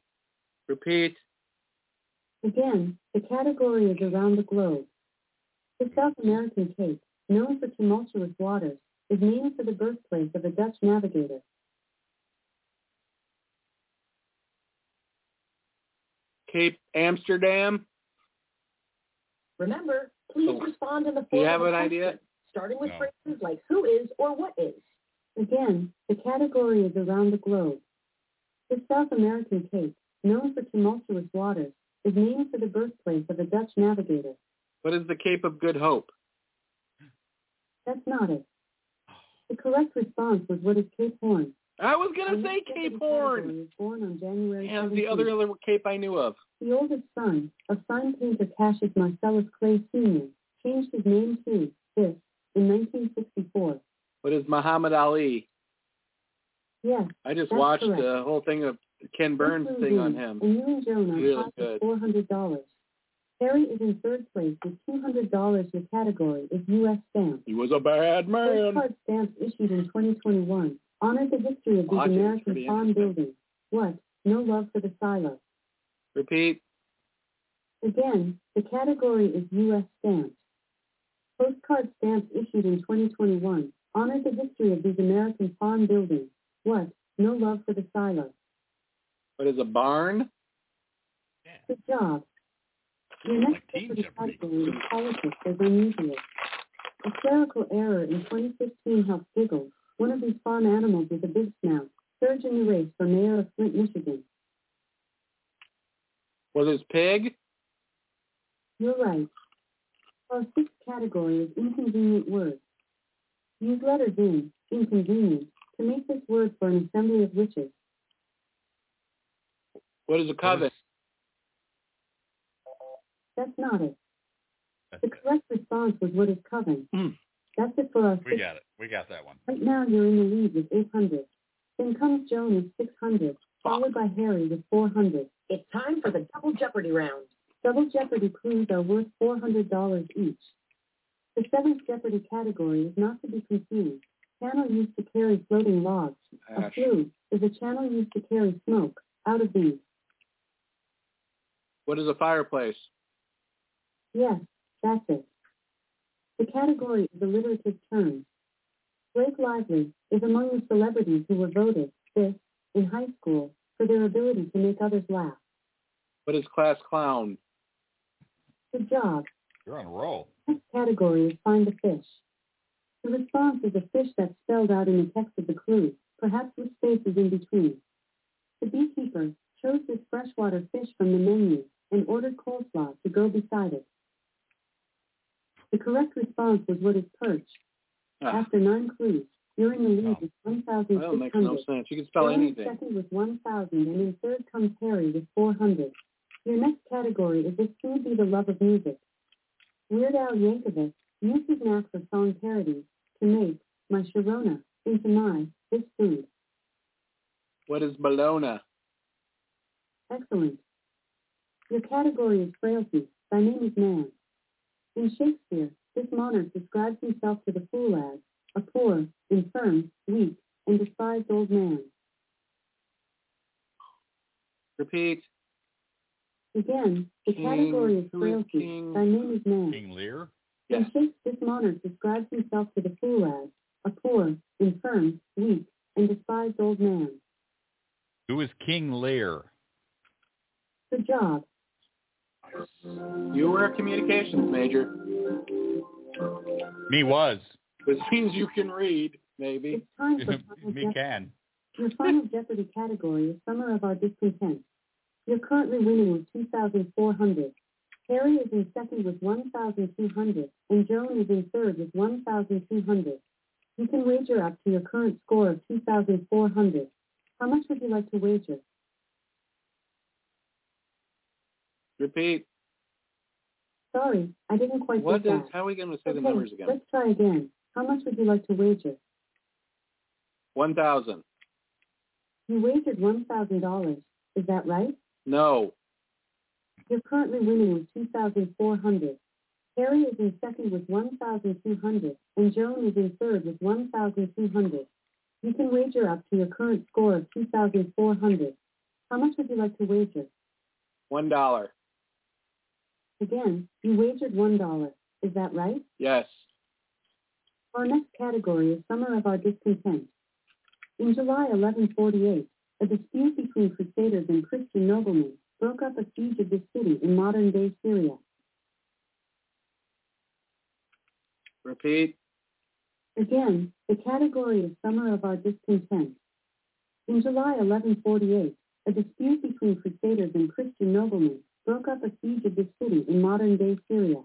D: Repeat.
A: Again, the category is around the globe. The South American Cape, known for tumultuous waters, is named for the birthplace of a Dutch navigator.
D: Cape Amsterdam.
F: Remember, please
D: Oh.
F: respond in the form
D: Do you have
F: of a
D: an
F: question,
D: idea?
F: starting with
E: No.
F: phrases like who is or what is.
A: Again, the category is around the globe. The South American Cape, known for tumultuous waters, is named for the birthplace of a Dutch navigator.
D: What is the Cape of Good Hope?
A: That's not it. The correct response was what is Cape Horn?
D: I was gonna
A: Our
D: say
A: next deputy
D: Cape Horn.
A: category was born on January
D: And the
A: 17th.
D: other little cape I knew of.
A: The oldest son, a sign painter Cassius Marcellus Clay Sr., changed his name to this in 1964.
D: What is Muhammad Ali?
A: Yes,
D: I just
A: That's
D: watched
A: correct.
D: the whole thing of Ken Burns
A: Brooklyn
D: thing on
A: Zoo
D: him.
A: And you and Joan
D: Really
A: on top
D: good.
A: of $400. Harry is in third place with $200. Your category is U.S. stamps.
D: He was a bad
A: First
D: man.
A: card stamps issued in 2021 honor the history of these
D: Logic is
A: American
D: pretty
A: farm
D: interesting.
A: buildings. What? No love for the silo.
D: Repeat.
A: Again, the category is U.S. stamps. Postcard stamps issued in 2021 honor the history of these American farm buildings. What? No love for the silo.
D: What is a barn?
A: Good job. Your next
E: Like Teen
A: tip of the
E: Jeopardy.
A: category is politics as unusual. A clerical error in 2015 helped Giggle, one of these farm animals with a big snout, surge in the race for mayor of Flint, Michigan.
D: Was his pig?
A: You're right. Our sixth category is inconvenient words. Use letters in, inconvenient, to make this word for an assembly of witches.
D: What is a coven?
A: That's not it.
E: That's
A: The
E: it.
A: correct response was what is coven.
D: Hmm.
A: That's it for our sixth
E: We got it. We got that one.
A: Right now, you're in the lead with 800. Then comes Joan with 600, followed by Harry with 400.
F: It's time for the double jeopardy round.
A: Double Jeopardy clues are worth $400 each. The seventh Jeopardy category is not to be confused. Channel used to carry floating logs. A
D: Ash.
A: flue is a channel used to carry smoke out of these.
D: What is a fireplace?
A: Yes, that's it. The category is alliterative terms. Blake Lively is among the celebrities who were voted, this, in high school, for their ability to make others laugh.
D: What is class clown?
A: Good job.
E: You're on a roll.
A: Next category is find a fish. The response is a fish that's spelled out in the text of the clue, perhaps with spaces in between. The beekeeper chose this freshwater fish from the menu and ordered coleslaw to go beside it. The correct response was what is perch.
D: Ah,
A: After nine clues, you're in the lead
E: Oh.
A: with
D: that makes no
A: 1,600.
D: sense. You can spell
A: Joan is
D: anything.
A: second with 1,000 and in third comes Harry with 400. Your next category is This Could Be the Love of Music. Weird Al Yankovic used his knack for song parodies to make My Sharona into My This Food.
D: What is Bologna?
A: Excellent. Your category is Frailty. Thy name is Man. In Shakespeare, this monarch describes himself to the fool as a poor, infirm, weak, and despised old man.
D: Repeat.
A: Again, the
D: King,
A: category is
D: who is
A: frailty.
D: king?
A: Thy name is man.
E: King Lear.
A: When Shakespeare, this monarch describes himself to the fool as a poor, infirm, weak, and despised old man.
E: Who is King Lear?
A: Good job.
D: You were a communications major,
E: Me was.
D: which means you can read, maybe.
A: It's time for final
E: Me
A: Jeopardy.
E: can.
A: Your final Jeopardy category is Summer of Our Discontent. You're currently winning with 2,400. Harry is in second with 1,200, and Joan is in third with 1,200. You can wager up to your current score of 2,400. How much would you like to wager?
D: Repeat.
A: Sorry, I didn't quite
D: What
A: get
D: is,
A: that.
D: how are we going to say the
A: Okay,
D: numbers again?
A: Let's try again. How much would you like to wager?
D: 1,000.
A: You wagered $1,000. Is that right?
D: No.
A: You're currently winning with 2,400. Harry is in second with 1,200, and Joan is in third with 1,200. You can wager up to your current score of 2,400. How much would you like to wager?
D: $1.
A: Again, you wagered $1. Is that right?
D: Yes.
A: Our next category is Summer of Our Discontent. In July 1148, a dispute between Crusaders and Christian noblemen broke up a siege of the city in modern-day Syria.
D: Repeat.
A: Again, the category is Summer of Our Discontent. In July 1148, a dispute between Crusaders and Christian noblemen broke up a siege of the city in modern-day Syria.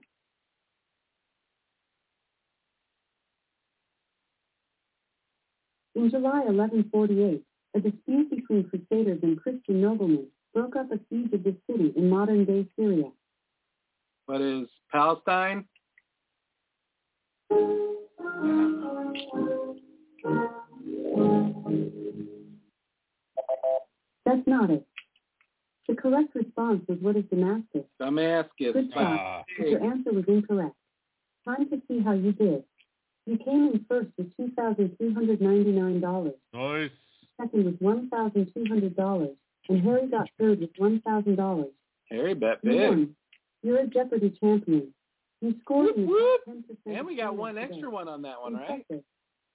A: In July 1148, a dispute between Crusaders and Christian noblemen broke up a siege of the city in modern-day Syria.
D: What is Palestine?
A: That's not it. The correct response was what is Damascus?
D: Damascus.
A: Good job.
E: Ah,
A: but your answer was incorrect. Time to see how you did. You came in first with $2,399,
E: nice.
A: second with $1,200, and Harry got third with $1,000.
D: Harry bet
A: You
D: big.
A: won. You're a Jeopardy champion. You scored in
D: Whoop,
A: the
D: whoop.
A: top 10%.
D: And we got one extra one on that one, right?
E: Yeah,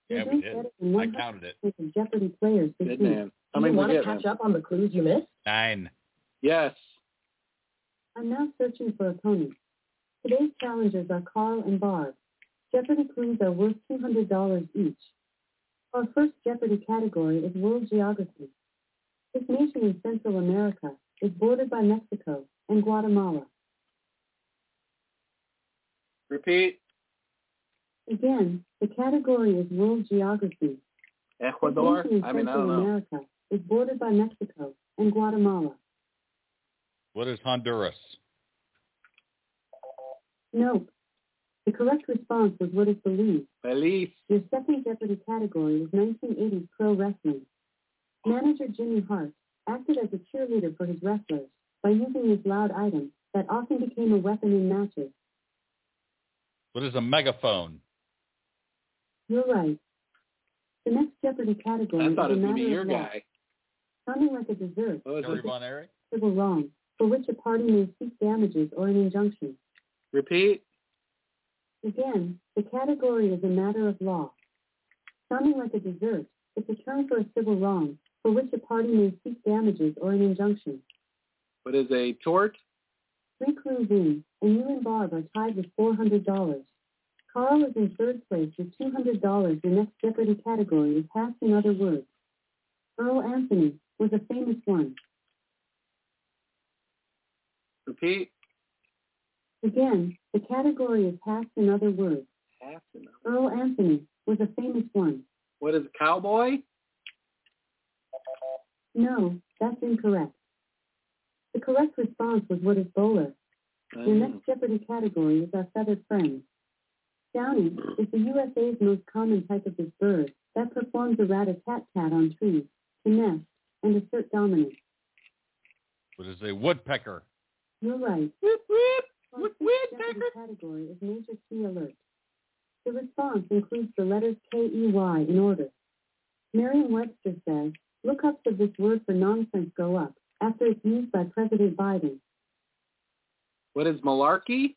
A: You're
E: we
A: doing
E: did.
A: better than
E: I
A: 100%
E: counted it.
A: of Jeopardy players this
D: Good
A: week.
D: man. How
F: Do you
D: many did
F: want
D: we
F: to
D: get?
F: catch
D: man?
F: up on the clues you missed?
E: Nine.
D: Yes.
A: I'm now searching for opponents. Today's challengers are Carl and Barb. Jeopardy clues are worth $200 each. Our first Jeopardy category is world geography. This nation in Central America is bordered by Mexico and Guatemala.
D: Repeat.
A: Again, the category is world geography. This
D: Ecuador.
A: nation in
D: I mean, I
A: Central
D: don't know.
A: America is bordered by Mexico and Guatemala.
E: What is Honduras?
A: Nope. The correct response was what is Belize.
D: Belize.
A: Your second Jeopardy category is 1980s pro wrestling. Manager Jimmy Hart acted as a cheerleader for his wrestlers by using this loud item that often became a weapon in matches.
E: What is a megaphone?
A: You're right. The next Jeopardy category
D: I thought
A: is
D: it
A: a
D: was going to
A: matter
D: be your
A: of law.
D: guy. Oh.
A: Sounding like a dessert,
D: What was
E: Terry
D: it?
E: Von Erich?
A: civil wrong, for which a party may seek damages or an injunction.
D: Repeat.
A: Again, the category is a matter of law. Sounding like a dessert, it's a term for a civil wrong, for which a party may seek damages or an injunction.
D: What is a tort?
A: Three clues in, and you and Barb are tied with $400. Carl is in third place with $200. The next Jeopardy category is Past in Other Words. Earl Anthony was a famous one.
D: Repeat.
A: Again, the category is Past in Other Words.
D: Half to know.
A: Earl Anthony was a famous one.
D: What is cowboy?
A: No, that's incorrect. The correct response was what is bowler.
D: I
A: Your
D: don't know.
A: next Jeopardy category is our feathered friend. Downy is the USA's most common type of this bird that performs a rat-a-tat-tat on trees to nest and assert dominance.
E: What is a woodpecker?
A: You're right.
D: Whoop, whoop.
A: Our
D: What-
A: fifth
D: what,
A: Jeopardy
D: Tucker?
A: category is major key alert. The response includes the letters E K-E-Y in order. Merriam-Webster says, lookups of this word for nonsense go up, after its use by President Biden.
D: What is malarkey?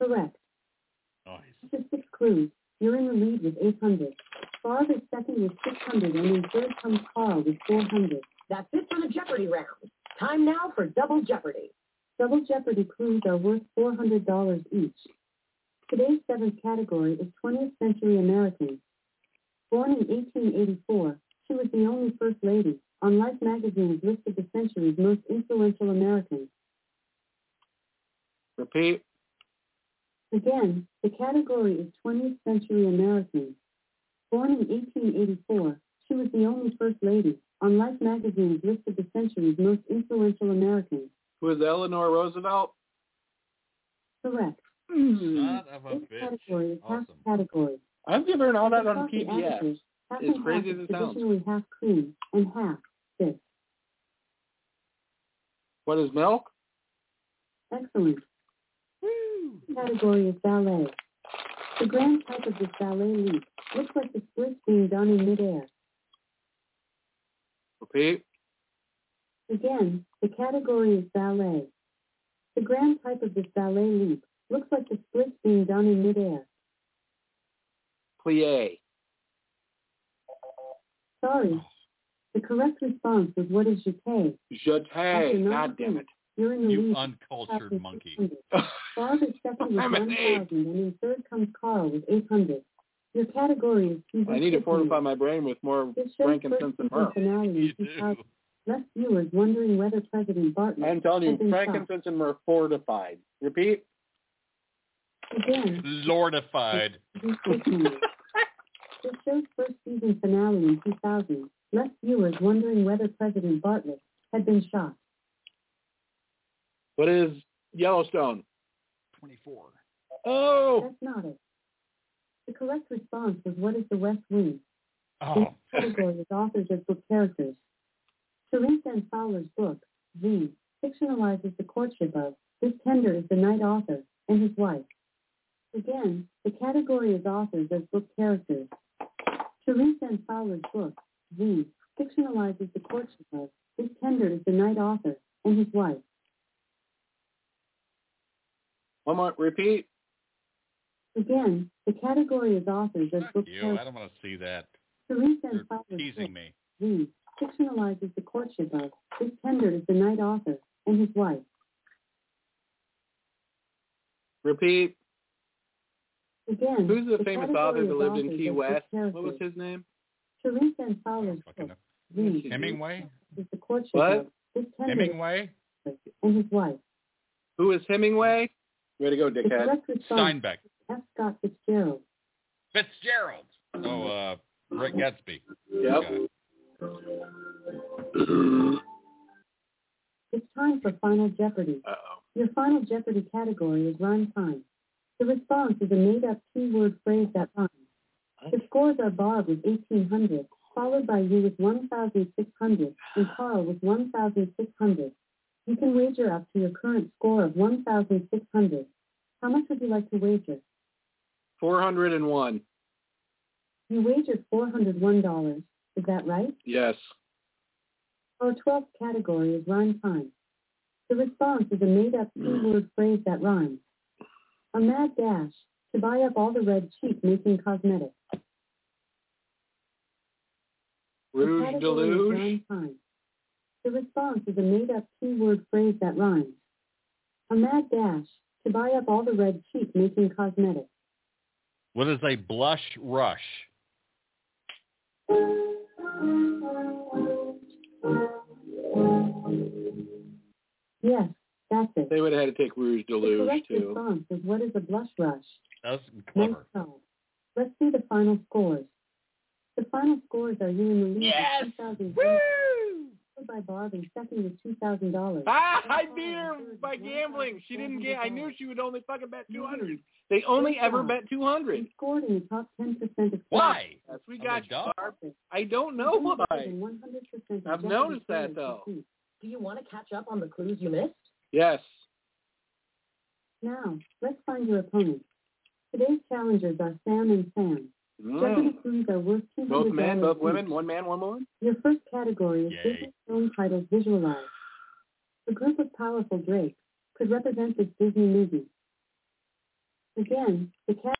A: Correct.
E: Nice.
A: After six clues, you're in the lead with 800. Barb is second with 600 and in third comes Carl with 400.
F: That's it for the Jeopardy round. Time now for Double Jeopardy.
A: Double Jeopardy clues are worth $400 each. Today's seventh category is 20th century Americans. Born in 1884, she was the only First Lady on Life magazine's list of the century's most influential Americans.
D: Repeat.
A: Again, the category is 20th century Americans. Born in 1884, she was the only First Lady on Life magazine's list of the century's most influential Americans.
D: Who is Eleanor Roosevelt?
A: Correct.
D: Hmm.
E: Son of a
A: This
E: bitch.
A: category is half
E: Awesome.
A: category.
D: I'm giving her all that
A: Across
D: on
A: the
D: PBS.
A: averages, half
D: As
A: and
D: crazy
A: half
D: as
A: is
D: it sounds.
A: Traditionally half cream and half this.
D: What is milk?
A: Excellent. The Category is ballet. The grand type of this ballet leap looks like the splits being done in midair.
D: Repeat.
A: Again, the category is ballet. The grand type of this ballet leap looks like the splits being done in midair.
D: Plie.
A: Sorry. The correct response was what is jeté?
D: Jeté. God damn it.
A: You're in the
E: You
A: lead.
E: uncultured monkey.
A: 1,600. Bob is second with
D: I'm an
A: 1,000, and in third comes Carl with 800. Your category is TV.
D: I need to
A: cooking.
D: fortify my brain with more
A: This show's first
D: frankincense and
A: season
D: myrrh.
A: finale in
E: You
A: 2000
E: do.
A: left viewers wondering whether President Barton
D: I'm telling you,
A: had been shot.
D: frankincense and myrrh fortified. Repeat.
A: Again,
E: Lordified.
A: TV cooking. This show's first season finale in 2000 left viewers wondering whether President Bartlett had been shot.
D: What is Yellowstone?
E: 24.
D: Oh,
A: That's not it. The correct response was what is the West Wing?
E: Oh.
A: category with authors as book characters. Teresa and Fowler's book, V, fictionalizes the courtship of this tender is the knight author and his wife. Again, the category is authors as book characters. Teresa and Fowler's book, V, fictionalizes the courtship of this tender is the knight author and his wife.
D: one more. Repeat.
A: Again, the category is authors as
E: Fuck
A: book
E: you. I
A: characters.
E: don't want to see that.
A: Teresa and
E: You're
A: Fowler's book,
E: teasing me.
A: V fictionalizes the courtship of this tender is the knight author and his wife.
D: Repeat.
A: Again,
D: Who's the famous author
A: category
D: that
A: of
D: lived in
A: authors
D: Key
A: is
D: West?
A: book
D: What was
A: characters.
D: his name?
A: Teresa and
E: I
A: Fowler's
E: don't fucking
A: book,
E: know.
A: V,
E: Hemingway?
A: is the courtship
D: What?
A: of this tender
E: Hemingway?
A: author and his wife.
D: Who is Hemingway? Way to go,
A: The
D: dickhead.
A: correct response
E: Steinbeck.
A: is F. Scott Fitzgerald.
E: Fitzgerald. Oh, uh, Brett Gatsby.
D: Yep.
E: Got it.
A: It's time for Final Jeopardy.
D: Uh-oh.
A: Your Final Jeopardy category is rhyme time. The response is a made-up two-word phrase that rhymes. The scores are Barb with 1,800, followed by you with 1,600, and Carl with 1,600. You can wager up to your current score of 1,600. How much would you like to wager?
D: 401.
A: You wagered $401. Is that right?
D: Yes.
A: Our 12th category is rhyme time. The response is a made-up two-word phrase that rhymes. A mad dash to buy up all the red cheek making cosmetics. The
D: Rouge
A: category is
D: Deluge.
A: rhyme time. The response is a made-up two-word phrase that rhymes. A mad dash to buy up all the red cheek making cosmetics.
E: What is a blush rush?
A: Yes, that's it.
D: They would have had to take Rouge
A: the
D: Deluge,
A: correct
D: too.
A: response is what is a blush rush?
E: That's
A: Nice
E: clever.
A: job. Let's see the final scores. The final scores are you in the lead with 2000 followed by Barb in second with $2,000.
D: Ah, I beat her by gambling. She didn't get. I knew she would only fucking bet 200. They only ever bet 200.
A: She scored in the top 10% of cases.
E: Why?
D: Yes, we
E: I'm
D: got
E: a
D: you,
E: dog.
D: Barb. I don't know
A: She scored
D: why.
A: in 100% of
D: I've
A: Jeopardy
D: noticed that,
A: players
D: though.
A: this week.
F: Do you want to catch up on the clues you missed?
D: Yes.
A: Now, let's find your opponents. Today's challengers are Sam and Sam.
D: Mm.
A: Jeopardy clues are worth two hundred
D: Both men, both
A: each.
D: women, one man, one woman.
A: Your first category is
E: Yay.
A: Disney film titles visualized. A group of powerful drakes could represent this Disney movie. Again, the cat